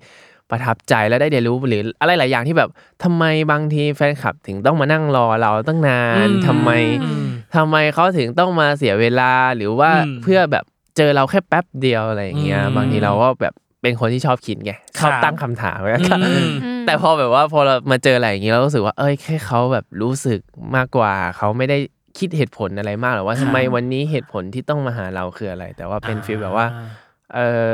[SPEAKER 5] ประทับใจและได้เรียนรู้หรืออะไรหลายอย่างที่แบบทำไมบางทีแฟนคลับถึงต้องมานั่งรอเราตั้งนานทำไม
[SPEAKER 4] อืม
[SPEAKER 5] ทำไมเขาถึงต้องมาเสียเวลาหรือว่า
[SPEAKER 4] อืม
[SPEAKER 5] เพื่อแบบเจอเราแค่แป๊บเดียวอะไรอย่างเงี้ย
[SPEAKER 4] อืม
[SPEAKER 5] บางทีเราก็แบบเป็นคนที่ชอบคิดไงชอบ
[SPEAKER 4] ครับ
[SPEAKER 5] ตั้งคำถามไง
[SPEAKER 4] อืม
[SPEAKER 5] แต่พอแบบว่าพอเรามาเจออะไรอย่างนี้เรารู้สึกว่าเอ้ยแค่เขาแบบรู้สึกมากกว่า เขาไม่ได้คิดเหตุผลอะไรมากหรอกว่าทำไมวันนี้เหตุผลที่ต้องมาหาเราคืออะไร แต่ว่าเป็นฟีลแบบว่าเออ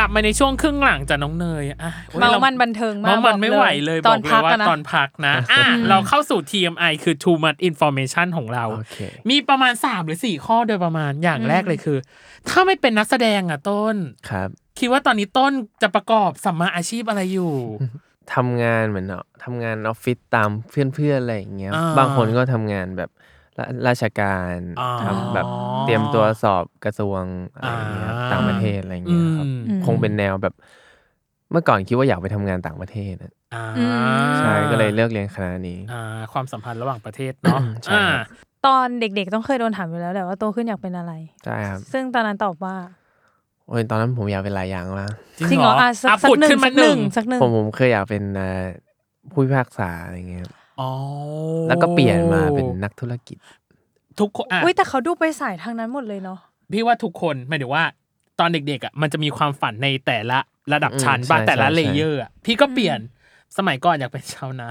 [SPEAKER 4] กลับมาในช่วงครึ่งหลังจากน้องเนยอ่ะโอ้ย
[SPEAKER 3] เมา
[SPEAKER 4] เรา
[SPEAKER 3] มันบันเทิงมาก
[SPEAKER 4] เมามันไม่
[SPEAKER 3] บอก
[SPEAKER 4] ไหวเลย
[SPEAKER 3] ต
[SPEAKER 4] บ
[SPEAKER 3] อ
[SPEAKER 4] อน กเล
[SPEAKER 3] พั
[SPEAKER 4] ย
[SPEAKER 3] ก
[SPEAKER 4] ว่า
[SPEAKER 3] อะนะ
[SPEAKER 4] ตอนพัก นะอ่ะเราเข้าสู่ TMI คือ too much information ของเรา
[SPEAKER 5] โอเค
[SPEAKER 4] มีประมาณ 3 หรือ 4 ข้อโดยประมาณอย่างแรกเลยคือ ถ้าไม่เป็นนักแสดงอ่ะต้น
[SPEAKER 5] ครับ
[SPEAKER 4] คิดว่าตอนนี้ต้นจะประกอบสัมมาอาชีพอะไรอยู่
[SPEAKER 5] ทำงานเหมือนเนาะทำงานออฟฟิศตามเพื่อนๆอะไรอย่างเงี้ย
[SPEAKER 4] อ่า
[SPEAKER 5] บางคนก็ทำงานแบบราราชการ
[SPEAKER 4] อ๋อ
[SPEAKER 5] ทำแบบเตรียมตัวสอบกระทรวงอะไรอย่างเงี้ยครับ
[SPEAKER 4] อ่า
[SPEAKER 5] ต่างประเทศอะไรอย่าง
[SPEAKER 4] อื
[SPEAKER 5] เงี้ยครับ
[SPEAKER 4] ม
[SPEAKER 5] คงเป็นแนวแบบ เมื่อก่อนคิดว่าอยากไปทำงานต่างประเทศนะ
[SPEAKER 4] อ่า
[SPEAKER 5] ใช่ก็เลยเลือกเรียนคณะนี้
[SPEAKER 4] อ่าความสัมพันธ์ระหว่างประเทศเนาะ
[SPEAKER 5] ใช่
[SPEAKER 4] อ่า
[SPEAKER 3] ตอนเด็กๆต้องเคยโดนถามอยู่แล้วแหละว่าโตขึ้นอยากเป็นอะไร
[SPEAKER 5] ใช่ครับ
[SPEAKER 3] ซึ่งตอนนั้นตอบว่า
[SPEAKER 5] โอ้ยตอนนั้นผมอยากเป็นหลายอย่างมาก
[SPEAKER 3] จริงเหรออ่ะสักสัก
[SPEAKER 4] ผุด
[SPEAKER 3] หนึ่ง
[SPEAKER 4] ขึ้
[SPEAKER 3] สั
[SPEAKER 4] นมาก ห
[SPEAKER 3] ห
[SPEAKER 4] นึ่
[SPEAKER 3] นึ่
[SPEAKER 4] ง
[SPEAKER 3] งสักหนึ่ง
[SPEAKER 5] ผมผมเคยอยากเป็นเอ่อผู้พิพากษาอะไรเงี้ยครับ
[SPEAKER 4] อ๋อ
[SPEAKER 5] แล้วก็เปลี่ยนมาเป็นนักธุรกิจ
[SPEAKER 4] ทุกคนอ่ะ
[SPEAKER 3] อุ้ยแต่เขาดูไปสายทางนั้นหมดเลยเนาะ
[SPEAKER 4] พี่ว่าทุกคนหมายถึงว่าตอนเด็กๆอ่ะมันจะมีความฝันในแต่ละระดับชั้น
[SPEAKER 5] อืม
[SPEAKER 4] บ้าง
[SPEAKER 5] ใช่
[SPEAKER 4] แต่ละ
[SPEAKER 5] ใช่
[SPEAKER 4] เลเยอร์อ่ะพี่ก็เปลี่ยนสมัยก่อนอยากเป็นชาวนา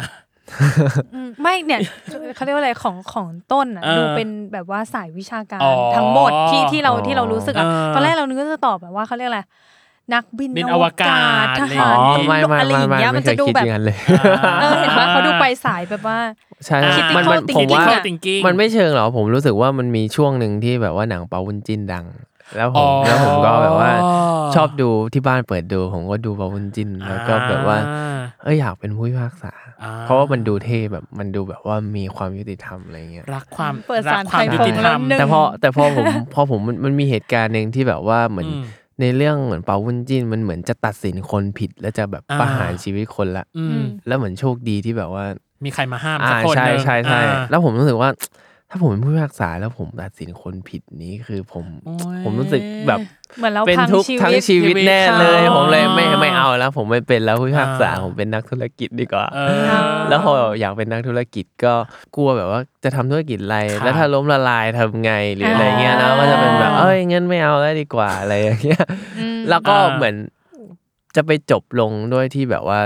[SPEAKER 3] อืมไม่เนี่ย เขาเรียกว่าอะไรของของต้นอ่ะ
[SPEAKER 4] เออ
[SPEAKER 3] ดูเป็นแบบว่าสายวิชาการ
[SPEAKER 4] อ๋อ
[SPEAKER 3] ทั้งหมดที่ที่เรา
[SPEAKER 5] อ๋อ
[SPEAKER 3] ที่เรารู้สึกอ่ะ
[SPEAKER 4] เออ
[SPEAKER 3] ตอนแรกเรานึกว่าจะตอบแบบว่าเขาเรียกอะไรนักบิน
[SPEAKER 4] บินอวกาศ
[SPEAKER 3] ท
[SPEAKER 4] อ๋
[SPEAKER 3] หา
[SPEAKER 4] อ
[SPEAKER 3] ร
[SPEAKER 4] เ
[SPEAKER 5] ไม่ไม่
[SPEAKER 3] อะไร
[SPEAKER 5] ไม่
[SPEAKER 3] อย่างเงี้ย
[SPEAKER 5] ไม่ไม่
[SPEAKER 3] มัน
[SPEAKER 5] เค
[SPEAKER 3] จะ
[SPEAKER 5] ย
[SPEAKER 3] ดู
[SPEAKER 5] คิด
[SPEAKER 3] แบ
[SPEAKER 5] อบ ย่างนั้นเลย
[SPEAKER 3] เออเห็นว่าเขาดูไปสายแบบว่า
[SPEAKER 5] ใช่
[SPEAKER 4] อ่า
[SPEAKER 5] มันมัน
[SPEAKER 3] critical
[SPEAKER 5] ผมว่า
[SPEAKER 4] critical thinking
[SPEAKER 5] มันไม่เชิงหรอกผมรู้สึกว่ามันมีช่วงหนึ่งที่แบบว่าหนังเปาวุ้นจินดัง แล้วผ
[SPEAKER 4] อ๋
[SPEAKER 5] ม
[SPEAKER 4] อ
[SPEAKER 5] แล้วผมก็แบบว่า ชอบดูที่บ้านเปิดดู ผมก็ดูเปาวุ้นจินแล้วก็แบบว่า
[SPEAKER 4] อ่า
[SPEAKER 5] เอออยากเป็นผู้พิพากษา
[SPEAKER 4] อ่า
[SPEAKER 5] เพราะว่ามันดูเท่แบบมันดูแบบว่ามีความยุติธรรมอะไรเงี้ย
[SPEAKER 4] รักความ
[SPEAKER 3] เปิดสาร
[SPEAKER 4] กความ
[SPEAKER 3] ไทย
[SPEAKER 4] ยุติธรร
[SPEAKER 3] ของ
[SPEAKER 4] ม
[SPEAKER 3] เราหนึ่ง
[SPEAKER 5] แต่พอแต่พอ ผม พอผมมันมันมีเหตุการณ์หนึ่งที่แบบว่าเหมือน
[SPEAKER 4] อืม
[SPEAKER 5] ในเรื่องเหมือนเปาวุ้นจินมันเหมือนจะตัดสินคนผิด แล้วจะแบบ
[SPEAKER 4] อ่า
[SPEAKER 5] ประหารชีวิตคนละ
[SPEAKER 4] อืม
[SPEAKER 5] แล้วเหมือนโชคดีที่แบบว่า
[SPEAKER 4] มีใครมาห้าม
[SPEAKER 5] อ่า
[SPEAKER 4] สักคน
[SPEAKER 5] ใช่
[SPEAKER 4] หนึ่ง
[SPEAKER 5] ใช่ใช่
[SPEAKER 4] อ่า
[SPEAKER 5] แล้วผมรู้สึกว่า ถ้าผมเป็นผู้พิพากษาแล้วผมตัดสินคนผิดนี้คือผม
[SPEAKER 4] โอ้ย
[SPEAKER 5] ผมรู้สึกแบบ
[SPEAKER 3] เหมือนเรา
[SPEAKER 5] เป็น
[SPEAKER 3] พัง
[SPEAKER 5] ทุกข์
[SPEAKER 3] ชี
[SPEAKER 5] ทั้ง
[SPEAKER 3] วิต
[SPEAKER 5] ชีวิตแน่เลย
[SPEAKER 3] ชีวิตเขา
[SPEAKER 5] ผมเลยไม่ไม่เอาแล้ว ผมไม่เป็นแล้วผู้พิพากษา
[SPEAKER 4] อ่า
[SPEAKER 5] ผมเป็นนักธุรกิจดีกว่า
[SPEAKER 4] เออ
[SPEAKER 5] แล้วพออยากเป็นนักธุรกิจก็กลัวแบบว่าจะทำธุรกิจอะไร
[SPEAKER 4] ครับ
[SPEAKER 5] แล้วถ้าล้มละลายทำไงหรืออะไรเงี้ยแล้ว
[SPEAKER 4] อ๋อ
[SPEAKER 5] ก็จะเป็นแบบเอ้ยงั้นไม่เอาแล้วดีกว่าอะไรอย่างเงี้ยแล้วก็
[SPEAKER 4] อ่า
[SPEAKER 5] เหมือนจะไปจบลงด้วยที่แบบว่า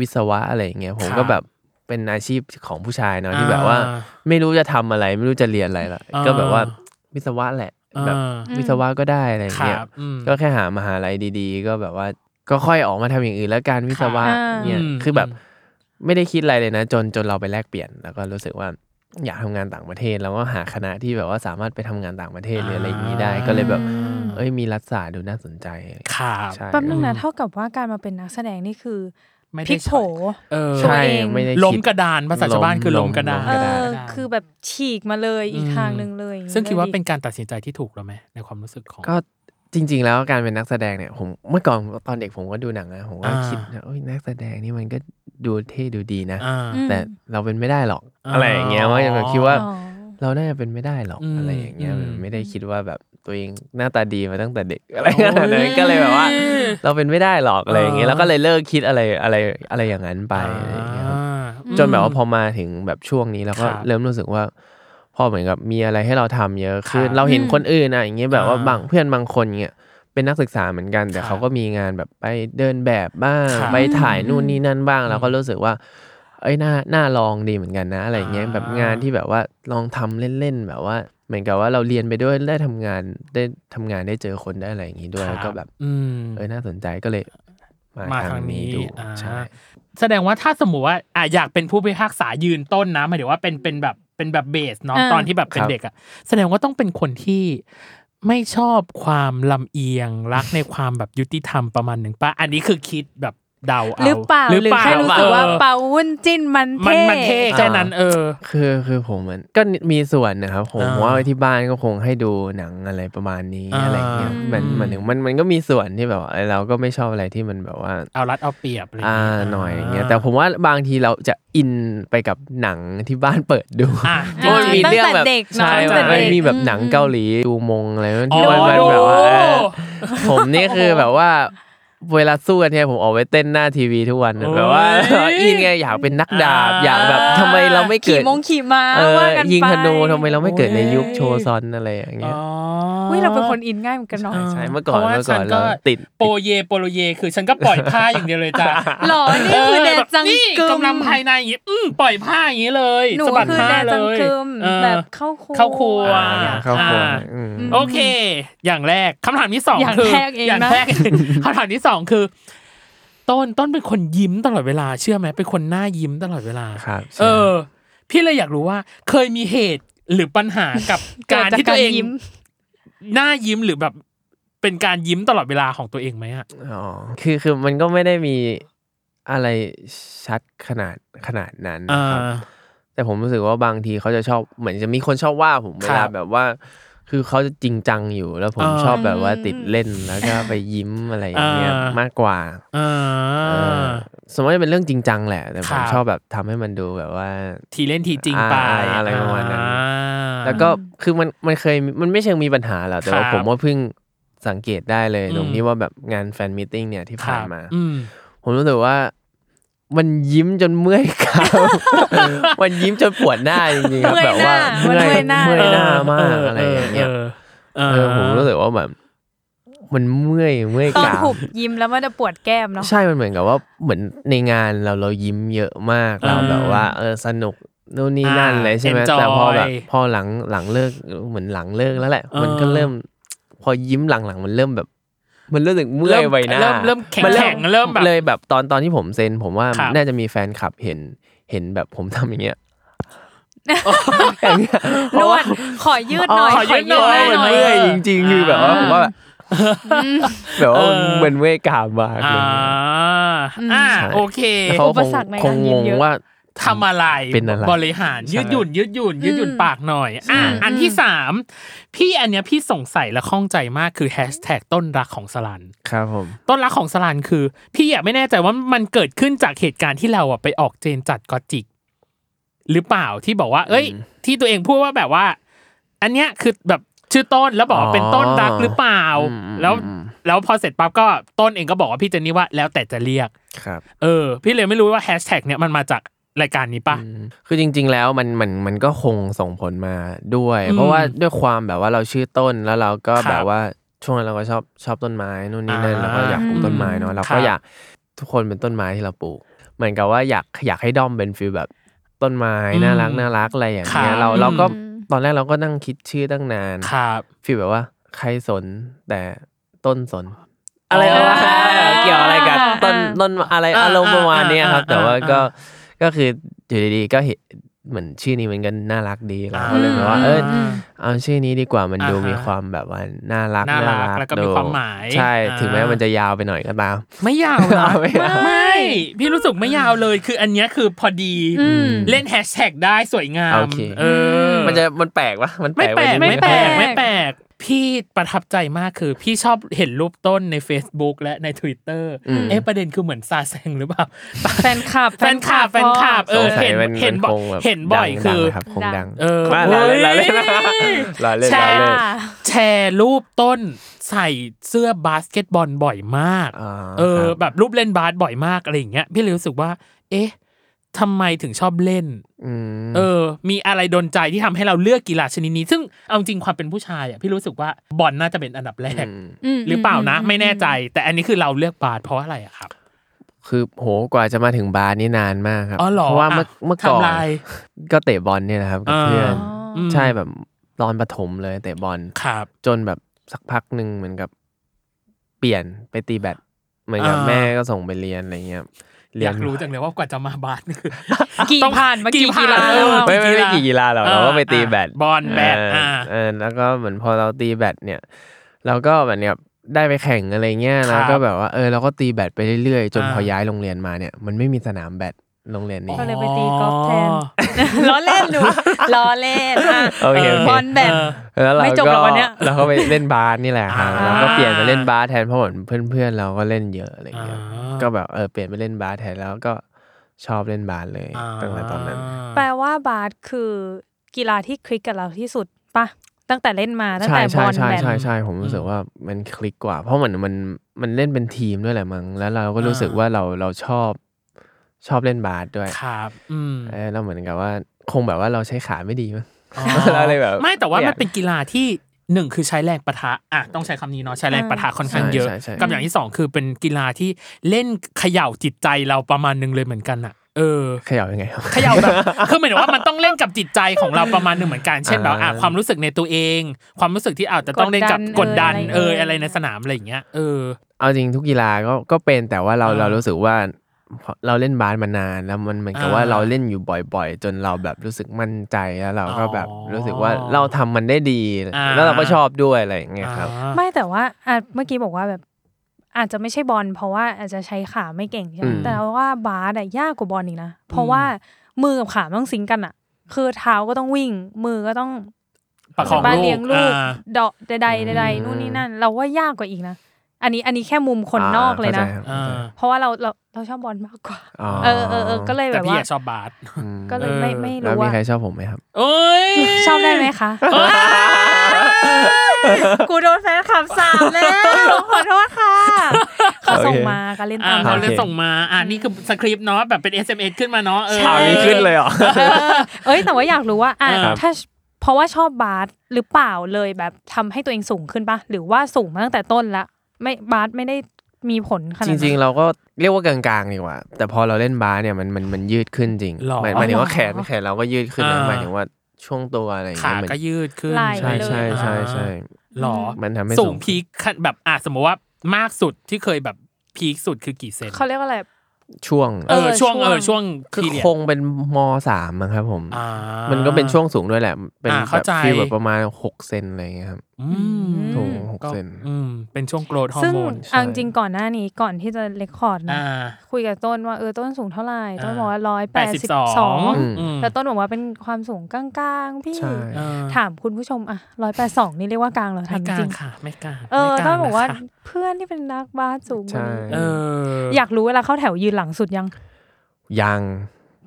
[SPEAKER 5] วิศวะอะไรอย่างเงี้ยผม
[SPEAKER 4] ครั
[SPEAKER 5] ก็
[SPEAKER 4] บ
[SPEAKER 5] แบบเป็นอาชีพของผู้ชายเนาะที่
[SPEAKER 4] อ่า
[SPEAKER 5] แบบว่า ไม่รู้จะทำอะไร ไม่รู้จะเรียนอะไรละ
[SPEAKER 4] อ่า
[SPEAKER 5] ก็แบบว่าวิศวะแหละ
[SPEAKER 4] อ่า
[SPEAKER 5] แบบวิศวะก็ได้อะไรอย่าง
[SPEAKER 4] ครั
[SPEAKER 5] เงี้ย
[SPEAKER 4] บอืม
[SPEAKER 5] ก็แค่หามหาลัยดีๆ ก็แบบว่าก็ค่อยออกมาทำอย่างอื่นแล้วการวิศวะ
[SPEAKER 3] ค่ะ
[SPEAKER 5] เนี่ย
[SPEAKER 4] อืม
[SPEAKER 5] คือแบบ
[SPEAKER 4] อืม
[SPEAKER 5] ไม่ได้คิดอะไรเลยนะ จนจนเราไปแลกเปลี่ยนแล้วก็รู้สึกว่าอยากทำงานต่างประเทศแล้วก็หาคณะที่แบบว่าสามารถไปทำงานต่างประเทศหรืออะไรอย่างนี้ได้ ก็เลยแบบเอ้ยมีรัฐศาสตร์ดูน่าสนใจ
[SPEAKER 4] ครับ
[SPEAKER 5] ใช่
[SPEAKER 3] แป๊บนึงนะเท่ากับว่าการมาเป็นนักแสดงนี่คือ
[SPEAKER 4] ไม่
[SPEAKER 3] พลิ
[SPEAKER 4] ได้
[SPEAKER 3] กโผ
[SPEAKER 4] ใช้เออ
[SPEAKER 5] ใช่
[SPEAKER 3] ตัวเอง
[SPEAKER 5] ไม่ได้
[SPEAKER 4] ล้ม
[SPEAKER 5] คิด
[SPEAKER 4] กระดานภาษาชาวบ้านคือล้มกระดาน
[SPEAKER 5] ล้ม
[SPEAKER 3] เอ
[SPEAKER 5] ล้มกระดาน
[SPEAKER 3] อคือแบบฉีกมาเลยอีกทางหนึ่งเลยอย่ย
[SPEAKER 4] ซึ่งคิดว่า
[SPEAKER 3] ลย
[SPEAKER 4] เป็นการตัดสินใจที่ถูกแล้วไหมในความรู้สึกของ
[SPEAKER 5] ก็จริง ๆ แล้วการเป็นนักแสดงเนี่ยผมเมื่อก่อนตอนเด็กผมก็ดูหนังนะผมก็
[SPEAKER 4] อ่า
[SPEAKER 5] คิดนะเอ้ยนักแสดงนี่มันก็ดูเท่ดูดีนะ
[SPEAKER 4] อ่า
[SPEAKER 3] อืม
[SPEAKER 5] แต่เราเป็นไม่ได้หรอก
[SPEAKER 4] อ๋ออ
[SPEAKER 5] อะไรอย่างเงี้ยว่าแบบคิดว่า
[SPEAKER 3] อ๋อ
[SPEAKER 5] เราน่าจะเป็นไม่ได้หรอก
[SPEAKER 4] อืม
[SPEAKER 5] อะไรอย่างเงี้ย
[SPEAKER 4] อืม
[SPEAKER 5] ไม่ได้คิดว่าแบบตัวเองหน้าตาดีมาตั้งแต่เด็กอะไรเงี้ยเลยก็เลยแบบว่า เราเป็นไม่ได้หรอกอะไรอย่างเงี้ยแล้วก็เลยเลิกคิดอะไรอะไรอะไรอย่างนั้นไปอะไรอย่างเงี้ยครับ
[SPEAKER 4] อ่า
[SPEAKER 5] จนแบบว่าพอมาถึงแบบช่วงนี้เราก็
[SPEAKER 4] ครับ
[SPEAKER 5] เริ่มรู้สึกว่า พอเหมือนกับมีอะไรให้เราทำเยอะขึ้
[SPEAKER 4] ค
[SPEAKER 5] น
[SPEAKER 4] รับ
[SPEAKER 5] เราเห็น
[SPEAKER 3] อืม
[SPEAKER 5] คนอื่นอะอย่างเงี้ยแบบว่า
[SPEAKER 4] อ่า
[SPEAKER 5] บางเพื่อนบางคนเงี้ยเป็นนักศึกษาเหมือนกัน แต่
[SPEAKER 4] ครับ
[SPEAKER 5] เขาก็มีงานแบบไปเดินแบบบ้าง
[SPEAKER 4] ครับ
[SPEAKER 5] ไปถ่ายนู่นนี่นั่นบ้างเราก็รู้สึกว่า เอ้ยน่าน่าลองดีเหมือนกันนะ อะไรอย่างเงี้ย
[SPEAKER 4] อ่า
[SPEAKER 5] แบบงานที่แบบว่าลองทำเล่นๆแบบว่า เหมือนกับว่าเราเรียนไปด้วยได้ทำงานได้ทำงานได้เจอคนได้อะไรอย่างงี้ด้วย
[SPEAKER 4] ครับ
[SPEAKER 5] ก็แบบ
[SPEAKER 4] อืม
[SPEAKER 5] เออน่าสนใจก็เลย
[SPEAKER 4] มา
[SPEAKER 5] มา
[SPEAKER 4] ทา
[SPEAKER 5] ทาง ง
[SPEAKER 4] นี้
[SPEAKER 5] นี้ดู
[SPEAKER 4] อ่า
[SPEAKER 5] ใช่
[SPEAKER 4] แสดงว่าถ้าสมมติว่าอ่ะอยากเป็นผู้พิพากษายืนต้นนะหมายถึงว่าเป็นเป็นแบบเป็นแบบเบสเนาะ
[SPEAKER 3] อ่า
[SPEAKER 4] ตอนที่แบบเป็น
[SPEAKER 5] ครับ
[SPEAKER 4] เด็กอะแสดงว่าต้องเป็นคนที่ ไม่ชอบความลำเอียงรักในความแบบยุติธรรมประมาณหนึ่งป่ะ อันนี้คือคิดแบบเดาเอา
[SPEAKER 3] หรือเปล่าหรือแค่รู้สึกว่าเปาวุ่นจิ้นมัน
[SPEAKER 4] มัน
[SPEAKER 3] เท่
[SPEAKER 4] มันเท่แค่นั้นเออ
[SPEAKER 5] คือคือผมมันก็มีส่วนนะครับผม
[SPEAKER 4] อ่า
[SPEAKER 5] ผมว่าที่บ้านก็คงให้ดูหนังอะไรประมาณนี้
[SPEAKER 4] อ่า
[SPEAKER 5] อะไรเงี้ยมันมันถึงมันมันก็มีส่วนที่แบบว่าเอ้ยเราก็ไม่ชอบอะไรที่มันแบบว่า
[SPEAKER 4] เอารัดเอาเปรียบะไร
[SPEAKER 5] อ่า
[SPEAKER 4] ย่างเงี้
[SPEAKER 5] หน่อยอย่างเงี้ยแต่ผมว่าบางทีเราจะอินไปกับหนังที่บ้านเปิดดู
[SPEAKER 4] อ่ะ
[SPEAKER 5] เพราะมันมีเรื่องแบบ
[SPEAKER 3] ตั้งแต่เด็กเนอะ
[SPEAKER 4] ตั้ง
[SPEAKER 5] ใช่
[SPEAKER 4] แต่
[SPEAKER 5] มัน
[SPEAKER 4] เด็ก
[SPEAKER 5] มีแบบหนังเกาหลีดูมงอะไรมัน
[SPEAKER 4] อ๋อ
[SPEAKER 5] ที่มันมัน
[SPEAKER 4] ดู
[SPEAKER 5] แบบว่าเอ อผมนี่คือแบบว่า เวลาสู้กันเนี่ยผมออกไปเต้นหน้าทีวีทุกวัน
[SPEAKER 4] โอ้ย
[SPEAKER 5] แบบว่า อินไงอยากเป็นนักดาบ
[SPEAKER 4] อ่า
[SPEAKER 5] อยากแบบทำไมเราไม่
[SPEAKER 3] ขี่
[SPEAKER 5] เกิด
[SPEAKER 3] มงขี่ม้า
[SPEAKER 5] เออ
[SPEAKER 3] ว่ากันไป
[SPEAKER 5] ยิงธนูทำไมเราไม่เกิดในยุคโชซอนอะไรอย่างเงี้ย
[SPEAKER 4] อ๋อ
[SPEAKER 3] อุ้ยเราเป็นคนอินง่ายเหมือนกันเนาะ
[SPEAKER 5] ใช่ใช่เมื่อก่อน
[SPEAKER 4] เพราะว่า
[SPEAKER 5] เมื่อก่อน
[SPEAKER 4] ฉันก็
[SPEAKER 5] เราติด
[SPEAKER 4] โปรเยโปรเย คือฉันก็ปล่อยผ้าอย่างเดียวเลยจ้ะ
[SPEAKER 3] หรอนี่คือแด
[SPEAKER 4] บบ
[SPEAKER 3] จัง
[SPEAKER 4] นี่
[SPEAKER 3] กึม
[SPEAKER 4] กำลังภายในอย่างงี้อืมปล่อยผ้าอย่างนี้เลย
[SPEAKER 3] หนู
[SPEAKER 4] สะบัด
[SPEAKER 3] คือ
[SPEAKER 4] ผ้า
[SPEAKER 3] แด
[SPEAKER 4] เล
[SPEAKER 3] จัง
[SPEAKER 4] ย
[SPEAKER 3] กึม
[SPEAKER 4] เออ
[SPEAKER 3] แบบเข้าครัว
[SPEAKER 4] เข้าครัว
[SPEAKER 5] อ่าเข้าครัว
[SPEAKER 4] อ่า
[SPEAKER 5] อืม
[SPEAKER 3] ม
[SPEAKER 4] โอเค อย่างแรกคำถามที่สอง
[SPEAKER 3] อย่าง
[SPEAKER 4] คื
[SPEAKER 3] แรกเองนะ
[SPEAKER 4] อย่างแรก คำถามที่สองคือ ต้นต้นเป็นคนยิ้มตลอดเวลาเชื่อไหมเป็นคนหน้ายิ้มตลอดเวลา
[SPEAKER 5] ครับ
[SPEAKER 4] เออ พี่เลยอยากรู้ว่า เคยมีเหตุหรือปัญหากับ
[SPEAKER 3] เกิ
[SPEAKER 4] กา
[SPEAKER 3] ด
[SPEAKER 4] ร
[SPEAKER 3] จาก
[SPEAKER 4] ที่
[SPEAKER 3] กา
[SPEAKER 4] ตั
[SPEAKER 3] ร
[SPEAKER 4] วเอง
[SPEAKER 3] ยิ้ม
[SPEAKER 4] หน้ายิ้มหรือแบบเป็นการยิ้มตลอดเวลาของตัวเองไหมอะ
[SPEAKER 5] อ๋อ คือ คือ มันก็ไม่ได้มีอะไรชัดขนาด ขนาดนั้นนะครับ แต่ผมรู้สึกว่าบางทีเขาจะชอบ เหมือนจะมีคนชอบว่าผมเว
[SPEAKER 4] ครั
[SPEAKER 5] ลา
[SPEAKER 4] บ
[SPEAKER 5] แบบว่า คือเขาจะจริงจังอยู่ แล้วผม
[SPEAKER 4] อ่า
[SPEAKER 5] ชอบแบบว่าติดเล่น แล้วก็ไปยิ้มอะไรอย่างเงี้ย
[SPEAKER 4] อ่าม
[SPEAKER 5] มากกว่า
[SPEAKER 4] อ่า
[SPEAKER 5] เออสมมติเป็นเรื่องจริงจังแหละ แต่ผ
[SPEAKER 4] ครั
[SPEAKER 5] ม
[SPEAKER 4] บ
[SPEAKER 5] ชอบแบบทำให้มันดูแบบว่า
[SPEAKER 4] ทีเล่นทีจริงไป
[SPEAKER 5] อ่าอะไรประมาณนั้น
[SPEAKER 4] อ่
[SPEAKER 5] แล้วก็คือมันมันเคยมันไม่เชิงมีปัญหาหรอกแต่ว่า
[SPEAKER 4] ครับ
[SPEAKER 5] ผมว่าเพิ่งสังเกตได้เลย
[SPEAKER 4] อืม
[SPEAKER 5] ตรงที่ว่าแบบงานแฟนมิทติ้งเนี่ยที่
[SPEAKER 4] ค
[SPEAKER 5] ผ่า
[SPEAKER 4] รั
[SPEAKER 5] น
[SPEAKER 4] บ
[SPEAKER 5] มา
[SPEAKER 4] อืม
[SPEAKER 5] ผมรู้สึกว่ามันยิ้มจนเมื่อยกราม มันยิ้มจนปวดหน้าจริงๆครับ
[SPEAKER 3] เมื่
[SPEAKER 5] แบ
[SPEAKER 3] อย
[SPEAKER 5] บ
[SPEAKER 3] ห
[SPEAKER 5] ว่า
[SPEAKER 3] น้า
[SPEAKER 5] เมื่อย
[SPEAKER 3] มันเมื่
[SPEAKER 5] เมื่
[SPEAKER 3] อ
[SPEAKER 5] อย ย
[SPEAKER 3] ห
[SPEAKER 5] ห
[SPEAKER 3] น้า
[SPEAKER 5] น้ามากอะไรอย่างเงี้ย
[SPEAKER 4] เอ
[SPEAKER 5] เอ
[SPEAKER 4] อ
[SPEAKER 5] อผมรู้สึกว่าแบบ มันเมื่อยเมื่อย
[SPEAKER 3] ตอก น
[SPEAKER 5] ราม
[SPEAKER 3] หุบยิ้มแล้วมันจะปวดแก้มเนาะ
[SPEAKER 5] ใช่มันเหมือนกับว่าเหมือนในงานเราเรายิ้มเยอะมากเราแบบว่า เออสนุกนู่นนี่นั่นอะไรใช่ไหม
[SPEAKER 4] อ่า enjoy
[SPEAKER 5] แต่พอแบบพอหลังหลังเลิกเหมือนหลังเลิกแล้วแหละ มันก็เริ่ม พอยิ้มหลังๆมันเริ่มแบบ มันรู้สึกเมื่อยใบหน้า
[SPEAKER 4] เริ่มเริ่มแข็ง
[SPEAKER 5] มัน
[SPEAKER 4] แข็งเริ่มแบบ
[SPEAKER 5] เลยแบบตอนตอนที่ผมเซ็นผมว่า
[SPEAKER 4] ครับ
[SPEAKER 5] น่าจะมีแฟนคลับเห็นเห็นแบบผมทำอย่างเงี้ย อย่างเงี้ย
[SPEAKER 3] นวดขอยืดหน่อย
[SPEAKER 4] ขอยืดหน่
[SPEAKER 3] ข
[SPEAKER 5] โอ้ย
[SPEAKER 3] ยื
[SPEAKER 5] มั
[SPEAKER 3] ด
[SPEAKER 5] น
[SPEAKER 3] หน่อย
[SPEAKER 5] เมื่อยจริงๆคือแบบว่าผมว่าแบบว่า
[SPEAKER 4] เออ
[SPEAKER 5] มันเมื่อยกามมาก
[SPEAKER 4] อ่า
[SPEAKER 5] เลย
[SPEAKER 4] อ่า
[SPEAKER 5] ใช่
[SPEAKER 4] โอเค
[SPEAKER 5] แล้วเขา
[SPEAKER 3] อุ
[SPEAKER 5] ค
[SPEAKER 3] ป
[SPEAKER 5] ง
[SPEAKER 3] สรรคใน
[SPEAKER 5] คง
[SPEAKER 3] การยิ้
[SPEAKER 5] ง
[SPEAKER 3] ม
[SPEAKER 5] ง
[SPEAKER 3] เยอะ
[SPEAKER 5] ว่า
[SPEAKER 4] ทำอะไร
[SPEAKER 5] เป็นอะไร
[SPEAKER 4] บริหาร
[SPEAKER 5] ใช่
[SPEAKER 4] ยืดหยุ่นยืดหยุ่นยืดหยุ่นปากหน่อยอ่ะอันที่สามพี่อันเนี้ยพี่สงสัยและข้องใจมากคือแฮชแท็กต้นรักของสลัน
[SPEAKER 5] ครับผม
[SPEAKER 4] ต้นรักของสลันคือ พี่อยากไม่แน่ใจว่ามันเกิดขึ้นจากเหตุการณ์ที่เราอะไปออกเจนจัดกอจิก หรือเปล่าที่บอกว่า เอ้ย ที่ตัวเองพูดว่าแบบว่า อันเนี้ยคือแบบชื่อต้นแล้วบอกว่าเป็นต้นรักหรือเปล่า
[SPEAKER 5] อืมอืม
[SPEAKER 4] แล้ว
[SPEAKER 5] อืม
[SPEAKER 4] แล้วพอเสร็จปั๊บก็ต้นเองก็บอกว่าพี่เจนนี่ว่าแล้วแต่จะเรียก
[SPEAKER 5] ครับ
[SPEAKER 4] เออ พี่เลยไม่รู้ว่าแฮชแท็กเนี้ยมันมาจากรายการนี้ปะ
[SPEAKER 5] คือจริง ๆ แล้วมันมันมันก็คงส่งผลมาด้วย
[SPEAKER 4] อืม
[SPEAKER 5] เพราะว่าด้วยความแบบว่าเราชื่อต้นแล้วเราก็
[SPEAKER 4] ครับ
[SPEAKER 5] แบบว่าช่วงนั้นเราก็ชอบชอบต้นไม้นู่นนี่นั่น
[SPEAKER 4] อ่า
[SPEAKER 5] เราก็อยากปลูกต้นไม้เนาะเราก็
[SPEAKER 4] ครับ
[SPEAKER 5] อยากทุกคนเป็นต้นไม้ที่เราปลูก เหมือนกับว่าอยากอยากให้ด้อมเป็นฟิลแบบต้นไม้น่ารักน่ารักอะไรอย่าง
[SPEAKER 4] ครั
[SPEAKER 5] เงี้ย
[SPEAKER 4] บ
[SPEAKER 5] เราเราก็
[SPEAKER 3] อืม
[SPEAKER 5] ตอนแรกเราก็นั่งคิดชื่อตั้งนาน
[SPEAKER 4] ครับ
[SPEAKER 5] ฟีลแบบว่าใครสนแต่ต้นสน อะไรประมาณนั้นเกี่ยวอะไรกับต้นต้นอะไรอารมณ์ประมาณเนี้ยครับ แต่ว่าก็ก็คืออยู่ดีๆก็เห็นเหมือนชื่อนี้มันก็น่ารักดีแล้วก็เลยแบบว่าเออเอาชื่อนี้ดีกว่ามันดูมีความแบบว่าน่ารัก
[SPEAKER 4] น่ารักแล้วก็มี
[SPEAKER 5] ดู
[SPEAKER 4] ความหมาย
[SPEAKER 5] ใช่
[SPEAKER 4] อ่า
[SPEAKER 5] ถึงแม้มันจะยาวไปหน่อยก็ตาม
[SPEAKER 4] ไม่ยาวนะ
[SPEAKER 5] ไม่ยาว
[SPEAKER 4] ไม่พี่รู้สึกไม่ยาวเลยคืออันเนี้ยคือพอดีเล่นแฮชแท็กได้สวยงาม
[SPEAKER 5] โอเค
[SPEAKER 4] เออ
[SPEAKER 5] มันจะมันแปลกปะมัน
[SPEAKER 4] ไม่แปลก
[SPEAKER 5] ว้นิดนึง
[SPEAKER 4] ไม่แปลก
[SPEAKER 3] ไม่แปลก
[SPEAKER 4] ไม่แปลกพี่ประทับใจมากคือพี่ชอบเห็นรูปต้นใน Facebook และใน Twitter เอ๊ะประเด็นคือเหมือนซาแซงหรือเปล่า
[SPEAKER 3] แฟนคลับ
[SPEAKER 4] แฟนคลับแฟนคลับเอ
[SPEAKER 5] ส
[SPEAKER 4] อง
[SPEAKER 5] สัย
[SPEAKER 4] เห็น
[SPEAKER 5] มัน
[SPEAKER 4] เห็นบ่อย
[SPEAKER 5] มัคงแบบ
[SPEAKER 4] เห็นบ่อย
[SPEAKER 5] ดัง
[SPEAKER 4] คือ
[SPEAKER 5] ดังรับคงดัง
[SPEAKER 4] เออ
[SPEAKER 5] มาลาเล่นลาเล่น
[SPEAKER 4] เฮ้ย
[SPEAKER 5] ลาเล่น
[SPEAKER 4] แช
[SPEAKER 5] ลา
[SPEAKER 4] ร์
[SPEAKER 5] เล่น
[SPEAKER 4] แชร์รูปต้นใส่เสื้อบาสเกตบอลบ่อยมาก
[SPEAKER 5] อ่า
[SPEAKER 4] เออ
[SPEAKER 5] ครับ
[SPEAKER 4] แบบรูปเล่นบาสบ่อยมากอะไรอย่างเงี้ยพี่เลยรู้สึกว่า เอ๊ะทำไมถึงชอบเล่น
[SPEAKER 5] อืม
[SPEAKER 4] เออ มีอะไรดนใจที่ทำให้เราเลือกกีฬาชนิดนี้ ซึ่งเอาจริงความเป็นผู้ชายอ่ะพี่รู้สึกว่าบอลน่าจะเป็นอันดับแรก
[SPEAKER 3] ม
[SPEAKER 4] หรือเปล่านะ
[SPEAKER 3] ม
[SPEAKER 4] ไม่แน่ใจ แต่อันนี้คือเราเลือกบาสเพราะอะไรอะครับ
[SPEAKER 5] คือโหกว่าจะมาถึงบาร์นี่นานมากครับ
[SPEAKER 4] อ๋อเหรอ
[SPEAKER 5] เพราะว่าเมื่อ
[SPEAKER 4] อ่ะ
[SPEAKER 5] เมื่อก่อ
[SPEAKER 4] ไทม์
[SPEAKER 5] น
[SPEAKER 4] ไลน์
[SPEAKER 5] ก็เตะบอลเนี่ยนะครับกับ
[SPEAKER 4] อ่า
[SPEAKER 5] เพื่อน
[SPEAKER 4] อืม
[SPEAKER 5] ใช่แบบตอนประถมเลยเตะบอล
[SPEAKER 4] ครับ
[SPEAKER 5] จนแบบสักพักหนึ่งเหมือนกับ เปลี่ยนไปตีแบดเหมือนกับ
[SPEAKER 4] อ่า
[SPEAKER 5] แม่ก็ส่งไปเรียนอะไรเงี้ย เรี
[SPEAKER 4] อน ยากรู้จังเลยว่ากว่าจะมาบาสนี่คือ
[SPEAKER 3] กี่
[SPEAKER 4] ต้อง
[SPEAKER 3] ผ่านมากี่
[SPEAKER 4] กี่
[SPEAKER 3] กีฬา
[SPEAKER 4] ผ่าน
[SPEAKER 3] แล้ว
[SPEAKER 5] ไม่ไม่ได้กี่กีฬาหรอก
[SPEAKER 4] เออ
[SPEAKER 5] เราก็ไปตี
[SPEAKER 4] อ่ะ
[SPEAKER 5] แบด
[SPEAKER 4] บอลแบด
[SPEAKER 5] เ
[SPEAKER 4] อ่า
[SPEAKER 5] เออแล้วก็เหมือนพอเราตีแบดเนี่ยเราก็แบบเนี่ยได้ไปแข่งอะไรเงี้ยแล้วก็แบบว่าเออเราก็ตีแบดไปเรื่อยๆ จนพอย้ายโรงเรียนมาเนี่ยมันไม่มีสนามแบดโรงเรียนนี้
[SPEAKER 3] ก็เลยไปตีกอล์ฟแทน ล้อเล่นหนูล้อเล่นอ่ะ
[SPEAKER 5] โอเคโอเค
[SPEAKER 3] บอลแบด
[SPEAKER 5] แล้วเรา
[SPEAKER 3] ไม่จบ
[SPEAKER 5] ก็
[SPEAKER 3] หรอกวันเนี้ย
[SPEAKER 5] เราก็ไปเล่นบาสนี่แหละครับ
[SPEAKER 4] อ่า
[SPEAKER 5] เราก็เปลี่ยนมาเล่นบาสแทนเพราะเหมือนเพื่อนๆเราก็เล่นเยอะอะไร
[SPEAKER 4] อ่า
[SPEAKER 5] เงี้ยก็แบบเออเปลี่ยนไปเล่นบาสแทนแล้วก็ชอบเล่นบาสเลย
[SPEAKER 4] อ่า
[SPEAKER 5] ตั้งแต่ตอนนั้น
[SPEAKER 3] แปลว่าบาสคือกีฬาที่คลิกกับเราที่สุดปะตั้งแต่เล่นมาตั้งแต่บอล
[SPEAKER 5] ใช่
[SPEAKER 3] แบด
[SPEAKER 5] ใช่ใช่ใช่ผมรู้สึกว่ามันคลิกกว่า เพราะมันมันมันเล่นเป็นทีมด้วยแหละมั้งแล้วเราก็รู้สึก
[SPEAKER 4] อ่า
[SPEAKER 5] ว่าเราเราชอบชอบเล่นบาสด้วย
[SPEAKER 4] ครับอืม
[SPEAKER 5] เออเราเหมือนกับว่าคงแบบว่าเราใช้ขาไม่ดีมั้ง
[SPEAKER 4] อ๋อ
[SPEAKER 5] อะไรแบบ
[SPEAKER 4] ไม่แต่ว่า
[SPEAKER 5] ไม่อยาก
[SPEAKER 4] มันเป็นกีฬาที่หนึ่งคือใช้แรงปะทะอ่ะต้องใช้คำนี้เนาะใช้แรงปะทะค่อนข้างเยอะ
[SPEAKER 5] ใช่ใช่ใช่
[SPEAKER 4] กับอย่างที่สองคือเป็นกีฬาที่เล่นเขย่าจิตใจเราประมาณหนึงเลยเหมือนกันอ่ะ เออ
[SPEAKER 5] เขย่ายังไงครับ
[SPEAKER 4] เขย่าแบบ คือหมายถึงว่ามันต้องเล่นกับจิตใจของเราประมาณหนึ่งเหมือนกัน เช่นแบบอ่ะ
[SPEAKER 5] อ่า
[SPEAKER 4] ความรู้สึกในตัวเอง ความรู้สึกที่อาจจะต้องเล่นกับก
[SPEAKER 3] ก
[SPEAKER 4] ด
[SPEAKER 3] ดดั
[SPEAKER 4] ดัน
[SPEAKER 3] น
[SPEAKER 4] เออ
[SPEAKER 3] เอ่ย
[SPEAKER 4] อะไรในสนามอะไรอย่างเงี้ยเออ
[SPEAKER 5] เอาจริงทุกกีฬาก็ก็เป็นแต่ว่าเรา
[SPEAKER 4] อ่า
[SPEAKER 5] เรารู้สึกว่าเราเล่นบาสมานานแล้วมันเหมือนกับว่า
[SPEAKER 4] อ่า
[SPEAKER 5] เราเล่นอยู่บ่อย ๆ จนเราแบบรู้สึกมั่นใจแล้วเราก็แบบ
[SPEAKER 4] อ๋อ
[SPEAKER 5] รู้สึกว่าเราทำมันได้ดี
[SPEAKER 4] อ่า
[SPEAKER 5] แล้วเราก็ชอบด้วยอะไรอย่างเงี้ยครับ
[SPEAKER 4] อ่า
[SPEAKER 3] ไม่แต่ว่าอ่ะเมื่อกี้บอกว่าแบบอาจจะไม่ใช่บอลเพราะว่าอาจจะใช้ขาไม่เก่งใช่ไหม
[SPEAKER 5] อืม
[SPEAKER 3] แต่ว่าบาสอะยากกว่าบอลอีกนะ เพราะว่ามือกับขามันต้องซิงก์กันอะคือเท้าก็ต้องวิ่ง มือก็ต้อง
[SPEAKER 4] ประคอง
[SPEAKER 3] บ้าน
[SPEAKER 4] ลูก
[SPEAKER 3] เลี้ยงลูก
[SPEAKER 4] อ่า
[SPEAKER 3] เดอกใดๆใดๆนู่นนี่นั่น เราว่ายากกว่าอีกนะ อันนี้อันนี้แค่มุมคนนอกเลยนะ
[SPEAKER 5] ข้าใจครับ
[SPEAKER 4] อ่า
[SPEAKER 3] เพราะว่าเราเราเราชอบบอลมากกว่า
[SPEAKER 5] อ๋อ
[SPEAKER 3] เออเออเออก็เลยแบ
[SPEAKER 4] แต่
[SPEAKER 3] บ
[SPEAKER 4] พี่
[SPEAKER 3] ว่า
[SPEAKER 4] อยากชอบบาส
[SPEAKER 5] อืม
[SPEAKER 3] ก็เลยไม่ไม่
[SPEAKER 5] แล้ว
[SPEAKER 3] รู้
[SPEAKER 5] มี
[SPEAKER 3] ว่า
[SPEAKER 5] ใครชอบผมไหมครับ
[SPEAKER 4] โอ้ย
[SPEAKER 3] ชอบได้ไหมคะ กูโดนแฟนขับสามแล้ว ขอโทษค่ะ เขาส่งมาก็เล่น
[SPEAKER 4] อ่า
[SPEAKER 3] ตาม
[SPEAKER 4] เขา
[SPEAKER 3] เขา
[SPEAKER 4] เล
[SPEAKER 3] เลย ย
[SPEAKER 5] โอค
[SPEAKER 4] ส่งมาอ่านี่คือสคริปต์เนาะแบบเป็น SMS ขึ้นมาเนาะเออ
[SPEAKER 5] ข่าวนี้ขึ้นเล ยเหรอ
[SPEAKER 3] เอ้ยแต่ว่าอยากรู้ว่าอ่ะ
[SPEAKER 5] ครับ
[SPEAKER 3] ถ้าเพราะว่าชอบบาสหรือเปล่าเลยแบบทำให้ตัวเองสูงขึ้นปะหรือว่าสูงมาตั้งแต่ต้นละไม่บาสไม่ได้มีผลขนาด
[SPEAKER 5] จ
[SPEAKER 3] นั้น
[SPEAKER 5] ริงๆ เราก็เรียกว่ากลางๆดีกว่า แต่พอเราเล่นบาสเนี่ยมันมันมันยืดขึ้นจริง
[SPEAKER 4] หรอ
[SPEAKER 5] หมายหมายถึงว่าแขนแขนเราก็ยืดขึ้นนะ
[SPEAKER 4] อ่า
[SPEAKER 5] หมายถึงว่าช่วงตัวอะไรอย่าง
[SPEAKER 4] ขา
[SPEAKER 5] เงี้ยมัน
[SPEAKER 4] ก็ยืดขึ้น
[SPEAKER 3] ไล่
[SPEAKER 5] ใช่
[SPEAKER 3] เลย
[SPEAKER 5] ใช่ใช่ใช่
[SPEAKER 4] หรอ
[SPEAKER 5] มันทำให้
[SPEAKER 4] สูง
[SPEAKER 5] ขึ้น
[SPEAKER 4] พีคขั้นแบบอ่ะสมมติว่ามากสุดที่เคยแบบพีคสุดคือกี่เซน
[SPEAKER 3] เขาเรียกว่าอะไร
[SPEAKER 5] ช่วง
[SPEAKER 4] เออช่
[SPEAKER 3] ช่ว
[SPEAKER 4] วง
[SPEAKER 3] ง
[SPEAKER 4] เออช่วง
[SPEAKER 5] คือ
[SPEAKER 4] พีเรียด
[SPEAKER 5] คงเป็นมสามมั้งครับผม
[SPEAKER 4] อ่า
[SPEAKER 5] มันก็เป็นช่วงสูงด้วยแหละ เป็น
[SPEAKER 4] อ่า
[SPEAKER 5] แบ
[SPEAKER 4] เข้า
[SPEAKER 5] บ
[SPEAKER 4] ใจ
[SPEAKER 5] ฟีลแบบประมาณหกเซนอะไรอย่างเงี้ยครับ
[SPEAKER 4] อืม
[SPEAKER 5] ถูกหก
[SPEAKER 4] ก็
[SPEAKER 5] เซน
[SPEAKER 4] อืมเป็นช่วงโกรธฮอ
[SPEAKER 3] ซึ่ง
[SPEAKER 4] ร์โมน
[SPEAKER 3] เอาจริงๆก่อนหน้านี้ก่อนที่จะเลคคอร์ดนะ
[SPEAKER 4] อ่า
[SPEAKER 3] คุยกับต้นว่าเออต้นสูงเท่าไหร่ต้น
[SPEAKER 4] อ่า
[SPEAKER 3] บอกว่าร้อย
[SPEAKER 4] แป
[SPEAKER 3] แป
[SPEAKER 4] ด
[SPEAKER 3] ด
[SPEAKER 4] สิ
[SPEAKER 3] สิ
[SPEAKER 4] บบ สอ
[SPEAKER 3] สอง ง
[SPEAKER 5] อืม
[SPEAKER 3] แต่ต้นบอกว่าเป็นความสูงกลางๆพี่
[SPEAKER 5] ใช่
[SPEAKER 4] เออ
[SPEAKER 3] ถามคุณผู้ชมอะร้อยแปดสองนี่เรียกว่ากลางเหรอ
[SPEAKER 4] ไม่
[SPEAKER 3] ถาม
[SPEAKER 4] กล้า
[SPEAKER 3] จริง
[SPEAKER 4] ค่ะไม่กล้า
[SPEAKER 3] เออ
[SPEAKER 4] ไม่ล้
[SPEAKER 3] ต้องบอกว่า
[SPEAKER 4] นะคะ
[SPEAKER 3] เพื่อนที่เป็นนักบาสสูงกว่านี้
[SPEAKER 5] ใช่
[SPEAKER 4] เออ
[SPEAKER 3] อยากรู้เวลาเข้าแถวยืนหลังสุดยัง
[SPEAKER 5] ยัง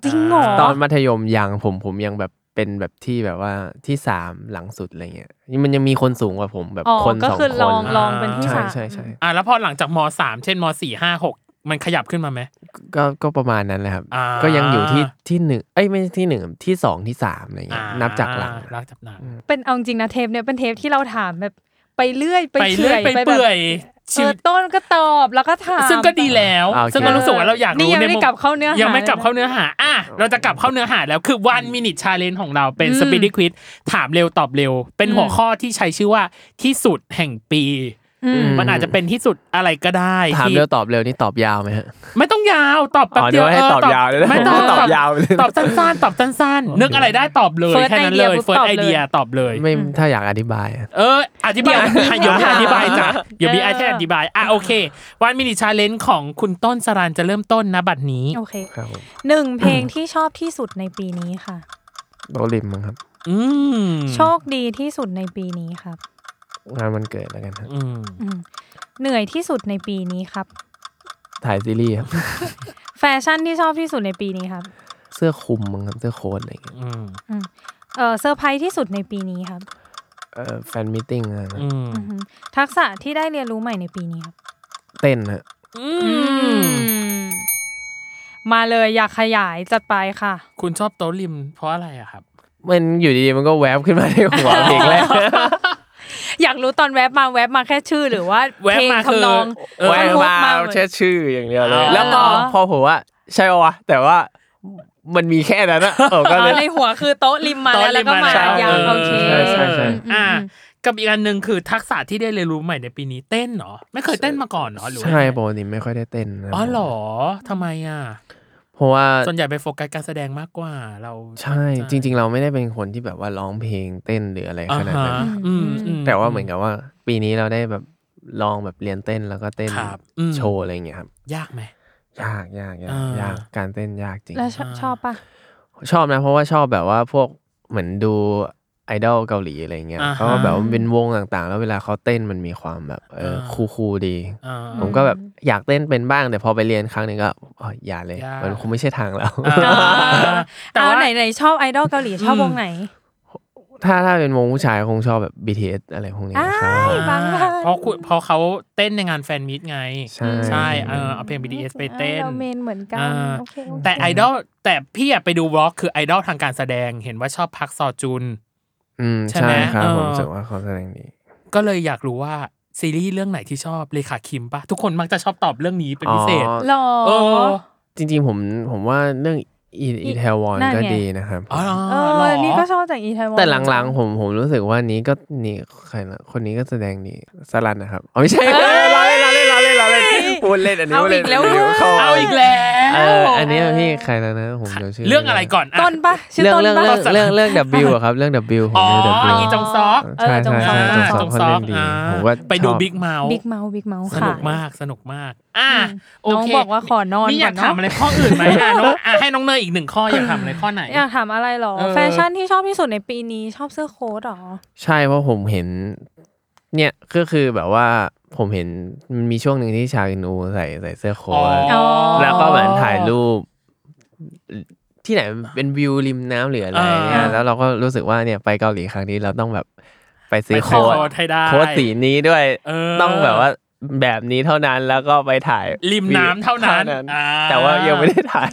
[SPEAKER 3] จริงเหรอ
[SPEAKER 5] ตอนมัธยมยังผมผมยังแบบเป็นแบบที่แบบว่าที่สามหลังสุดอะไรเงี้ยมันยังมีคนสูงกว่าผมแบบ
[SPEAKER 3] อ๋อ
[SPEAKER 5] คน
[SPEAKER 3] ก็
[SPEAKER 5] สอง
[SPEAKER 3] คือ
[SPEAKER 5] ค
[SPEAKER 3] ล
[SPEAKER 5] น
[SPEAKER 3] องลองเป็นที่
[SPEAKER 5] ใช่
[SPEAKER 3] สาม
[SPEAKER 5] ใช่ใช่
[SPEAKER 4] อ่ะแล้วพอหลังจากมสามเช่นมสี่ห้าหกมันขยับขึ้นมาไหม
[SPEAKER 5] ก็ก็ประมาณนั้นแหละครับ
[SPEAKER 4] อ่า
[SPEAKER 5] ก็ยังอยู่ที่ที่หนึ่งเอ้ยไม่ใช่ที่หนึ่งที่สองที่สามอะไรเงี้ย
[SPEAKER 4] อ่
[SPEAKER 5] นับจากหลัง
[SPEAKER 4] นับจากหลัง
[SPEAKER 3] เป็นเอาจริงนะเทปเนี่ยเป็นเทปที่เราถามแบบไปเรื่อยไป
[SPEAKER 4] ไป
[SPEAKER 3] เฉื่
[SPEAKER 4] เรื่
[SPEAKER 3] อ
[SPEAKER 4] อยยไป
[SPEAKER 3] แบบ
[SPEAKER 4] เปื่อย
[SPEAKER 3] เอ
[SPEAKER 4] ชี
[SPEAKER 3] อ
[SPEAKER 4] วิต
[SPEAKER 3] ต้นก็ตอบแล้วก็ถาม
[SPEAKER 4] ซึ่งก็ดีแล้ว
[SPEAKER 5] อ่าโอเค
[SPEAKER 4] ซึ่งก็รู้สึกว่าเราอยาก
[SPEAKER 3] นี่
[SPEAKER 4] รู้
[SPEAKER 3] ยัง
[SPEAKER 4] ใน
[SPEAKER 3] ไม่ได้กลับเข้าเนื้อหายั
[SPEAKER 4] ยังไม่กลับเข้าเนื้อหาอ่ะเราจะกลับเข้าเนื้อหาแล้วคือ one minute challenge ของเราเป็น
[SPEAKER 3] อืม
[SPEAKER 4] speedy quiz ถามเร็วตอบเร็ว เป็นหัวข้อที่ใช้ชื่อว่าที่สุดแห่งปี
[SPEAKER 3] อืม
[SPEAKER 4] มันอาจจะเป็นที่สุดอะไรก็ได้
[SPEAKER 5] ถาม
[SPEAKER 4] ที่
[SPEAKER 5] เร็วตอบเร็วนี่ตอบยาวไหมฮะ
[SPEAKER 4] ไม่ต้องยาวตอบแป๊บ
[SPEAKER 5] อ๋อ
[SPEAKER 4] เดียว
[SPEAKER 5] นึกว่าให้
[SPEAKER 4] เ
[SPEAKER 5] ตอบยาวเลยนะ
[SPEAKER 4] ไม่ต้อง
[SPEAKER 5] ตอบยาวเลย
[SPEAKER 4] ตอบสั้นๆ ตอบสั้นๆ นึกอะไรได้ตอบเลย
[SPEAKER 3] First
[SPEAKER 4] แค่นั้นเลย
[SPEAKER 3] idea ปุ๊บ
[SPEAKER 4] first
[SPEAKER 3] ตอบเลย
[SPEAKER 4] idea ตอบเลย
[SPEAKER 5] ไม่ถ้าอยากอธิบายอะ
[SPEAKER 4] เอออธิบายให้เดี๋ยวมีอธิบายจ้ะเดี๋ยวมี
[SPEAKER 3] เออ
[SPEAKER 4] ไอเทมอธิบายอ่ะโอเค วันมินิชาเลนจ์ของคุณต้นสรันจะเริ่มต้นนะบัดนี้
[SPEAKER 3] โอเค
[SPEAKER 5] ครับผม
[SPEAKER 3] หนึ่งเพลงที่ชอบที่สุดในปีนี้ค่ะ
[SPEAKER 5] โรลิมมั้งครับ
[SPEAKER 4] อืม
[SPEAKER 3] โชคดีที่สุดในปีนี้ครับ
[SPEAKER 5] งานวันเกิดแล้วกันครับ
[SPEAKER 4] อืม
[SPEAKER 3] อืมเหนื่อยที่สุดในปีนี้ครับ
[SPEAKER 5] ถ่ายซีรีส์ครับ
[SPEAKER 3] แฟชั่นที่ชอบที่สุดในปีนี้ครับ
[SPEAKER 5] เสื้อคลุมมั้งครับเสื้อโค้ทอะไรเงี้ย
[SPEAKER 4] อืม
[SPEAKER 3] เออเซอร์ไพรส์ที่สุดในปีนี้ครับ
[SPEAKER 5] เอ่อแฟนมิทติ้งนะครับ
[SPEAKER 4] อืม
[SPEAKER 3] อืมทักษะที่ได้เรียนรู้ใหม่ในปีนี้ครับ
[SPEAKER 5] เต้นฮะ
[SPEAKER 4] อืม
[SPEAKER 3] มาเลยอยากขยายจัดไปค่ะ
[SPEAKER 4] คุณชอบโต๊ะริมเพราะอะไรอะครับ
[SPEAKER 5] มันอยู่ดีๆมันก็แวบขึ้นมาใน หัวเพลงแรก
[SPEAKER 3] อยากรู้ตอนแวบมาแวบมาแค่ชื่อหรือว่า
[SPEAKER 4] แวบ
[SPEAKER 3] เพลง
[SPEAKER 4] มาคือ
[SPEAKER 3] ทำนอง
[SPEAKER 4] เออ
[SPEAKER 5] แวะ
[SPEAKER 3] ท่อนฮุก
[SPEAKER 5] มา
[SPEAKER 3] เลย
[SPEAKER 5] แค่ชื่ออย่างเดียวเล
[SPEAKER 4] อ๋
[SPEAKER 5] ย
[SPEAKER 4] อ
[SPEAKER 5] แล้วพอพอผมว่าใช่ปะวะแต่ว่ามันมีแค่ นั้นอะเออก็
[SPEAKER 3] อ๋
[SPEAKER 5] เล
[SPEAKER 3] อย ในหัวคือโต๊ะริมมา
[SPEAKER 4] โต๊ะ
[SPEAKER 3] แล้ว
[SPEAKER 4] ริ
[SPEAKER 3] แล้ว
[SPEAKER 4] ม
[SPEAKER 3] ก็
[SPEAKER 4] มา
[SPEAKER 3] มา
[SPEAKER 4] แล้ว
[SPEAKER 3] ยาว
[SPEAKER 4] เออ
[SPEAKER 3] โอเค
[SPEAKER 5] ใช่ใช่ใช่
[SPEAKER 3] อืมอืมอืม
[SPEAKER 4] อ่ะ กับอีกอันหนึ่งคือทักษะที่ได้เรียนรู้ใหม่ในปีนี้เต้นเหรอ ไม่เคยเต้นมาก่อนเหรอหรือว่ายั
[SPEAKER 5] ใช่
[SPEAKER 4] งไง
[SPEAKER 5] ปกติไม่ค่อยได้เต้นนะ
[SPEAKER 4] อ๋อเหรอทำไมอ่ะ
[SPEAKER 5] เพราะว่า
[SPEAKER 4] ส่วนใหญ่ไปโฟกัสการแสดงมากกว่าเรา
[SPEAKER 5] ใช่
[SPEAKER 4] ะ
[SPEAKER 5] จริง ๆ เราไม่ได้เป็นคนที่แบบว่าร้องเพลงเต้นหรืออะไร
[SPEAKER 4] อ่า
[SPEAKER 5] ขนาด
[SPEAKER 4] ฮะ
[SPEAKER 5] นั้น
[SPEAKER 4] อืมอื
[SPEAKER 5] แต่ว่าเหมือนกับว่า ปีนี้เราได้แบบลองแบบเรียนเต้นแล้วก็เต้น
[SPEAKER 4] ครับอืม
[SPEAKER 5] โชว์อะไรอย่างเงี้ยครับ
[SPEAKER 4] ยากไหม
[SPEAKER 5] ยากยากยาก
[SPEAKER 4] อ่าย
[SPEAKER 5] ยากการเต้นยากจริง
[SPEAKER 3] แล้วชอบชอบปะ
[SPEAKER 5] ชอบนะเพราะว่าชอบแบบว่าพวกเหมือนดูไอดอลเกาหลีอะไรเงี้ย
[SPEAKER 4] อ่าฮะ
[SPEAKER 5] เขาก็แบบว่าเป็นวงต่างๆ แล้วเวลาเขาเต้นมันมีความแบบเออ
[SPEAKER 4] อ่า
[SPEAKER 5] คูลๆดี
[SPEAKER 4] อ่า
[SPEAKER 5] ผมก็แบบอยากเต้นเป็นบ้าง แต่พอไปเรียนครั้งหนึ่งก็อ๋ออย่าเลย
[SPEAKER 4] ยาก
[SPEAKER 5] มันคงไม่ใช่ทางเรา
[SPEAKER 4] อ่าแต่
[SPEAKER 3] เอา
[SPEAKER 4] ว่า
[SPEAKER 3] ไหนไหนชอบไอดอลเกาหลีชอบ
[SPEAKER 4] อืม
[SPEAKER 3] วงไหน
[SPEAKER 5] ถ้าถ้าเป็นวงผู้ชายคงชอบแบบ BTS อะไรพวกนี้ครับ
[SPEAKER 3] อ้ายบางบ้าน
[SPEAKER 4] เพราะคุณเพราะเขาเต้นในงานแฟนมิตไง
[SPEAKER 5] ใช่
[SPEAKER 4] ใช่เออเอาเพลง BTS ไปเต้น
[SPEAKER 3] เราเมนเหมือนกัน
[SPEAKER 4] อ่า
[SPEAKER 3] โอเคโอเค
[SPEAKER 4] แต่ไอดอลแต่พี่อะไปดูวอล์กคือไอดอลทางการแสดงเห็นว่าชอบพักซอจุน
[SPEAKER 5] อืม
[SPEAKER 4] ใช่
[SPEAKER 5] ใช่
[SPEAKER 4] ไหม
[SPEAKER 5] ครับ
[SPEAKER 4] เออ
[SPEAKER 5] ผมรู้สึกว่าเขาแสดงดี
[SPEAKER 4] ก็เลยอยากรู้ว่าซีรีส์เรื่องไหนที่ชอบเลขาคิมปะทุกคนมักจะชอบตอบเรื่องนี้เป็นพิเศษ
[SPEAKER 5] อ๋อ
[SPEAKER 3] หรอ
[SPEAKER 4] เออ
[SPEAKER 5] จริงๆผมผมว่าเรื่องอี
[SPEAKER 3] อี
[SPEAKER 5] อีเทวอน
[SPEAKER 3] นั่นไง
[SPEAKER 5] ก็ดีนะครับ
[SPEAKER 4] อ๋อ
[SPEAKER 3] เอ
[SPEAKER 4] หร
[SPEAKER 3] อ
[SPEAKER 4] อ
[SPEAKER 3] นี่ก็ชอบจากอีไทวอน
[SPEAKER 5] แต่หลังๆผมผมรู้สึกว่านี้ก็นี่ใครนะคนนี้ก็แสดงดีสลันนะครับอ๋อไม่ใช่เออเราเล่นเราเล่นเราเล่นเราเล่นพูดเล่นอันนี้
[SPEAKER 3] เอาอี
[SPEAKER 5] พูด
[SPEAKER 3] ก
[SPEAKER 5] เล่น
[SPEAKER 3] แล้ว
[SPEAKER 5] นนี้
[SPEAKER 3] ว้ย
[SPEAKER 5] เข้า
[SPEAKER 4] เอาอีกแล้ว
[SPEAKER 5] เอออันนี้พี่ใครนะนะผมจำชื่อ
[SPEAKER 4] เรื่องอะไรก่อนอะ
[SPEAKER 3] ต้นปะชื่อ
[SPEAKER 5] เรื่อง
[SPEAKER 3] ต้น
[SPEAKER 5] เรื่อง
[SPEAKER 3] ปะ
[SPEAKER 5] เรื่องเรื่องเรื่อง W อะครับเรื่อง W ผม
[SPEAKER 4] อ๋อ
[SPEAKER 5] เรื่อง W
[SPEAKER 4] อีจงซอก
[SPEAKER 3] เออ
[SPEAKER 5] ใช่
[SPEAKER 3] จง
[SPEAKER 5] ใช่
[SPEAKER 3] ซอก
[SPEAKER 5] ใช่จงซอกเขาเล่นดี
[SPEAKER 4] อ่า
[SPEAKER 5] ผมก็
[SPEAKER 4] ไปดู
[SPEAKER 5] ชอ
[SPEAKER 4] บิ๊กเมาส์
[SPEAKER 3] บิ๊กเมาส์บิ๊กเมาส์
[SPEAKER 4] ส
[SPEAKER 3] ค่ะ
[SPEAKER 4] นุกมากสนุกมาก อ่ะ
[SPEAKER 3] อืม
[SPEAKER 4] โอเค
[SPEAKER 3] น้องบอกว่าขอนอน
[SPEAKER 4] อยาก
[SPEAKER 3] ก่อนเนอะ
[SPEAKER 4] ถามอะไรข้ออื่นไหมอ่ะน้องอ่ะให้น้องเนยอีกหนึ่งข้ออยากถามอะไรข้อไหน
[SPEAKER 3] อยากถามอะไรหรอ
[SPEAKER 4] เออ
[SPEAKER 3] แฟชั่นที่ชอบที่สุดในปีนี้ชอบเสื้อโค้ทหรอ
[SPEAKER 5] ใช่เพราะผมเห็น เนี่ยก็คือแบบว่าผมเห็นมันมีช่วงหนึ่งที่ชาอินูใส่ใส่เสื้อโค้
[SPEAKER 4] อ๋อ
[SPEAKER 5] ท
[SPEAKER 3] อ๋อ
[SPEAKER 5] แล้วก็เหมือนถ่ายรูป ที่ไหนเป็นวิวริมน้ำหรืออะไรเนี่
[SPEAKER 4] อ่า
[SPEAKER 5] ยแล้วเราก็รู้สึกว่าเนี่ยไปเกาหลีครั้งนี้เราต้องแบบไปซื้อโค้
[SPEAKER 4] ไป
[SPEAKER 5] ท
[SPEAKER 4] ขอให้ได้
[SPEAKER 5] โค้ทสีนี้ด้วย
[SPEAKER 4] เออ
[SPEAKER 5] ต้องแบบว่าแบบนี้เท่านั้นแล้วก็ไปถ่าย
[SPEAKER 4] ริมน้ำเท่านั้นอ่
[SPEAKER 5] แต่ว่ายังไม่ได้ถ่าย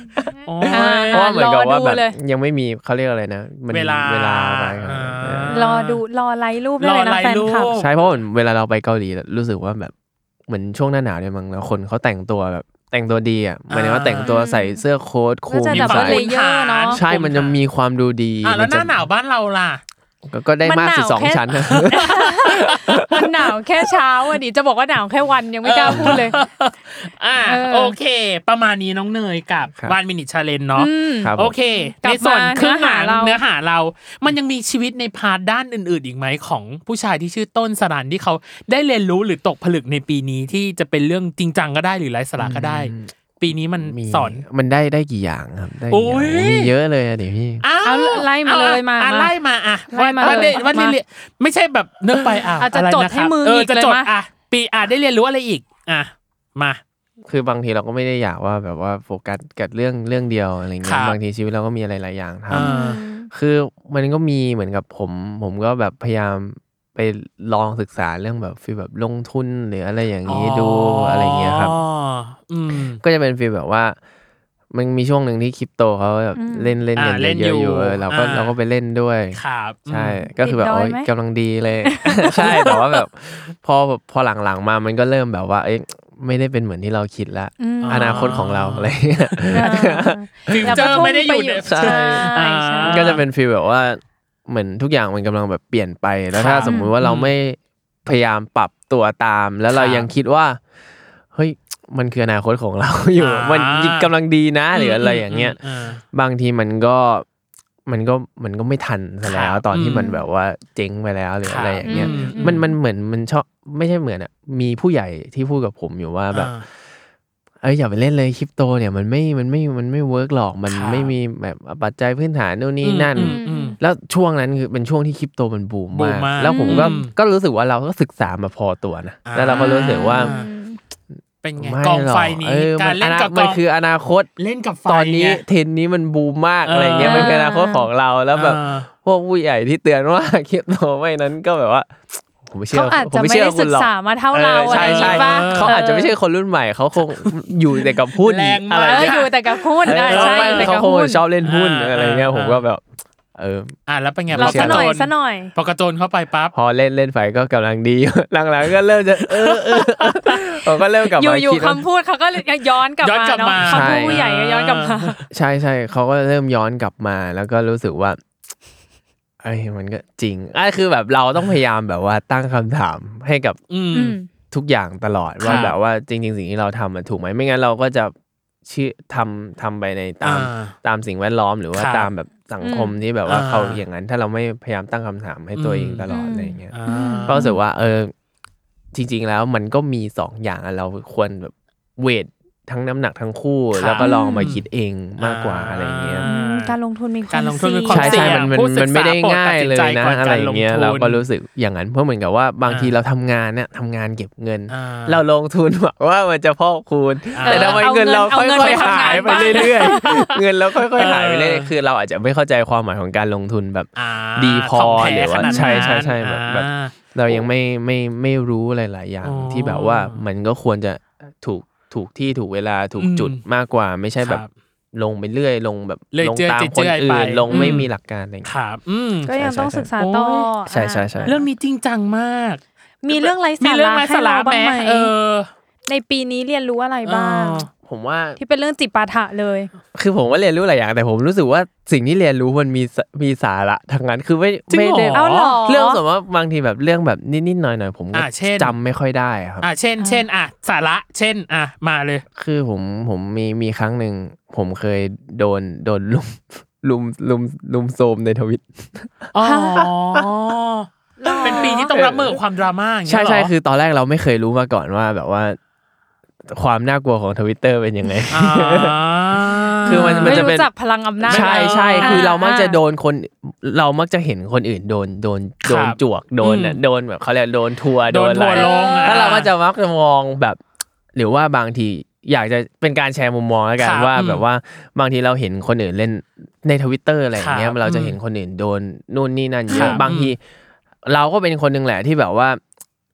[SPEAKER 4] โอ้ย
[SPEAKER 3] อ่า
[SPEAKER 5] เพราะว่าเหมือนกับว่าแบบ
[SPEAKER 3] รอดูเลย
[SPEAKER 5] ยังไม่มีเขาเรียกอะไรนะมัน
[SPEAKER 4] เวลา
[SPEAKER 5] เวลาไป
[SPEAKER 4] อ่า
[SPEAKER 5] เออ
[SPEAKER 3] รอดูรอไลค์รูปได้เลย
[SPEAKER 4] รอ
[SPEAKER 3] นะ
[SPEAKER 4] ไลค์
[SPEAKER 3] แฟนคลับ
[SPEAKER 4] รูป
[SPEAKER 5] ใช่เพราะเหมือนเวลาเราไปเกาหลีรู้สึกว่าแบบเหมือนช่วงหน้าหนาวเนี่ยมั้งแล้วคนเขาแต่งตัวแบบแต่งตัวดีอ่ะหมายถึงว่าแต่งตัวใส่เสื้อโค้ทคลุม
[SPEAKER 3] น่าจะแบบ
[SPEAKER 5] ใส่
[SPEAKER 3] ว่าเลเยอร์เนาะ
[SPEAKER 5] ใช่มันจะมีความดูดี
[SPEAKER 4] อ่ะแล้วหน้าหนาว
[SPEAKER 5] มั
[SPEAKER 4] บ้านเราล่ะ
[SPEAKER 5] นจะก็ได้มากสุ
[SPEAKER 3] มันห
[SPEAKER 5] ด
[SPEAKER 3] นาว
[SPEAKER 5] สอง
[SPEAKER 3] แค่
[SPEAKER 5] ชั้นนะ
[SPEAKER 3] มันหนาวแค่เช้าอ่ะดิจะบอกว่าหนาวแค่วันยังไม่กล้าพูดเลย
[SPEAKER 4] อ่ะ
[SPEAKER 3] เออ
[SPEAKER 4] โอเค ประมาณนี้น้องเนยกับ
[SPEAKER 5] ครับ
[SPEAKER 4] วันมินิชาเลนเนาะ
[SPEAKER 3] อืม
[SPEAKER 5] ครับผม
[SPEAKER 4] โอเค
[SPEAKER 3] กลั
[SPEAKER 4] ใน
[SPEAKER 3] บ
[SPEAKER 4] ส่วน
[SPEAKER 3] มา
[SPEAKER 4] เครื่องหนัง
[SPEAKER 3] เนื้อหาเรา
[SPEAKER 4] เนื้อหาเรา มันยังมีชีวิตในพาร์ทด้านอื่น ๆ อีกไหมของผู้ชายที่ชื่อต้นสรันที่เขาได้เรียนรู้หรือตกผลึกในปีนี้ที่จะเป็นเรื่องจริงจังก็ได้หรือไร้สาระก็ได้
[SPEAKER 5] อืม
[SPEAKER 4] ปีนี้มัน
[SPEAKER 5] มี
[SPEAKER 4] สอน
[SPEAKER 5] มันได้ได้กี่อย่างครับได้
[SPEAKER 4] โอ้ย
[SPEAKER 5] กี่อย่างมีเยอะเลยอ่ะเดี๋ยวพี่
[SPEAKER 4] อ้าว
[SPEAKER 3] เอาไล่มาเลยมา
[SPEAKER 4] อ่ะ
[SPEAKER 3] มา
[SPEAKER 4] ไล่มาอ่ะ
[SPEAKER 3] ไล่มา
[SPEAKER 4] ว่า
[SPEAKER 3] เลย
[SPEAKER 4] ว่าเรียน
[SPEAKER 3] มา
[SPEAKER 4] เรียนไม่ใช่แบบเนื้อไปอ่ะ
[SPEAKER 3] อาจจะ
[SPEAKER 4] ไรน
[SPEAKER 3] จดให้
[SPEAKER 4] ครับ
[SPEAKER 3] มือ
[SPEAKER 4] เอ
[SPEAKER 3] ห
[SPEAKER 4] อ
[SPEAKER 3] งิก
[SPEAKER 4] จะ
[SPEAKER 3] เลย
[SPEAKER 4] จด
[SPEAKER 3] มา
[SPEAKER 4] อ่ะปีอ่ะได้เรียนรู้อะไรอีกอ่ะมา
[SPEAKER 5] คือบางทีเราก็ไม่ได้อยากว่าแบบว่าโฟกัสกับเรื่องเรื่องเดียวอะไร
[SPEAKER 4] ครั
[SPEAKER 5] เงี้ย
[SPEAKER 4] บ
[SPEAKER 5] บางทีชีวิตเราก็มีอะไรหลายอย่างทำ
[SPEAKER 4] อ่า
[SPEAKER 5] คือมันก็มีเหมือนกับผม ผมก็แบบพยายามไปลองศึกษาเรื่องแบบฟีลแบบลงทุนหรืออะไรอย่างนี้ดูอะไรเงี้ยครับ
[SPEAKER 4] อ๋ออืม
[SPEAKER 5] ก็จะเป็นฟีลแบบว่า มันมีช่วงหนึ่งที่คริปโตเขาแบบ
[SPEAKER 3] อืม
[SPEAKER 5] เล่นเล่นกัน
[SPEAKER 4] อ่าเล่น
[SPEAKER 5] เยอะ
[SPEAKER 4] อ
[SPEAKER 5] ๆอยู่ ยู่เออเราก็
[SPEAKER 4] อ่า
[SPEAKER 5] เราก็ไปเล่นด้วย
[SPEAKER 4] ครับ
[SPEAKER 5] ใช่ ก็คือแบบ
[SPEAKER 3] ติดดอย
[SPEAKER 5] โอ้ย
[SPEAKER 3] ไหม
[SPEAKER 5] กำลังดีเลย ใช่แต่ว่าแบบพอพอหลังๆมามันก็เริ่มแบบว่าเอ้ยไม่ได้เป็นเหมือนที่เราคิดละ
[SPEAKER 3] อืม
[SPEAKER 5] อนาคตของเราอะไรเงี้ย
[SPEAKER 3] อ่า
[SPEAKER 4] ฟิวเจอร์ไม่ได้อยู่ใน
[SPEAKER 5] ใช่
[SPEAKER 3] ใช่ใช่
[SPEAKER 4] อ่า
[SPEAKER 5] ก็จะเป็นฟีลแบบว่าเหมือนทุกอย่างมันกำลังแบบเปลี่ยนไปแล้
[SPEAKER 4] ครั
[SPEAKER 5] ว
[SPEAKER 4] บ
[SPEAKER 5] ถ้าสมมุติว่าเราไม่พยายามปรับตัวตาม แล้วเรา
[SPEAKER 4] ครับ
[SPEAKER 5] ยังคิดว่าเฮ้ยมันคืออนาคตของเรา อยู่
[SPEAKER 4] อ่ามั
[SPEAKER 5] มันกำลังดีนะหรืออะไรอย่างเงี้ย
[SPEAKER 4] อืม
[SPEAKER 5] บางทีมันก็มันก็มันก็ไม่ทันซะแล้ว
[SPEAKER 4] ครับ
[SPEAKER 5] ตอนที่
[SPEAKER 4] อืม
[SPEAKER 5] มันแบบว่าเจ๊งไปแล้วหรือ
[SPEAKER 4] ครับ
[SPEAKER 5] อะไรอย่างเงี้ย
[SPEAKER 4] อืม
[SPEAKER 5] มันมันเหมือนมันชอบไม่ใช่เหมือนอ่ะมีผู้ใหญ่ที่พูดกับผมอยู่ว่าแบบ
[SPEAKER 4] อ่า
[SPEAKER 5] เอ้ยอย่าไปเล่นเลยคริปโตเนี่ยมันไม่มันไม่มันไม่เวิร์กหรอกมัน
[SPEAKER 4] ครับ
[SPEAKER 5] ไม่มีแบบปัจจัยพื้นฐานนู่นนี่นั่น
[SPEAKER 4] อืมอืม
[SPEAKER 5] แล้วช่วงนั้นคือเป็นช่วงที่คริปโตมันบูม
[SPEAKER 4] บูม
[SPEAKER 5] มาก
[SPEAKER 4] มาก
[SPEAKER 5] แล้วผมก็
[SPEAKER 4] อืม
[SPEAKER 5] ก็รู้สึกว่าเราก็ศึกษามาพอตัวนะ
[SPEAKER 4] อ่า
[SPEAKER 5] แล้วเราก็รู้สึกว่า
[SPEAKER 4] อืม เป็นไง
[SPEAKER 5] ไม่
[SPEAKER 4] กอง
[SPEAKER 5] หรอก
[SPEAKER 4] ไฟนี้
[SPEAKER 5] เออ
[SPEAKER 4] การ
[SPEAKER 5] มั
[SPEAKER 4] เล่นกับก
[SPEAKER 5] มั
[SPEAKER 4] อน ง
[SPEAKER 5] คืออนาคต
[SPEAKER 4] เล่นกับไฟ
[SPEAKER 5] ตอนนี้
[SPEAKER 4] ไง
[SPEAKER 5] เทรนด์นี้มันบูมมากอะไรเงี้ย
[SPEAKER 4] เออ
[SPEAKER 5] มันเป็นอนาคตของเราแล้วแบบพวกผู้ใหญ่ที่เตือนว่า คริปโตไม่นั้นก็แบบว่า ผมไม่เชื่
[SPEAKER 3] เขา
[SPEAKER 5] อ
[SPEAKER 3] อาจ
[SPEAKER 5] ผม
[SPEAKER 3] จะ
[SPEAKER 5] ไม่
[SPEAKER 3] ไม่
[SPEAKER 5] เชื่อ
[SPEAKER 3] ได้
[SPEAKER 5] คุ
[SPEAKER 3] ศึ
[SPEAKER 5] ณ
[SPEAKER 3] ก
[SPEAKER 5] หรอก
[SPEAKER 3] ษามาเท่าเรา
[SPEAKER 5] ออ
[SPEAKER 3] อะไร
[SPEAKER 5] ใช่
[SPEAKER 3] อย่าง
[SPEAKER 5] ใช่
[SPEAKER 3] งี้ป่ะ
[SPEAKER 5] เขาอาจจะไม่ใช่คนรุ่นใหม่เขาคงอยู่แต่กับหุ้น
[SPEAKER 4] แรงมาก
[SPEAKER 5] อะไร
[SPEAKER 3] เออ
[SPEAKER 5] เงี้ย
[SPEAKER 3] อยู่แต่กับหุ้น
[SPEAKER 5] เอ
[SPEAKER 3] อ่ะ
[SPEAKER 5] อ
[SPEAKER 3] ใช่
[SPEAKER 5] ไม่
[SPEAKER 3] อยู่แต่
[SPEAKER 5] เขา
[SPEAKER 3] กับ
[SPEAKER 5] คง
[SPEAKER 3] หุ้น
[SPEAKER 5] ชอบเล่นหุ้น
[SPEAKER 4] อ่า
[SPEAKER 5] อะไรเงี้ย
[SPEAKER 4] อ่า
[SPEAKER 5] ผมก็แบบ เออ
[SPEAKER 4] อ่ะแล้วเป็นไง
[SPEAKER 3] เรา
[SPEAKER 4] พอก
[SPEAKER 3] ซะห
[SPEAKER 4] ระโจ
[SPEAKER 3] น่อย
[SPEAKER 4] น
[SPEAKER 3] ซะหน่อย
[SPEAKER 4] พอกระโจนเข้าไปปั๊บ
[SPEAKER 5] พอเล่นเล่นไฟก็กำลังดี หลังๆก็เริ่ มจะเออเออเออผมก็เริ่มกลับ
[SPEAKER 3] อ
[SPEAKER 5] มา
[SPEAKER 3] ยู่อยู่
[SPEAKER 5] คิดว่า
[SPEAKER 3] คำพูดเขาก็เลยย้อนกลับ
[SPEAKER 4] ย้อ
[SPEAKER 3] มา
[SPEAKER 4] น
[SPEAKER 3] ก
[SPEAKER 4] ลับ
[SPEAKER 3] เนาะ
[SPEAKER 4] มา
[SPEAKER 3] คำพูด
[SPEAKER 5] ใช่
[SPEAKER 3] ผู้ใหญ่ก็ย้อนกลับมา
[SPEAKER 5] ใช่ใช่เขาก็เริ่มย้อนกลับมา แล้วก็รู้สึกว่า เอ อ้ยมันก็จริงอ่ะคือแบบเราต้องพยายามแบบว่าตั้งคำถามให้กับ
[SPEAKER 4] อืม
[SPEAKER 3] อืม
[SPEAKER 5] ทุกอย่างตลอด
[SPEAKER 4] ครับ
[SPEAKER 5] ว่าแบบว่าจริง ๆ สิ่งที่เราทำมันถูกไหมไม่งั้นเราก็จะเชื่อทำทำไปในตาม
[SPEAKER 4] อ่า
[SPEAKER 5] ตามสิ่งแวดล้อมหรือว่า
[SPEAKER 4] ครับ
[SPEAKER 5] ตามแบบสังคมที่แบบว่า
[SPEAKER 4] อ่า
[SPEAKER 5] เขาอย่างนั้น ถ้าเราไม่พยายามตั้งคำถามให้ตัวเอง
[SPEAKER 4] อืม
[SPEAKER 5] ตลอด
[SPEAKER 3] อืม
[SPEAKER 5] อะไรอย่างเงี้ย
[SPEAKER 4] อ่า
[SPEAKER 5] ก็รู้สึกว่าเออจริง ๆ แล้วมันก็มีสองอย่างอะเราควรแบบเวททั้งน้ำหนักทั้งคู่
[SPEAKER 4] ครับ
[SPEAKER 5] แล้วก็ลองมาคิดเองมากกว่า
[SPEAKER 4] อ่า
[SPEAKER 5] อะไรเงี้ย
[SPEAKER 3] อืมการลงทุนมีควา
[SPEAKER 4] การ
[SPEAKER 3] ม
[SPEAKER 4] ลงทุนมี
[SPEAKER 3] เสี่ยง
[SPEAKER 4] ความ
[SPEAKER 5] ใช่
[SPEAKER 4] เสี่ยง
[SPEAKER 5] ใช่มันมัน
[SPEAKER 4] ผู้ศึกษา
[SPEAKER 5] มันไม่ได้ง่ายเลยนะ
[SPEAKER 4] โปรดตัดสินใจก่อน
[SPEAKER 5] อะไรอย่างเงี้ย
[SPEAKER 4] การลงทุน
[SPEAKER 5] เราก็รู้สึกอย่างนั้นเพราะเหมือนกับว่าบางทีเราทำงานเนี่ยทำงานเก็บเงิน
[SPEAKER 4] อ่า
[SPEAKER 5] เราลงทุนหวังว่ามันจะพอกคูณ
[SPEAKER 4] อ่า
[SPEAKER 5] แต่ทำไม
[SPEAKER 3] เอาเงิ
[SPEAKER 5] เงิ
[SPEAKER 3] น
[SPEAKER 5] นเรา
[SPEAKER 3] เอา
[SPEAKER 5] ค่
[SPEAKER 3] เงิน
[SPEAKER 5] อย
[SPEAKER 3] ไป
[SPEAKER 5] ๆ
[SPEAKER 3] ทำงาน
[SPEAKER 5] หายไปเรื่อย ๆ เงินเราค่อยๆหายไปเรื่อ
[SPEAKER 4] เอย อ
[SPEAKER 5] ๆคือเราอาจจะไม่เข้าใจความหมายของการลงทุนแบบ
[SPEAKER 4] อ่า
[SPEAKER 5] ดีพอ
[SPEAKER 4] ขงแท้
[SPEAKER 5] หรือ
[SPEAKER 4] ข
[SPEAKER 5] ว่า
[SPEAKER 4] นดนั้น
[SPEAKER 5] ใช่ใช่ใช่แบบแบบ
[SPEAKER 4] อ่า
[SPEAKER 5] เรายังไม่ไม่ไม่รู้หลายๆอย่าง
[SPEAKER 4] อ๋อ
[SPEAKER 5] ที่แบบว่ามันก็ควรจะถูกถูกที่ถูกเวลาถูกจุด
[SPEAKER 4] อืม
[SPEAKER 5] มากกว่า ไม่ใช่แบบ
[SPEAKER 4] ครับ
[SPEAKER 5] ลงไปเรื่อย ลงแบบ
[SPEAKER 4] เรื่อย
[SPEAKER 5] ลง
[SPEAKER 4] เจื้อย
[SPEAKER 5] ตาม
[SPEAKER 4] เจื้
[SPEAKER 5] คน
[SPEAKER 4] อย
[SPEAKER 5] อื่น
[SPEAKER 4] ไป
[SPEAKER 5] ลงไม่
[SPEAKER 4] อืม
[SPEAKER 5] มีหลักการอะไรอย่าง
[SPEAKER 4] ค
[SPEAKER 5] เงี้ย
[SPEAKER 4] รับอืม
[SPEAKER 3] ก็ยังต้องศึกษาต่อ
[SPEAKER 5] ใช่ใช่ใช่
[SPEAKER 3] อ่ะ
[SPEAKER 4] เรื่องนี้จริงจังมาก
[SPEAKER 3] มีเรื่องไร้
[SPEAKER 4] มี
[SPEAKER 3] สา
[SPEAKER 4] เรื่อง
[SPEAKER 3] ระ
[SPEAKER 4] ไร้
[SPEAKER 3] ให้
[SPEAKER 4] สาระ
[SPEAKER 3] เรา
[SPEAKER 4] ไหม
[SPEAKER 3] บ้างไหม
[SPEAKER 4] เออ
[SPEAKER 3] ในปีนี้เรียนรู้อะไรบ้าง
[SPEAKER 4] เออ
[SPEAKER 5] ผมว่า
[SPEAKER 3] ที่เป็นเรื่องจิปาถะเลย
[SPEAKER 5] คือผมว่าเรียนรู้หลายอย่าง แต่ผมรู้สึกว่าสิ่งที่เรียนรู้มันมีสมีสาระทั้งนั้นคือไม่
[SPEAKER 4] จริง
[SPEAKER 5] ไม่
[SPEAKER 4] เหรอ
[SPEAKER 5] ได้
[SPEAKER 3] เอาเหรอ
[SPEAKER 5] เรื่องสมมติว่าบางทีแบบเรื่องแบบนิดๆหน่อยๆผมก็
[SPEAKER 4] อ่ะเช่น
[SPEAKER 5] จำไม่ค่อยได้อะครับ
[SPEAKER 4] อ่ะเช่นเช่นอ่ะสาระ เช่นอ่ะมาเลย
[SPEAKER 5] คือผมผมมีมีครั้งหนึ่งผมเคยโดนโดนลุมลุมลุมลุมโซมในทวิต
[SPEAKER 4] อ๋อ เป็นปีที่ต้องรับมือกับความดราม่าอย่างเงี้
[SPEAKER 5] ใช่
[SPEAKER 4] ยเหร
[SPEAKER 5] ใช่คือตอนแรกเราไม่เคยรู้มาก่อนว่าแบบว่า ความน่ากลัวของทวิตเตอร์เป็นยังไง
[SPEAKER 4] อ่า
[SPEAKER 5] คือมันมัน
[SPEAKER 3] ไม่
[SPEAKER 5] จะเป็น
[SPEAKER 3] รู้จักพลังอำนาจ
[SPEAKER 5] ใช่ใช่
[SPEAKER 3] อ่า
[SPEAKER 5] คือเรามักจะ
[SPEAKER 3] อ่า
[SPEAKER 5] โดนคนเรามักจะเห็นคนอื่นโดนโดนโดน
[SPEAKER 4] ครับ
[SPEAKER 5] จวกโดน
[SPEAKER 4] อืม
[SPEAKER 5] โดนแบบเขาเรียกโดนทัวร์
[SPEAKER 4] โด
[SPEAKER 5] โด
[SPEAKER 4] น
[SPEAKER 5] นอะ
[SPEAKER 4] ทั
[SPEAKER 5] ไร
[SPEAKER 4] วร์ลงอ่
[SPEAKER 5] แล้วเราก็จะมักจะมองแบบ หรือว่าบางทีอยากจะเป็นการแชร์มุมมองแล้วกัน
[SPEAKER 4] ครับ
[SPEAKER 5] ว่า
[SPEAKER 4] อืม
[SPEAKER 5] แบบว่าบางทีเราเห็นคนอื่นเล่นในทวิตเตอร์อะไรอย่างเงี้
[SPEAKER 4] ค
[SPEAKER 5] ย
[SPEAKER 4] รับ
[SPEAKER 5] เราจะเห็นคนอื่นโดนนู่นนี่นั่นเย
[SPEAKER 4] ค
[SPEAKER 5] อะ
[SPEAKER 4] รับบ
[SPEAKER 5] างที เราก็เป็นคนหนึ่งแหละที่แบบว่า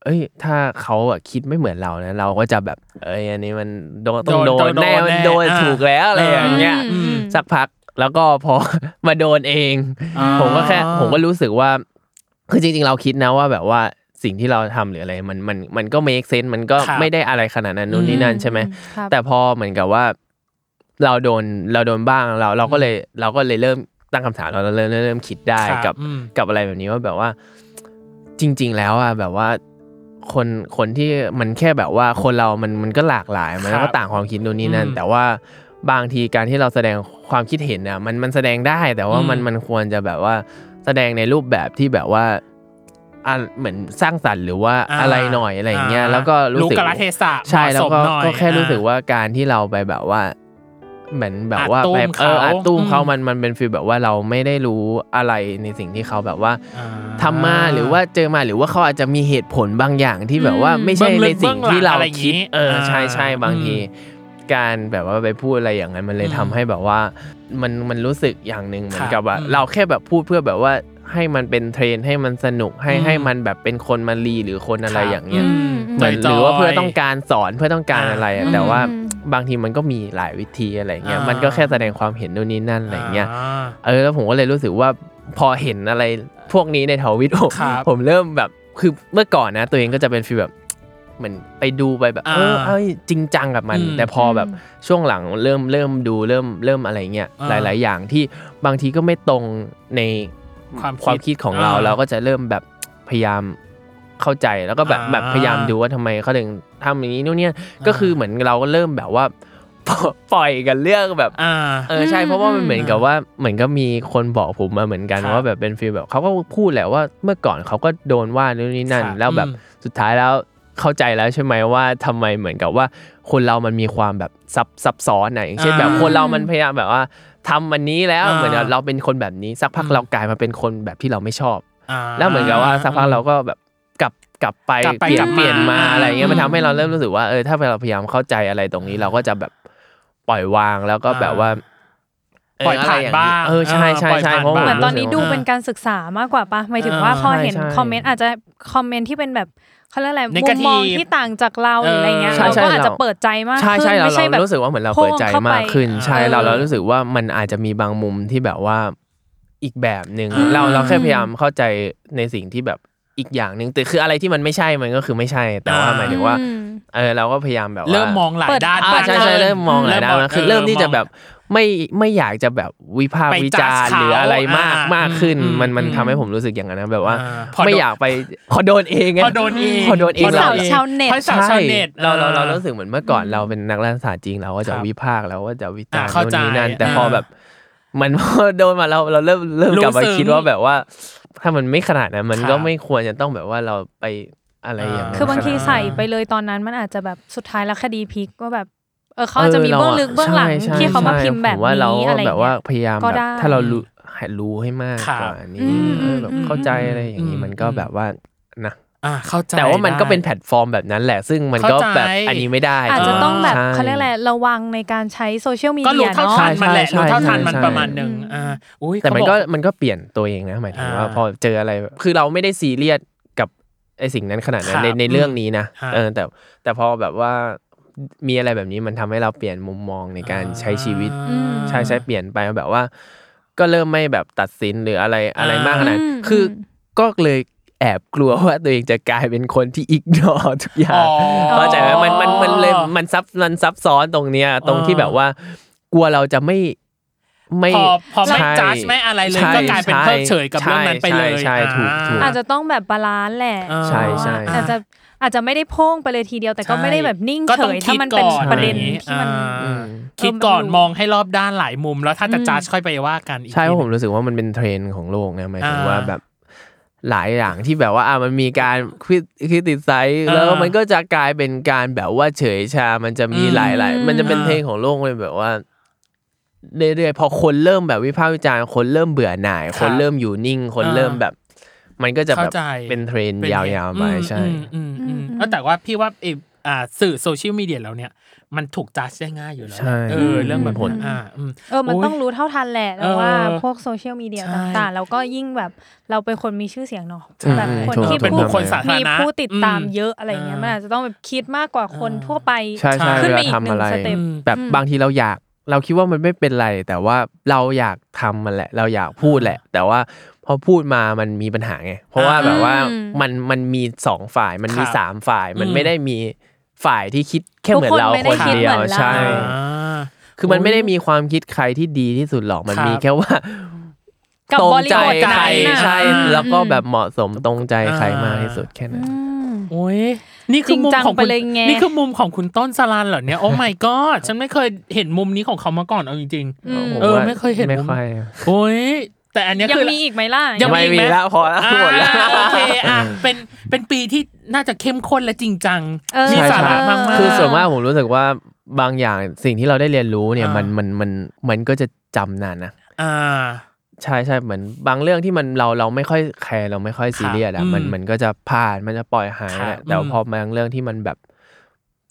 [SPEAKER 5] เอ้ย ถ้าเขาอะคิดไม่เหมือนเรานะเราก็จะแบบ เอ้ยอันนี้มันโดนต้อง
[SPEAKER 4] โด
[SPEAKER 5] โด
[SPEAKER 4] น
[SPEAKER 5] น
[SPEAKER 4] ต้องโดน
[SPEAKER 5] แน่มัน
[SPEAKER 4] แน่
[SPEAKER 5] โดน
[SPEAKER 4] อ่า
[SPEAKER 5] ถูกแล้วอะไรอย่างเงี้ย
[SPEAKER 3] อืม
[SPEAKER 5] สักพักแล้วก็พอ มาโดนเอง
[SPEAKER 4] อ่า
[SPEAKER 5] ผมก็แค่ผมก็รู้สึกว่า คือจริง ๆ เราคิดนะว่าแบบว่าสิ่งที่เราทำหรืออะไร มันมันมันก็ make sense มันก็
[SPEAKER 4] ครับ
[SPEAKER 5] ไม่ได้อะไรขนาดนั้นนู่นนี่นั่นใช่ไหม
[SPEAKER 3] ครับ
[SPEAKER 5] แต่พอเหมือนกับว่า เราโดนเราโดนบ้างเราเราก็เลยเราก็เลยเริ่มตั้งคำถามเราเราเริ่มเริ่มเริ่มคิดได้
[SPEAKER 4] ครับ
[SPEAKER 5] กับ
[SPEAKER 4] อืม
[SPEAKER 5] กับอะไรแบบนี้ว่าแบบว่า จริง ๆ แล้วอะแบบว่าคนคนที่มันแค่แบบว่าคนเรามันมันก็หลากหลายมัน
[SPEAKER 4] ครั
[SPEAKER 5] ก็
[SPEAKER 4] บ
[SPEAKER 5] ต่างความคิดนู่นนี่นั่น
[SPEAKER 4] อืม
[SPEAKER 5] แต่ว่าบางทีการที่เราแสดงความคิดเห็นอ่ะมันมันแสดงได้แต่ว่ามัน
[SPEAKER 4] อืม
[SPEAKER 5] มันควรจะแบบว่าแสดงในรูปแบบที่แบบว่าอ่ะเหมือนสร้างสรรค์หรือว่าอะไรหน่อยอะไรอย่างเงี้ยแล้วก็รู้สึก
[SPEAKER 4] กาลเทศะ
[SPEAKER 5] ใช่
[SPEAKER 4] เห
[SPEAKER 5] แล้
[SPEAKER 4] มาะสม
[SPEAKER 5] วก็
[SPEAKER 4] หน่อย
[SPEAKER 5] ก็แค่รู้สึกว่าการที่เราไปแบบว่า เหมือนแบบว่า
[SPEAKER 4] อัดตุ้ม
[SPEAKER 5] แบบเออ
[SPEAKER 4] เขา
[SPEAKER 5] อัดตุ้มเขา
[SPEAKER 4] อืม
[SPEAKER 5] มันมันเป็นฟีลแบบว่าเราไม่ได้รู้อะไรในสิ่งที่เขาแบบว่า
[SPEAKER 4] อ่า
[SPEAKER 5] ทำมาหรือว่าเจอมาหรือว่าเขาอาจจะมีเหตุผลบางอย่างที่แบบว่า
[SPEAKER 3] อืม
[SPEAKER 5] ไม่ใช่ในสิ่ง
[SPEAKER 4] เบื้องลึกเบื้อ
[SPEAKER 5] ที่เรา
[SPEAKER 4] งหลังอะไรอย่างงี้
[SPEAKER 5] คิด เออ ใช่ใช่
[SPEAKER 4] อ่า
[SPEAKER 5] บางที
[SPEAKER 4] อื
[SPEAKER 5] การแบบว่าไปพูดอะไรอย่างนั้นมันเลย
[SPEAKER 4] อืม
[SPEAKER 5] ทำให้แบบว่า มันมันรู้สึกอย่างหนึ่งเหมือนกับว่า
[SPEAKER 4] ครับอืม
[SPEAKER 5] เราแค่แบบพูดเพื่อแบบว่าให้มันเป็นเทรนด์ให้มันสนุกให้
[SPEAKER 4] อืม
[SPEAKER 5] ให้มันแบบเป็นคนมารีหรือคนอะไร
[SPEAKER 4] ครับ
[SPEAKER 5] อย่างเงี้ย
[SPEAKER 4] อืม
[SPEAKER 5] เหมือนหรือว่าเพื่อต้อง
[SPEAKER 4] จย
[SPEAKER 5] การสอนเพื่อต้องการอะไรอะ
[SPEAKER 3] อ่า
[SPEAKER 5] แต่ว่า
[SPEAKER 3] อืม
[SPEAKER 5] บางทีมันก็มีหลายวิธีอะไรเงี้ย
[SPEAKER 4] อ่ามั
[SPEAKER 5] มันก็แค่แสดงความเห็นนู่นนี่นั่นอะไรเงี้ย
[SPEAKER 4] อ่า
[SPEAKER 5] เออแล้วผมก็เลยรู้สึกว่าพอเห็นอะไรพวกนี้ในทวิตผม
[SPEAKER 4] ครับ
[SPEAKER 5] ผมเริ่มแบบคือเมื่อก่อนนะ ตัวเองก็จะเป็นฟีลแบบเหมือนไปดูไปแบบ
[SPEAKER 4] อ่า
[SPEAKER 5] เออเอ้ยจริงจังกับมัน
[SPEAKER 4] อืม
[SPEAKER 5] แต่พอแบบช่วงหลังเริ่มเริ่มดูเริ่มเริ่มอะไรเงี้ย
[SPEAKER 4] อ่า
[SPEAKER 5] หลาย ๆ อย่างที่บางทีก็ไม่ตรงใน
[SPEAKER 4] ความคิด
[SPEAKER 5] ความคิดของเรา
[SPEAKER 4] อ่า
[SPEAKER 5] เราก็จะเริ่มแบบพยายามเข้าใจแล้วก็ ก็แบบ
[SPEAKER 4] อ่า
[SPEAKER 5] แบบพยายามดูว่าทำไมเขาถึงทำอย่างนี้นู่นเนี่ยก็คือเหมือนเราก็เริ่มแบบว่า ปล่อยกันเรื่องแบบ
[SPEAKER 4] อ่า
[SPEAKER 5] เออใช่เพราะว่ามันเหมือนกับว่าเหมือนก็มีคนบอกผมมาเหมือนกัน
[SPEAKER 4] ครับ
[SPEAKER 5] ว่าแบบเป็นฟีลแบบเขาก็พูดแหละว่าเมื่อก่อนเขาก็โดนว่านู่นนี่นั่น
[SPEAKER 4] ครับ
[SPEAKER 5] แล้วแบบ
[SPEAKER 4] อืม
[SPEAKER 5] สุดท้ายแล้วเข้าใจแล้วใช่ไหมว่าทำไมเหมือนกับว่า คนเรามันมีความแบบซับซับซ้อนอะอย่างเช่น
[SPEAKER 4] อ่า
[SPEAKER 5] แบบคนเรามันพยายามแบบว่าทำอันนี้แล้ว
[SPEAKER 4] อ่า
[SPEAKER 5] เหมือนกับเราเป็นคนแบบนี้สักพักเรากลายมาเป็นคนแบบที่เราไม่ชอบ
[SPEAKER 4] อ่า
[SPEAKER 5] แล้วเหมือนกับว่าสักพักเราก็แบบกลับกลับไป
[SPEAKER 4] กลับไป
[SPEAKER 5] เปลี่ย
[SPEAKER 4] กลับ
[SPEAKER 5] น
[SPEAKER 4] มา
[SPEAKER 5] เปลี่ยนมาอะไรเงี้
[SPEAKER 4] อื
[SPEAKER 5] ย
[SPEAKER 4] ม
[SPEAKER 5] มันทำให้เราเริ่มรู้สึกว่าเออถ้าเราพยายามเข้าใจอะไรตรงนี้เราก็จะแบบปล่อยวางแล้วก็แบบว่าเ
[SPEAKER 4] ปล่อยผ่านะ
[SPEAKER 5] ไร
[SPEAKER 4] บ้าง
[SPEAKER 5] เออใช่ใช่ใช่
[SPEAKER 4] เออ
[SPEAKER 5] เพราะ
[SPEAKER 4] ปล่ย
[SPEAKER 3] เหมื
[SPEAKER 4] ผ่า
[SPEAKER 3] อนต
[SPEAKER 4] บ้าง
[SPEAKER 3] อนนี้ดู
[SPEAKER 5] ผมรู้สึกว่า
[SPEAKER 3] เป็นการศึกษามากกว่าปะหมายถึงว่า
[SPEAKER 4] เออ
[SPEAKER 3] พอเห็น
[SPEAKER 5] ใช่ใช่
[SPEAKER 3] คอมเมนต์อาจจะคอมเมนต์ที่เป็นแบบเขาเรียกอะไรมุม
[SPEAKER 4] Negative
[SPEAKER 3] มองที่ต่างจากเราหรืออะไรเงี้ย
[SPEAKER 5] เออ
[SPEAKER 3] เรา
[SPEAKER 5] ใช่ใช่
[SPEAKER 3] ก็อาจจะ
[SPEAKER 5] เรา
[SPEAKER 3] เปิดใจมาก
[SPEAKER 5] ใช่
[SPEAKER 3] ขึ้น
[SPEAKER 5] ใช่เรา
[SPEAKER 3] ไม่ใช่แบบ
[SPEAKER 5] เรารู้สึกว่าเหมือนเราเปิดใจ
[SPEAKER 3] โพ่งข้ไป
[SPEAKER 5] มากขึ้น ใช่เรา
[SPEAKER 3] เออ
[SPEAKER 5] เรารู้สึกว่ามันอาจจะมีบางมุมที่แบบว่าอีกแบบหนึ่ง
[SPEAKER 4] อ่า
[SPEAKER 5] เราเราแค่พยายามเข้าใจในสิ่งที่แบบอีกอย่างหนึ่งแต่คืออะไรที่มันไม่ใช่มันก็คือไม่ใช่ แต่ว่าหมายถึงว่า
[SPEAKER 3] อืม
[SPEAKER 5] เออเราก็พยายามแบบว่า
[SPEAKER 4] เริ่มมองหลายด้าน
[SPEAKER 5] อ่าใช่ใช่เริ่มมองหลายด้านมากขึ้นเริ่มที่จะแบบ ไม่ไม่อยากจะแบบวิพากษ์
[SPEAKER 4] ไป
[SPEAKER 5] วิจารณ์
[SPEAKER 4] judge
[SPEAKER 5] หรืออะไร
[SPEAKER 4] เขา
[SPEAKER 5] มาก
[SPEAKER 4] อ่าม
[SPEAKER 5] มากขึ้น
[SPEAKER 4] อืม
[SPEAKER 5] มันมัน
[SPEAKER 4] อืม
[SPEAKER 5] ทำให้ผมรู้สึกอย่างนั้นนะแบบว่า
[SPEAKER 4] อ่าพอโดน
[SPEAKER 5] ไม่อยากไปพอโดนเองไง
[SPEAKER 4] พอโดนเอง
[SPEAKER 5] พอโดนเอง
[SPEAKER 4] พโ
[SPEAKER 5] เรา
[SPEAKER 3] ชาวเน็ต
[SPEAKER 4] พอสาวชาวเน็ต
[SPEAKER 5] เราเราเรารู้สึกเหมือนเมื่อก่อนเราเป็นนักรัฐศาสตร์จริงเราก็จะ
[SPEAKER 4] ครับ
[SPEAKER 5] วิพากษ์เราก็จะวิจารณ์
[SPEAKER 4] อ่าเข้า
[SPEAKER 5] โน่น
[SPEAKER 4] ใจ
[SPEAKER 5] นี่นั่นแต่
[SPEAKER 4] อ่า
[SPEAKER 5] พอแบบมัน พอโดนมาเราเราเริ่มเริ่มกลับมา
[SPEAKER 4] รู้สึก
[SPEAKER 5] คิดว่าแบบว่า ถ้ามันไม่ขนาดนั้นมั
[SPEAKER 4] ค
[SPEAKER 5] น
[SPEAKER 4] รับ
[SPEAKER 5] ก็ไม่ควรจะต้องแบบว่าเราไปอะไรอย่างนั้น
[SPEAKER 3] คือบางที
[SPEAKER 5] รั
[SPEAKER 3] ใส่ไปเลยตอนนั้นมันอาจจะแบบสุดท้ายแล้วคดีพลิกว่าแบบเออเขาอาจ
[SPEAKER 5] เออ
[SPEAKER 3] จะมีเบื้อง
[SPEAKER 5] ราะ
[SPEAKER 3] ลึกเบื้องหลัง
[SPEAKER 5] ใช่
[SPEAKER 3] ที่เขามา
[SPEAKER 5] ใช่
[SPEAKER 3] พิมพ์แบบ
[SPEAKER 5] ผว่าเรา
[SPEAKER 3] นี้อะไร
[SPEAKER 5] แบบว่า
[SPEAKER 3] เงี้ย
[SPEAKER 5] พยายาม
[SPEAKER 3] ก็
[SPEAKER 5] แบบ
[SPEAKER 3] ได้
[SPEAKER 5] ถ้าเรารู้ให้รู้ให้มาก
[SPEAKER 4] ครับ
[SPEAKER 5] กว่านี้
[SPEAKER 3] อืม
[SPEAKER 5] เออแบบ
[SPEAKER 3] อืม
[SPEAKER 5] เข้าใจอะไรอย่างนี้
[SPEAKER 4] อืม
[SPEAKER 5] มันก็แบบว่านะ
[SPEAKER 4] อ่าเข้าใจ
[SPEAKER 5] แต่ว่ามันก็
[SPEAKER 4] ได้
[SPEAKER 5] เป็นแพลตฟอร์มแบบนั้นแหละ ซึ่งมันก็
[SPEAKER 4] เข้าใจ
[SPEAKER 5] แบบอันนี้ไม่ได้
[SPEAKER 3] อาจจะต้องแบบ
[SPEAKER 5] ใช่
[SPEAKER 3] เขาเรียกอะไรระวังในการใช้โซเชียลมี
[SPEAKER 4] ก็
[SPEAKER 3] เดี
[SPEAKER 4] รู้
[SPEAKER 3] ย
[SPEAKER 4] เท่า
[SPEAKER 3] เนาะ
[SPEAKER 4] ทันมันแหละ
[SPEAKER 5] ใช่
[SPEAKER 4] รู้เท่าทัน
[SPEAKER 5] ใช่
[SPEAKER 4] มัน
[SPEAKER 5] ใช่
[SPEAKER 4] ประมาณหนึ่งอ่าอุ้ย
[SPEAKER 5] แต่มัน
[SPEAKER 4] เขาบ
[SPEAKER 5] ก็
[SPEAKER 4] อ
[SPEAKER 5] มันก็เปลี่ยนตัวเองนะหมายถึงว่า
[SPEAKER 4] อ่า
[SPEAKER 5] พอเจออะไรแบบคือเราไม่ได้ซีเรียสกับไอ้สิ่งนั้นขนาดนั้
[SPEAKER 4] ครั
[SPEAKER 5] น
[SPEAKER 4] บ
[SPEAKER 5] ในในเรื่องนี้นะ
[SPEAKER 4] ฮะ
[SPEAKER 5] เออแต่แต่พอแบบว่ามีอะไรแบบนี้มันทำให้เราเปลี่ยนมุมมองในการใช้ชีวิต
[SPEAKER 3] อืม
[SPEAKER 5] ใช่ใช่เปลี่ยนไปแบบว่า ก็เริ่มไม่แบบตัดสินหรืออะไรอะไร
[SPEAKER 4] อ่าม
[SPEAKER 5] มากขนาดนั้น
[SPEAKER 3] อืม
[SPEAKER 5] คืออ
[SPEAKER 3] ม
[SPEAKER 5] ก็เลยแอบกลัวว่าตัวเองจะกลายเป็นคนที่อิกนอทุกอย่าง เข้าใจไหมมันมันมันเลยมันซับมันซับซ้อนตรงเนี้ยตรงที่แบบว่ากลัวเราจะไม่ไม่
[SPEAKER 4] พอพอไม่
[SPEAKER 5] ใช่
[SPEAKER 4] judge ไม่อะไรเลย
[SPEAKER 5] ใช่
[SPEAKER 4] ก็กลายเป็นเพิกเฉยกับเรื่องนั้นไปเลย
[SPEAKER 5] ใช่ใช่ใช่ถูกถูก
[SPEAKER 3] อาจจะต้องแบบบาลานซ์แหละ
[SPEAKER 4] อ่า
[SPEAKER 5] ใช่ใช่
[SPEAKER 3] อาจจะอาจจะไม่ได้โพ่งไปเลยทีเดียว แต่ก็
[SPEAKER 4] ใช่
[SPEAKER 3] ไม่ได้แบบนิ่ง
[SPEAKER 4] ก็
[SPEAKER 3] เฉ
[SPEAKER 4] ต้อง
[SPEAKER 3] ย
[SPEAKER 4] คิด
[SPEAKER 3] ถ้ามันเป็น
[SPEAKER 4] ก่อน
[SPEAKER 3] ประเด็น
[SPEAKER 4] อะไรอย่างงี้
[SPEAKER 3] ที่มัน
[SPEAKER 4] อ่า
[SPEAKER 5] อืม
[SPEAKER 4] คิดก่อน
[SPEAKER 3] เออมันรู้
[SPEAKER 4] มองให้รอบด้านหลายมุมแล้วถ้าจะจัดค่อยไปว่ากันอีก
[SPEAKER 5] ใช่
[SPEAKER 4] ที
[SPEAKER 5] เพราะ
[SPEAKER 4] ห
[SPEAKER 5] ผ
[SPEAKER 4] นึ่ง
[SPEAKER 5] มรู้สึกว่ามันเป็นเทรนด์ของโลกนะหมายถึง
[SPEAKER 4] อ่า
[SPEAKER 5] ว่าแบบหลายอย่างที่แบบว่าอ่ะมันมีการคิดคิดติดไซส์แล้ว
[SPEAKER 4] อ่ามั
[SPEAKER 5] มันก็จะกลายเป็นการแบบว่าเฉยชา มันจะมี
[SPEAKER 4] อืม
[SPEAKER 5] หลายๆ มันจะเป็น
[SPEAKER 4] อ่า
[SPEAKER 5] เทรนด์ของโลกเลยแบบว่าเรื่อยๆพอคนเริ่มแบบวิพากษ์วิจารณ์คนเริ่มเบื่อหน่าย
[SPEAKER 4] ครับ
[SPEAKER 5] คนเริ่มอยู่นิ่ง คน
[SPEAKER 4] อ่า
[SPEAKER 5] เริ่มแบบ มันก็จะแบบ
[SPEAKER 4] เข้าใจ
[SPEAKER 5] เป็นเทรนด์
[SPEAKER 4] เป็น
[SPEAKER 5] ยา
[SPEAKER 4] เหตุ
[SPEAKER 5] วๆไป
[SPEAKER 4] อืม
[SPEAKER 5] ใช่
[SPEAKER 4] อืมอืมอืม
[SPEAKER 3] อืม
[SPEAKER 4] เออแต่ว่าพี่ว่าเอออ่าสื่อโซเชียลมีเดียเราเนี่ย มันถูกจัดได้ง่ายอยู่แล้ว
[SPEAKER 5] ใช่
[SPEAKER 4] เออเรื่องแบบ
[SPEAKER 5] ผล
[SPEAKER 4] อ่าอืม
[SPEAKER 3] เออมันต้องรู้เท่าทันแหละแล้วว่า
[SPEAKER 4] เออ
[SPEAKER 3] พวกโซเชียลมีเดีย
[SPEAKER 4] ใช่
[SPEAKER 3] ต่างๆ แล้วก็ยิ่งแบบเราเป็นคนมีชื่อเสียงเนาะ
[SPEAKER 5] ใช่
[SPEAKER 3] แบบคน
[SPEAKER 5] ถูก
[SPEAKER 3] ที่
[SPEAKER 5] เป็น
[SPEAKER 3] ผู้
[SPEAKER 5] บุคคลสาธารณะ
[SPEAKER 3] มีผู้ติดตามเยอะอะไรเงี้ย
[SPEAKER 4] อ่ามั
[SPEAKER 3] มันอาจจะต้องแบบคิดมากกว่าคนทั่วไป
[SPEAKER 5] ใช่ใช่
[SPEAKER 4] ใช่
[SPEAKER 3] ขึ้
[SPEAKER 5] เวน
[SPEAKER 3] ไป
[SPEAKER 5] ลา
[SPEAKER 3] อีก
[SPEAKER 5] ทำอะไร
[SPEAKER 3] หนึ่งสเต็ป
[SPEAKER 5] แบบ
[SPEAKER 3] อืม
[SPEAKER 5] บางทีเราอยากเราคิดว่ามันไม่เป็นไร แต่ว่าเราอยากทำมันแหละ เราอยากพูดแหละ แต่ว่าพอพูดมามันมีปัญหาไงเพราะว่าแบบว่า
[SPEAKER 3] อืม
[SPEAKER 5] มันมันมีสองฝ่ายมัน
[SPEAKER 4] ค
[SPEAKER 5] มี
[SPEAKER 4] รับ
[SPEAKER 5] สามฝ่ายมัน
[SPEAKER 4] อืม
[SPEAKER 5] ไม่ได้มีฝ่ายที่คิดแค่เหมือนเรา
[SPEAKER 3] ทุกคนไม่
[SPEAKER 5] ค
[SPEAKER 3] ได้
[SPEAKER 5] น
[SPEAKER 3] คิด
[SPEAKER 5] เดีย
[SPEAKER 3] เหมื
[SPEAKER 5] ว
[SPEAKER 3] อนเรา
[SPEAKER 5] ใช่
[SPEAKER 4] อ่า
[SPEAKER 5] คือมันไม่ได้มีความคิดใครที่ดีที่สุดหรอกมัน
[SPEAKER 4] ครับ
[SPEAKER 5] มีแค่ว่า
[SPEAKER 3] กับ
[SPEAKER 5] ตรง
[SPEAKER 3] บริ
[SPEAKER 5] ใจ
[SPEAKER 3] บท
[SPEAKER 5] ใคร
[SPEAKER 3] นั้นน่ะ
[SPEAKER 5] ใช่
[SPEAKER 3] อืม
[SPEAKER 5] แล้วก็แบบเหมาะสมตรงใจใคร
[SPEAKER 4] อ่าม
[SPEAKER 5] มากที่สุดแค่นั้น
[SPEAKER 3] อืม
[SPEAKER 4] โอ้ยนี่คือมุม
[SPEAKER 3] จริง
[SPEAKER 4] ของ
[SPEAKER 3] จังไป
[SPEAKER 4] คุณ
[SPEAKER 3] เลยไง
[SPEAKER 4] นี่คือมุมของคุณต้นสลันเหรอเนี่ย โอ้ my god ฉันไม่เคยเห็นมุมนี้ของเขามาก่อนเอาจริง
[SPEAKER 3] อืม
[SPEAKER 5] ผม
[SPEAKER 4] เออ
[SPEAKER 5] ว่า
[SPEAKER 4] ไม่เคยเห็น
[SPEAKER 5] ไม่
[SPEAKER 4] มุม
[SPEAKER 5] ค่อย
[SPEAKER 4] ๆโอ้ยแต่อันเนี้ย
[SPEAKER 3] ยัง
[SPEAKER 4] คือ
[SPEAKER 3] มีอีกไหมล่ะ
[SPEAKER 4] ยัง มี
[SPEAKER 5] ไม่
[SPEAKER 4] อีก
[SPEAKER 5] มี
[SPEAKER 4] ไหม
[SPEAKER 5] แล้วพอแล้วหมดแล้ว
[SPEAKER 4] อ่าโอเคอ่ะเป็นเป็นปีที่น่าจะเข้มข้นและจริงจัง
[SPEAKER 3] เออ
[SPEAKER 4] มี
[SPEAKER 5] ใช่
[SPEAKER 4] สาระ
[SPEAKER 3] ใช่
[SPEAKER 4] มากๆ
[SPEAKER 5] คือส่วนมากผมรู้สึกว่าบางอย่างสิ่งที่เราได้เรียนรู้เนี่ย
[SPEAKER 4] อ่ามั
[SPEAKER 5] มันมันมันมันก็จะจำนานนะ
[SPEAKER 4] อ่า
[SPEAKER 5] ใช่ใช่เหมือนบางเรื่องที่มันเราเราไม่ค่อยแคร์เราไม่ค่อยซีเรีย
[SPEAKER 4] ค
[SPEAKER 5] ส
[SPEAKER 4] รั
[SPEAKER 5] อะ
[SPEAKER 4] บ
[SPEAKER 5] มัน
[SPEAKER 4] อืม
[SPEAKER 5] มันก็จะผ่านมันจะปล่อยหาย
[SPEAKER 4] ครับ
[SPEAKER 5] แหละแต่ว่า
[SPEAKER 4] อืม
[SPEAKER 5] พอบางเรื่องที่มันแบบ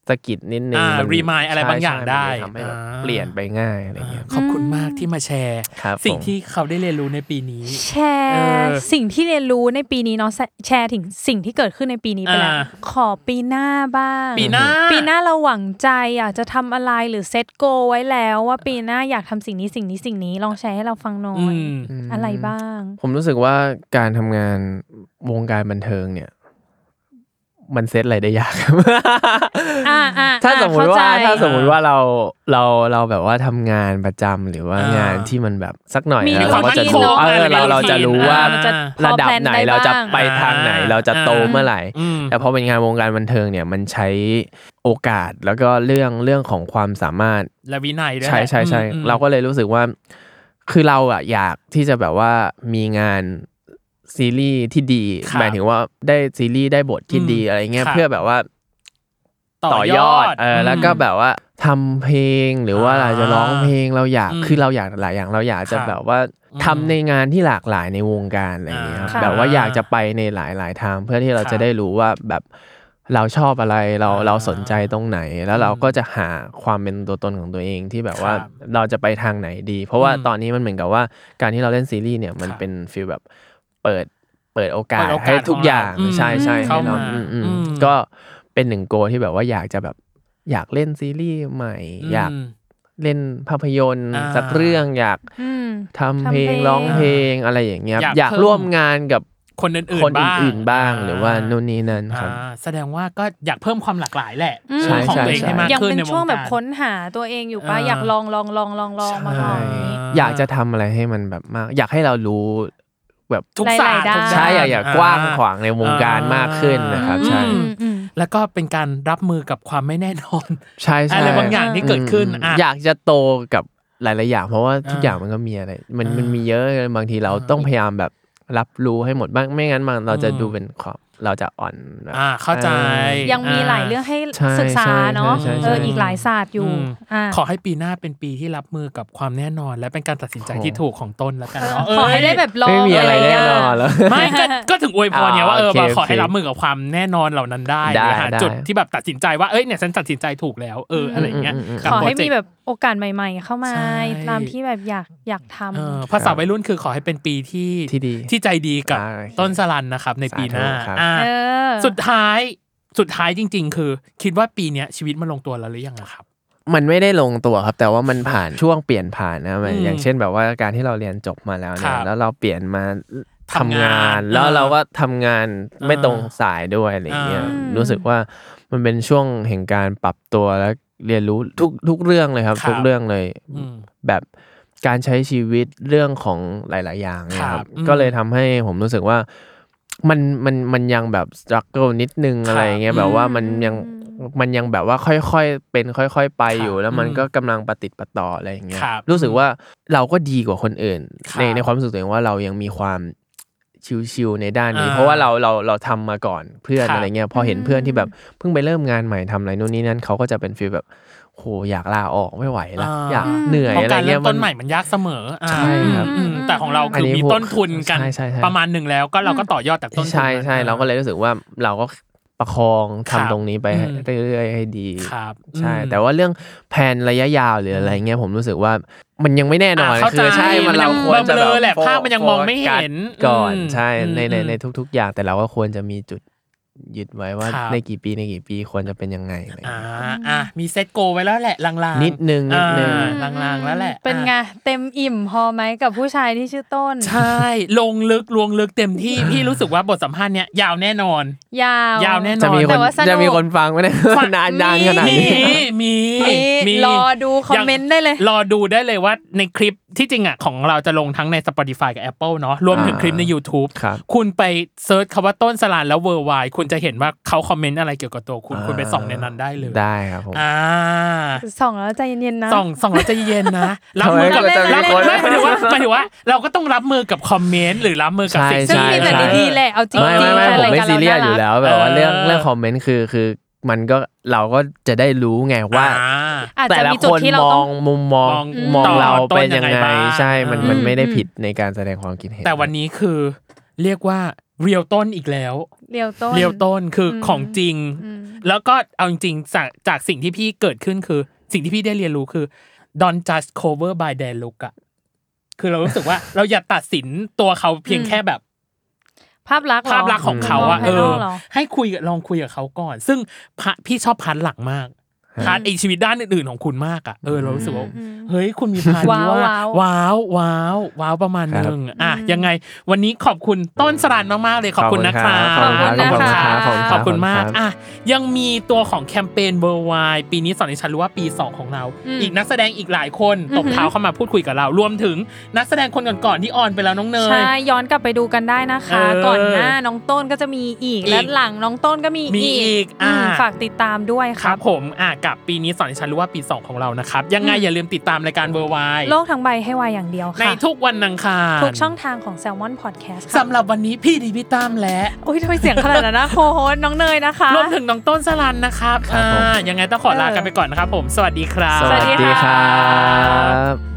[SPEAKER 5] สะกิดนิดนึง
[SPEAKER 4] อ่า
[SPEAKER 5] มัน
[SPEAKER 4] remind อะไร
[SPEAKER 5] ใช่
[SPEAKER 4] บางอย่าง
[SPEAKER 5] ใช่
[SPEAKER 4] ได้
[SPEAKER 5] มันจะทำให้แบบ
[SPEAKER 4] อ่า
[SPEAKER 5] เปลี่ยนไปง่ายอะไรเงี้ย
[SPEAKER 4] ขอบคุณมากที่มาแชร์
[SPEAKER 5] ครับ
[SPEAKER 4] สิ่ง
[SPEAKER 5] ผม
[SPEAKER 4] ที่เขาได้เรียนรู้ในปีนี้
[SPEAKER 3] แช
[SPEAKER 4] เอ
[SPEAKER 3] ร์
[SPEAKER 4] อ
[SPEAKER 3] สิ่งที่เรียนรู้ในปีนี้เนาะแชแชร์ถึงสิ่งที่เกิดขึ้นในปีนี้ไปแล้ว
[SPEAKER 4] อ่า
[SPEAKER 3] ขอปีหน้าบ้าง
[SPEAKER 4] ปีหน้า
[SPEAKER 3] ปีหน้าเราหวังใจอยากจะทำอะไรหรือเซตโกไว้แล้วว่าปีหน้าอยากทำสิ่งนี้สิ่งนี้สิ่งนี้ลองแชร์ให้เราฟังหน่อ
[SPEAKER 4] อื
[SPEAKER 3] ย
[SPEAKER 4] ม
[SPEAKER 3] อะไรบ้าง
[SPEAKER 5] ผมรู้สึกว่าการทำงานวงการบันเทิงเนี่ย มันเซตอะไรได้ยาก
[SPEAKER 3] อ่าอ่า
[SPEAKER 5] ถ้าสมมติว่า
[SPEAKER 3] เข้ใจ
[SPEAKER 5] ถ้าสมมติว่าเราเราเราแบบว่าทำงานประจำหรือว่า
[SPEAKER 4] อ่าง
[SPEAKER 5] งานที่มันแบบสักหน่อย
[SPEAKER 3] มี
[SPEAKER 5] แล้ว
[SPEAKER 4] คว
[SPEAKER 5] เรา
[SPEAKER 4] ม
[SPEAKER 5] ก็
[SPEAKER 4] มั่
[SPEAKER 5] จะ
[SPEAKER 4] น
[SPEAKER 3] รูที
[SPEAKER 4] ค
[SPEAKER 5] รู้
[SPEAKER 3] น
[SPEAKER 4] ง
[SPEAKER 3] อะ
[SPEAKER 5] เออ
[SPEAKER 4] ใน
[SPEAKER 5] เราเราจะรู้ว่า
[SPEAKER 3] มันจะพอ
[SPEAKER 5] ระดับ
[SPEAKER 3] แพล
[SPEAKER 5] ไหน
[SPEAKER 3] ด้
[SPEAKER 5] เราจะ
[SPEAKER 3] บ้ง
[SPEAKER 5] ไปทางไหนเราจะโตเมื่อไหร่
[SPEAKER 4] อืม
[SPEAKER 5] แต่พอเป็นงานวงการบันเทิงเนี่ยมันใช้โอกาสแล้วก็เรื่องเรื่องของความสามารถ
[SPEAKER 4] และวินัยด้วย
[SPEAKER 5] ใช่ใช่ใช่
[SPEAKER 4] อืมอืม
[SPEAKER 5] เราก็เลยรู้สึกว่า คือเราอะอยากที่จะแบบว่ามีงานซีรีส์ที่ดี
[SPEAKER 4] ครับ
[SPEAKER 5] หมายถึงว่าได้ซีรีส์ได้บทที่ดี
[SPEAKER 4] อืม
[SPEAKER 5] อะไรเงี้ย
[SPEAKER 4] ครับ
[SPEAKER 5] เพื่อแบบว่า ต่อยอด เออ แล้วก็แบบว่าทำเพลงหรือว่า
[SPEAKER 4] อ่า
[SPEAKER 5] เราจะร้องเพลงเราอยาก
[SPEAKER 4] อืม
[SPEAKER 5] คือเราอยากหลายอย่างเราอยากจะ
[SPEAKER 4] ครับ
[SPEAKER 5] แบบว่า
[SPEAKER 4] อืม
[SPEAKER 5] ทำในงานที่หลากหลายในวงการอะไรอย่างเงี้ยครับ
[SPEAKER 3] ค่ะ
[SPEAKER 5] แบบว่าอยากจะไปในหลาย ๆ ทางเพื่อที่เรา
[SPEAKER 4] ครับ
[SPEAKER 5] จะได้รู้ว่าแบบเราชอบอะไรเรา
[SPEAKER 4] อ่า
[SPEAKER 5] เราสนใจตรงไหน แล้วเรา
[SPEAKER 4] อืม
[SPEAKER 5] ก็จะหาความเป็นตัวตนของตัวเองที่แบบว่า
[SPEAKER 4] ครับ
[SPEAKER 5] เราจะไปทางไหนดี เพราะว่า
[SPEAKER 4] อืม
[SPEAKER 5] ตอนนี้มันเหมือนกับว่าการที่เราเล่นซีรีส์เนี่ยมัน
[SPEAKER 4] ครับ
[SPEAKER 5] เป็นฟีลแบบเปิดเปิดโอกา
[SPEAKER 4] เปิ
[SPEAKER 5] ส
[SPEAKER 4] ดโอกาส
[SPEAKER 5] ให้ทุกอย่าง
[SPEAKER 4] ขเร
[SPEAKER 5] ใช่ใช่ให้
[SPEAKER 4] เข้ามา
[SPEAKER 5] เราอืมอืม
[SPEAKER 4] อืม
[SPEAKER 5] ก็เป็นหนึ่งโกที่แบบว่าอยากจะแบบ อยากเล่นซีรีส์ใหม่ อยากเล่นภาพยนตร์
[SPEAKER 4] อ่า
[SPEAKER 5] สักเรื่องอยาก
[SPEAKER 3] อืม
[SPEAKER 5] ทำเพล
[SPEAKER 3] ทำเพลง
[SPEAKER 5] งร้องเพลงอะไรอย่างเงี้ย
[SPEAKER 4] อยาก
[SPEAKER 5] อยาก
[SPEAKER 4] เพิ่ม
[SPEAKER 5] ร่วมงานกับ
[SPEAKER 4] คนอื่น
[SPEAKER 5] คน
[SPEAKER 4] ๆบ้าง
[SPEAKER 5] อื่นๆบ้างหรือว่านู่นนี่นั่นครับ
[SPEAKER 4] อ่าแสดงว่าก็อยากเพิ่มความหลากหลายแหละ
[SPEAKER 3] อืม
[SPEAKER 4] เรื่องของ
[SPEAKER 5] ใช่
[SPEAKER 4] ตัวเอง
[SPEAKER 5] ใช่
[SPEAKER 4] ให้มาก
[SPEAKER 3] ยัง
[SPEAKER 4] ขึ้น
[SPEAKER 3] เป็น
[SPEAKER 4] ในวงการ
[SPEAKER 3] ช่วงแบบค้นหาตัวเองอยู่ปะ
[SPEAKER 4] อ่า
[SPEAKER 3] อยากลองลองลองลองลองมาลองอย่างนี้
[SPEAKER 5] อยากจะทำอะไรให้มันแบบมาก อยากให้เรารู้แบบ
[SPEAKER 4] ทุกศาสต
[SPEAKER 3] ราย
[SPEAKER 4] ร์
[SPEAKER 3] ได้
[SPEAKER 4] ทุกด้น
[SPEAKER 5] ใช่อยากอยากกว้างขวางในวงการมากขึ้นนะครับ ใช่
[SPEAKER 3] อืมอืม
[SPEAKER 4] แล้วก็เป็นการรับมือกับความไม่แน่นอน
[SPEAKER 5] ใช่ใช่
[SPEAKER 4] อะไรบางอย่างที่เกิดขึ้น
[SPEAKER 5] อืม
[SPEAKER 4] อ่ะ
[SPEAKER 5] อยากจะโตกับหลายๆอย่าง เพราะว่าทุก
[SPEAKER 4] อ่า
[SPEAKER 5] อย่างมันก็มีอะไร มัน
[SPEAKER 4] อ่ามั
[SPEAKER 5] มันมีเยอะบางทีเราต้องพยายามแบบรับรู้ให้หมดบ้างไม่งั้นมันเราจะ
[SPEAKER 4] อืม
[SPEAKER 5] ดูเป็นความเราจะอ่อนแบบ
[SPEAKER 4] อ่าเข้าใจ
[SPEAKER 3] ยังมีหลายเรื่องให้
[SPEAKER 5] ใช่
[SPEAKER 3] ศึกษา
[SPEAKER 5] ใช่
[SPEAKER 3] เนาะ
[SPEAKER 5] ใช่ใช่
[SPEAKER 3] เออ
[SPEAKER 5] ใช่
[SPEAKER 3] อีกหลายศาสตร์อยู่
[SPEAKER 4] อืม
[SPEAKER 3] อ่า
[SPEAKER 4] ขอให้ปีหน้าเป็นปีที่รับมือกับความแน่นอน และเป็นการตัดสินใจที่ถูกของต้นแล้วกันเนะ
[SPEAKER 3] ขอให้ได้แบบลอง
[SPEAKER 5] ไม่มีอะไร
[SPEAKER 3] ย่าง
[SPEAKER 5] แน่
[SPEAKER 3] เงี้ย
[SPEAKER 5] นอนแล้ว
[SPEAKER 4] ไม่ก็ก็ถึงอวยพรเนี่ยว่าเออ
[SPEAKER 5] อ่า
[SPEAKER 4] แบ
[SPEAKER 5] โอเค
[SPEAKER 4] บขอให้
[SPEAKER 5] โอเค
[SPEAKER 4] รับมือกับความแน่นอนเหล่านั้นได้
[SPEAKER 5] ได้
[SPEAKER 4] หรือหา
[SPEAKER 5] ได้
[SPEAKER 4] จุดที่แบบตัดสินใจว่าเอ้ยเนี่ยฉันตัดสินใจถูกแล้วเอออะไรอย่างเงี้ย
[SPEAKER 5] อืมอืมอืม
[SPEAKER 4] กับ
[SPEAKER 3] ขอ
[SPEAKER 4] โปร
[SPEAKER 3] ให้
[SPEAKER 4] เจ
[SPEAKER 3] มี
[SPEAKER 4] กต์
[SPEAKER 3] แบบโอกาสใหม่ ๆ เข้ามา
[SPEAKER 4] ใช่
[SPEAKER 3] ตามที่แบบอยากอยากทำ
[SPEAKER 4] เออภาษาวัยรุ่นคือขอให้เป็นปีที่
[SPEAKER 5] ที่ดี
[SPEAKER 4] ที่ใจดีกับ
[SPEAKER 5] อ่าโอเค
[SPEAKER 4] ต้นสลันนะครับ ในปีหน้า
[SPEAKER 5] สาธุครับ
[SPEAKER 4] อ่า
[SPEAKER 3] เออ
[SPEAKER 4] สุดท้ายสุดท้ายจริง ๆ คือ คิดว่าปีเนี้ยชีวิตมันลงตัวแล้วหรือยังอะครับ
[SPEAKER 5] มันไม่ได้ลงตัวครับ แต่ว่ามันผ่านช่วงเปลี่ยนผ่านนะมัน
[SPEAKER 4] อืม
[SPEAKER 5] อย่างเช่นแบบว่าการที่เราเรียนจบมาแล้วเนี่
[SPEAKER 4] ค
[SPEAKER 5] ย
[SPEAKER 4] รับ
[SPEAKER 5] แล้วเราเปลี่ยนมาทำ
[SPEAKER 4] ทำงาง
[SPEAKER 5] าน น แล้ว
[SPEAKER 4] อ่า
[SPEAKER 5] เราก็ทำงานไม่
[SPEAKER 4] อ่า
[SPEAKER 5] ตรงสายด้วยอะไรอย่างเงี้ย
[SPEAKER 4] อ่ารู้
[SPEAKER 5] รู้สึกว่ามันเป็นช่วงแห่งการปรับตัวและเรียนรู้ทุกทุกเรื่องเลยครับ
[SPEAKER 4] ครับ
[SPEAKER 5] ทุกเรื่องเลย
[SPEAKER 4] อืม
[SPEAKER 5] แบบการใช้ชีวิตเรื่องของหลาย ๆ อย่างเนย
[SPEAKER 4] ค
[SPEAKER 5] ค
[SPEAKER 4] รับ
[SPEAKER 5] รั
[SPEAKER 4] บ อืม
[SPEAKER 5] ก็เลยทำให้ผมรู้สึกว่ามันมันมันยังแบบสครัลเกิลนิดนึงอะไรอย่างเงี้ย
[SPEAKER 4] ครับ
[SPEAKER 5] แบบว่า
[SPEAKER 3] อืม
[SPEAKER 5] มันยัง มันยังแบบว่าค่อยๆ เป็นค่อย ๆ ไป
[SPEAKER 4] ครับ
[SPEAKER 5] อยู่แล้วมัน
[SPEAKER 4] อืม
[SPEAKER 5] ก็กำลังปะติดปะต่ออะไรอย่างเงี้ย
[SPEAKER 4] ครับ
[SPEAKER 5] รู้สึกว่าเราก็ดีกว่าคนอื่น
[SPEAKER 4] ครับ
[SPEAKER 5] ในในความรู้สึกตัวเองว่าเรายังมีความชิวๆในด้านนี้
[SPEAKER 4] อ่า
[SPEAKER 5] เพราะว่าเราเราเราทำมาก่อนเพื่อน
[SPEAKER 4] ครับ
[SPEAKER 5] อะไรเงี้ยพอเห็นเพื่อนที่แบบเพิ่งไปเริ่มงานใหม่ทำอะไรนู่นนี่นั่นเขาก็จะเป็นฟีลแบบโหอยากลาออกไม่ไหวละ
[SPEAKER 4] อ่า
[SPEAKER 5] อยากเหนื่อย
[SPEAKER 4] เพราะ
[SPEAKER 5] อะไร
[SPEAKER 4] การเริ่
[SPEAKER 5] เงี้ย
[SPEAKER 4] มต้นใหม่มันยากเสมออ่า
[SPEAKER 5] ใช่ครับ
[SPEAKER 4] อืมอืมแต่ของเรา
[SPEAKER 5] อั
[SPEAKER 4] คื
[SPEAKER 5] น
[SPEAKER 4] อ
[SPEAKER 5] นี้
[SPEAKER 4] มี
[SPEAKER 5] พวก
[SPEAKER 4] ต้นทุนกัน
[SPEAKER 5] ใช่ใช่ใช่
[SPEAKER 4] ประมาณหนึ่งแล้วก็เราก็ต่อยอดจากต้นทุน
[SPEAKER 5] ใช่ใช่
[SPEAKER 4] นั้น
[SPEAKER 5] เราก็เลยรู้สึกว่าเราก็ประคอง
[SPEAKER 4] ครั
[SPEAKER 5] ทำ
[SPEAKER 4] บ
[SPEAKER 5] ตรงนี้ไปให้
[SPEAKER 4] อืม
[SPEAKER 5] เรื่อยๆให้ดี
[SPEAKER 4] ครับ
[SPEAKER 5] ใช่
[SPEAKER 4] อืม
[SPEAKER 5] แต่ว่าเรื่องแผนระยะยาวหรืออะไรเงี้ยผมรู้สึกว่ามันยังไม่แน่นอน
[SPEAKER 4] อ่ะเข้าใจ
[SPEAKER 5] คือใช่มันเราควรจะ
[SPEAKER 4] มันเบ
[SPEAKER 5] แบบ
[SPEAKER 4] ลอแหละ
[SPEAKER 5] โฟกัส
[SPEAKER 4] ภาพมันยังมองไม่เห็น
[SPEAKER 5] ก่อน
[SPEAKER 4] อืม
[SPEAKER 5] ใช่ในใน
[SPEAKER 4] อืม
[SPEAKER 5] ในทุก ๆ อย่างแต่เราก็ควรจะมีจุดยึดไว้ว่า
[SPEAKER 4] ครับ
[SPEAKER 5] ในกี่ปีในกี่ปีควรจะเป็นยังไงอะไร
[SPEAKER 4] อ่า
[SPEAKER 5] เงี้ย
[SPEAKER 4] อ่ะมีเซตโกลไว้แล้วแหละลางๆ
[SPEAKER 5] นิดนึงนิดนึง
[SPEAKER 4] อ่าลางๆแล้วแหละ
[SPEAKER 3] เป็นไง
[SPEAKER 4] อ่ะ
[SPEAKER 3] เต็มอิ่มพอไหมกับผู้ชายที่ชื่อต้น
[SPEAKER 4] ใช่ ลงลึกลวงลึกเต็ม ที่ พี่รู้สึกว่าบทสัมภาษณ์เนี้ยยาวแน่นอน
[SPEAKER 3] ยาวย
[SPEAKER 4] าวแน่นอน
[SPEAKER 5] จะมีค
[SPEAKER 3] แต่
[SPEAKER 5] น
[SPEAKER 3] ว่าสนุก
[SPEAKER 5] จะมีคนฟังไหมเนี่ย
[SPEAKER 4] ฟัง
[SPEAKER 5] นานนานขนาด
[SPEAKER 4] มี
[SPEAKER 5] นี้
[SPEAKER 4] มี
[SPEAKER 3] มีรอดูคอมเมนต์ได้เลย
[SPEAKER 4] รอดูได้เลยว่าในคลิปที่จริงอ่ะของเราจะลงทั้งใน Spotify กับ Apple เนาะรวมถึง
[SPEAKER 5] อ่า
[SPEAKER 4] คลิปใน YouTube
[SPEAKER 5] ครับ
[SPEAKER 4] คุณไปเซิร์ชคำว่าต้นสลานแล้วเวอร์ไวคุณจะเห็นว่าเขาคอมเมนต์อะไรเกี่ยวกับตัวคุณ
[SPEAKER 5] อ่า
[SPEAKER 4] คุณไปส่องในนั้นได้เลย
[SPEAKER 5] ได้ครับผม
[SPEAKER 4] อ่า
[SPEAKER 3] ส่องแล้วใจเย็นๆนะ
[SPEAKER 4] ส่องส่องแล้วใจเย็นนะ รับมือกับ
[SPEAKER 5] ทำไมก็จะ
[SPEAKER 4] รับ
[SPEAKER 5] มีคน
[SPEAKER 4] ไม่หมายถึงว่าหมายถึงว่าเราก็ต้องรับมือกับคอมเมนต์หรือรับมือกับสิ่ง
[SPEAKER 3] ซึ่งมีแต่
[SPEAKER 5] ใช่
[SPEAKER 3] ดีๆแหละเอาจริง
[SPEAKER 5] ไม่
[SPEAKER 3] ๆ
[SPEAKER 5] ไม่ไม่
[SPEAKER 3] แฟน
[SPEAKER 5] ผม
[SPEAKER 3] ราย
[SPEAKER 5] ไม่
[SPEAKER 3] การ
[SPEAKER 5] ซี
[SPEAKER 3] เรา
[SPEAKER 5] เรียส
[SPEAKER 3] น่า
[SPEAKER 5] อยู่
[SPEAKER 3] รัก
[SPEAKER 5] แล้วแบบว่าเรื่องเรื่องคอมเมนต์คือคือมันก็เราก็จะได้รู้ไงว่า
[SPEAKER 4] อ่
[SPEAKER 3] อาจ
[SPEAKER 5] แต่
[SPEAKER 3] จะ
[SPEAKER 5] ละ
[SPEAKER 3] มีจุ
[SPEAKER 5] ค
[SPEAKER 3] ด
[SPEAKER 5] น
[SPEAKER 3] ที่เรา
[SPEAKER 5] มอ
[SPEAKER 3] ต้อง ง
[SPEAKER 5] มุมมอง
[SPEAKER 4] มอง
[SPEAKER 5] มอง
[SPEAKER 4] ต่อ
[SPEAKER 5] เรา
[SPEAKER 4] ต้น
[SPEAKER 5] เป็น
[SPEAKER 4] ยั
[SPEAKER 5] ยัง ง
[SPEAKER 4] ไง
[SPEAKER 5] ไง
[SPEAKER 4] บ้าง
[SPEAKER 5] ใช่มัน
[SPEAKER 4] อืม
[SPEAKER 5] มันไม่ได้
[SPEAKER 3] อืม
[SPEAKER 5] ผิดในการแสดงความคิดเห็น
[SPEAKER 4] แต่วันนี้คือเรียกว่าเรียวต้นอีกแล้ว
[SPEAKER 3] เรียวต้น
[SPEAKER 4] เรียวต้นคืออ
[SPEAKER 3] ม
[SPEAKER 4] ของจริง
[SPEAKER 3] อืม
[SPEAKER 4] แล้วก็เอาจริงๆจากจากสิ่งที่พี่เกิดขึ้นคือ สิ่งที่พี่ได้เรียนรู้คือ don't just cover by their look อะคือเรารู้สึก ว่า เราอย่าตัดสินตัวเขาเพียงแค่แบบ
[SPEAKER 3] ภาพลักษณ์เหร
[SPEAKER 4] ภาพลักษณ์ของเขาอะ
[SPEAKER 3] ม
[SPEAKER 4] เอ
[SPEAKER 3] ภยน
[SPEAKER 4] อ
[SPEAKER 3] กหร
[SPEAKER 4] ให้คุยกับลองคุยกับเขาก่อน ซึ่งพระพี่ชอบพาร์ทหลังมากพาร์ทไอชีวิตด้านอื่นๆของคุณมากอะเออเรารู้สึกว่า
[SPEAKER 3] อืม
[SPEAKER 4] เฮ้ยคุณมีพาร์ทนี้ว่า
[SPEAKER 3] ว้าวว้า
[SPEAKER 4] ว้าว วว้าวว้าวประมาณหนึงอ่ะยังไงวันนี้ขอบคุณต้นสรานมากๆเลยขอบคุณนะครับ
[SPEAKER 5] ขอบคุณ
[SPEAKER 3] ขอบ
[SPEAKER 5] รั
[SPEAKER 3] คุณนะคะ
[SPEAKER 5] ขอบคุณ
[SPEAKER 4] ข
[SPEAKER 5] รั
[SPEAKER 4] อบคุณมาก
[SPEAKER 5] รั
[SPEAKER 4] อ่ะ ยังมีตัวของแคมเปญเบอร์ไวปีนี้สอนให้ฉันรู้ว่าปี 2 ของเรา
[SPEAKER 3] อืม
[SPEAKER 4] อีกนักแสดงอีกหลายคน
[SPEAKER 3] อือหือ
[SPEAKER 4] ตบเท้าเข้ามาพูดคุยกับเรา รวมถึงนักแสดงคนก่อนๆที่ออนไปแล้วน้องเนย
[SPEAKER 3] ใช่ย้อนกลับไปดูกันได้นะคะ
[SPEAKER 4] เออ
[SPEAKER 3] ก่อนหน้าน้องต้นก็จะมีอีก
[SPEAKER 4] อีก
[SPEAKER 3] และหลังน้องต้นก็มี
[SPEAKER 4] มีอีกอ่า
[SPEAKER 3] มฝากติดตามด้วย
[SPEAKER 4] ค
[SPEAKER 3] ครั
[SPEAKER 4] รับบ ผมอ่ะกับปีนี้สอนให้ฉันรู้ว่าปี 2 ของเรานะครับ ยังไง
[SPEAKER 3] อืม
[SPEAKER 4] อย่าลืมติดตามรายการเบอร์ไว
[SPEAKER 3] โลกทั้งใบให้วายอย่างเดียว
[SPEAKER 4] ใน
[SPEAKER 3] ค่ะ
[SPEAKER 4] ทุกวันอังคาร
[SPEAKER 3] ทุกช่องทางของ Salmon Podcast ค่ะ
[SPEAKER 4] สำหรับวันนี้พี่ดีพี่ตั้มและ
[SPEAKER 3] โอ้ยทำไมเสียงขนาดนั้นนะโคโฮสน้องเนยนะคะ
[SPEAKER 4] รวมถึงน้องต้นสลันนะครับ
[SPEAKER 5] ครับผม
[SPEAKER 4] อ่ายังไงต้องขอลากันไปก่อนนะครับผม สวัสดีครับ
[SPEAKER 5] สวัสดีครับ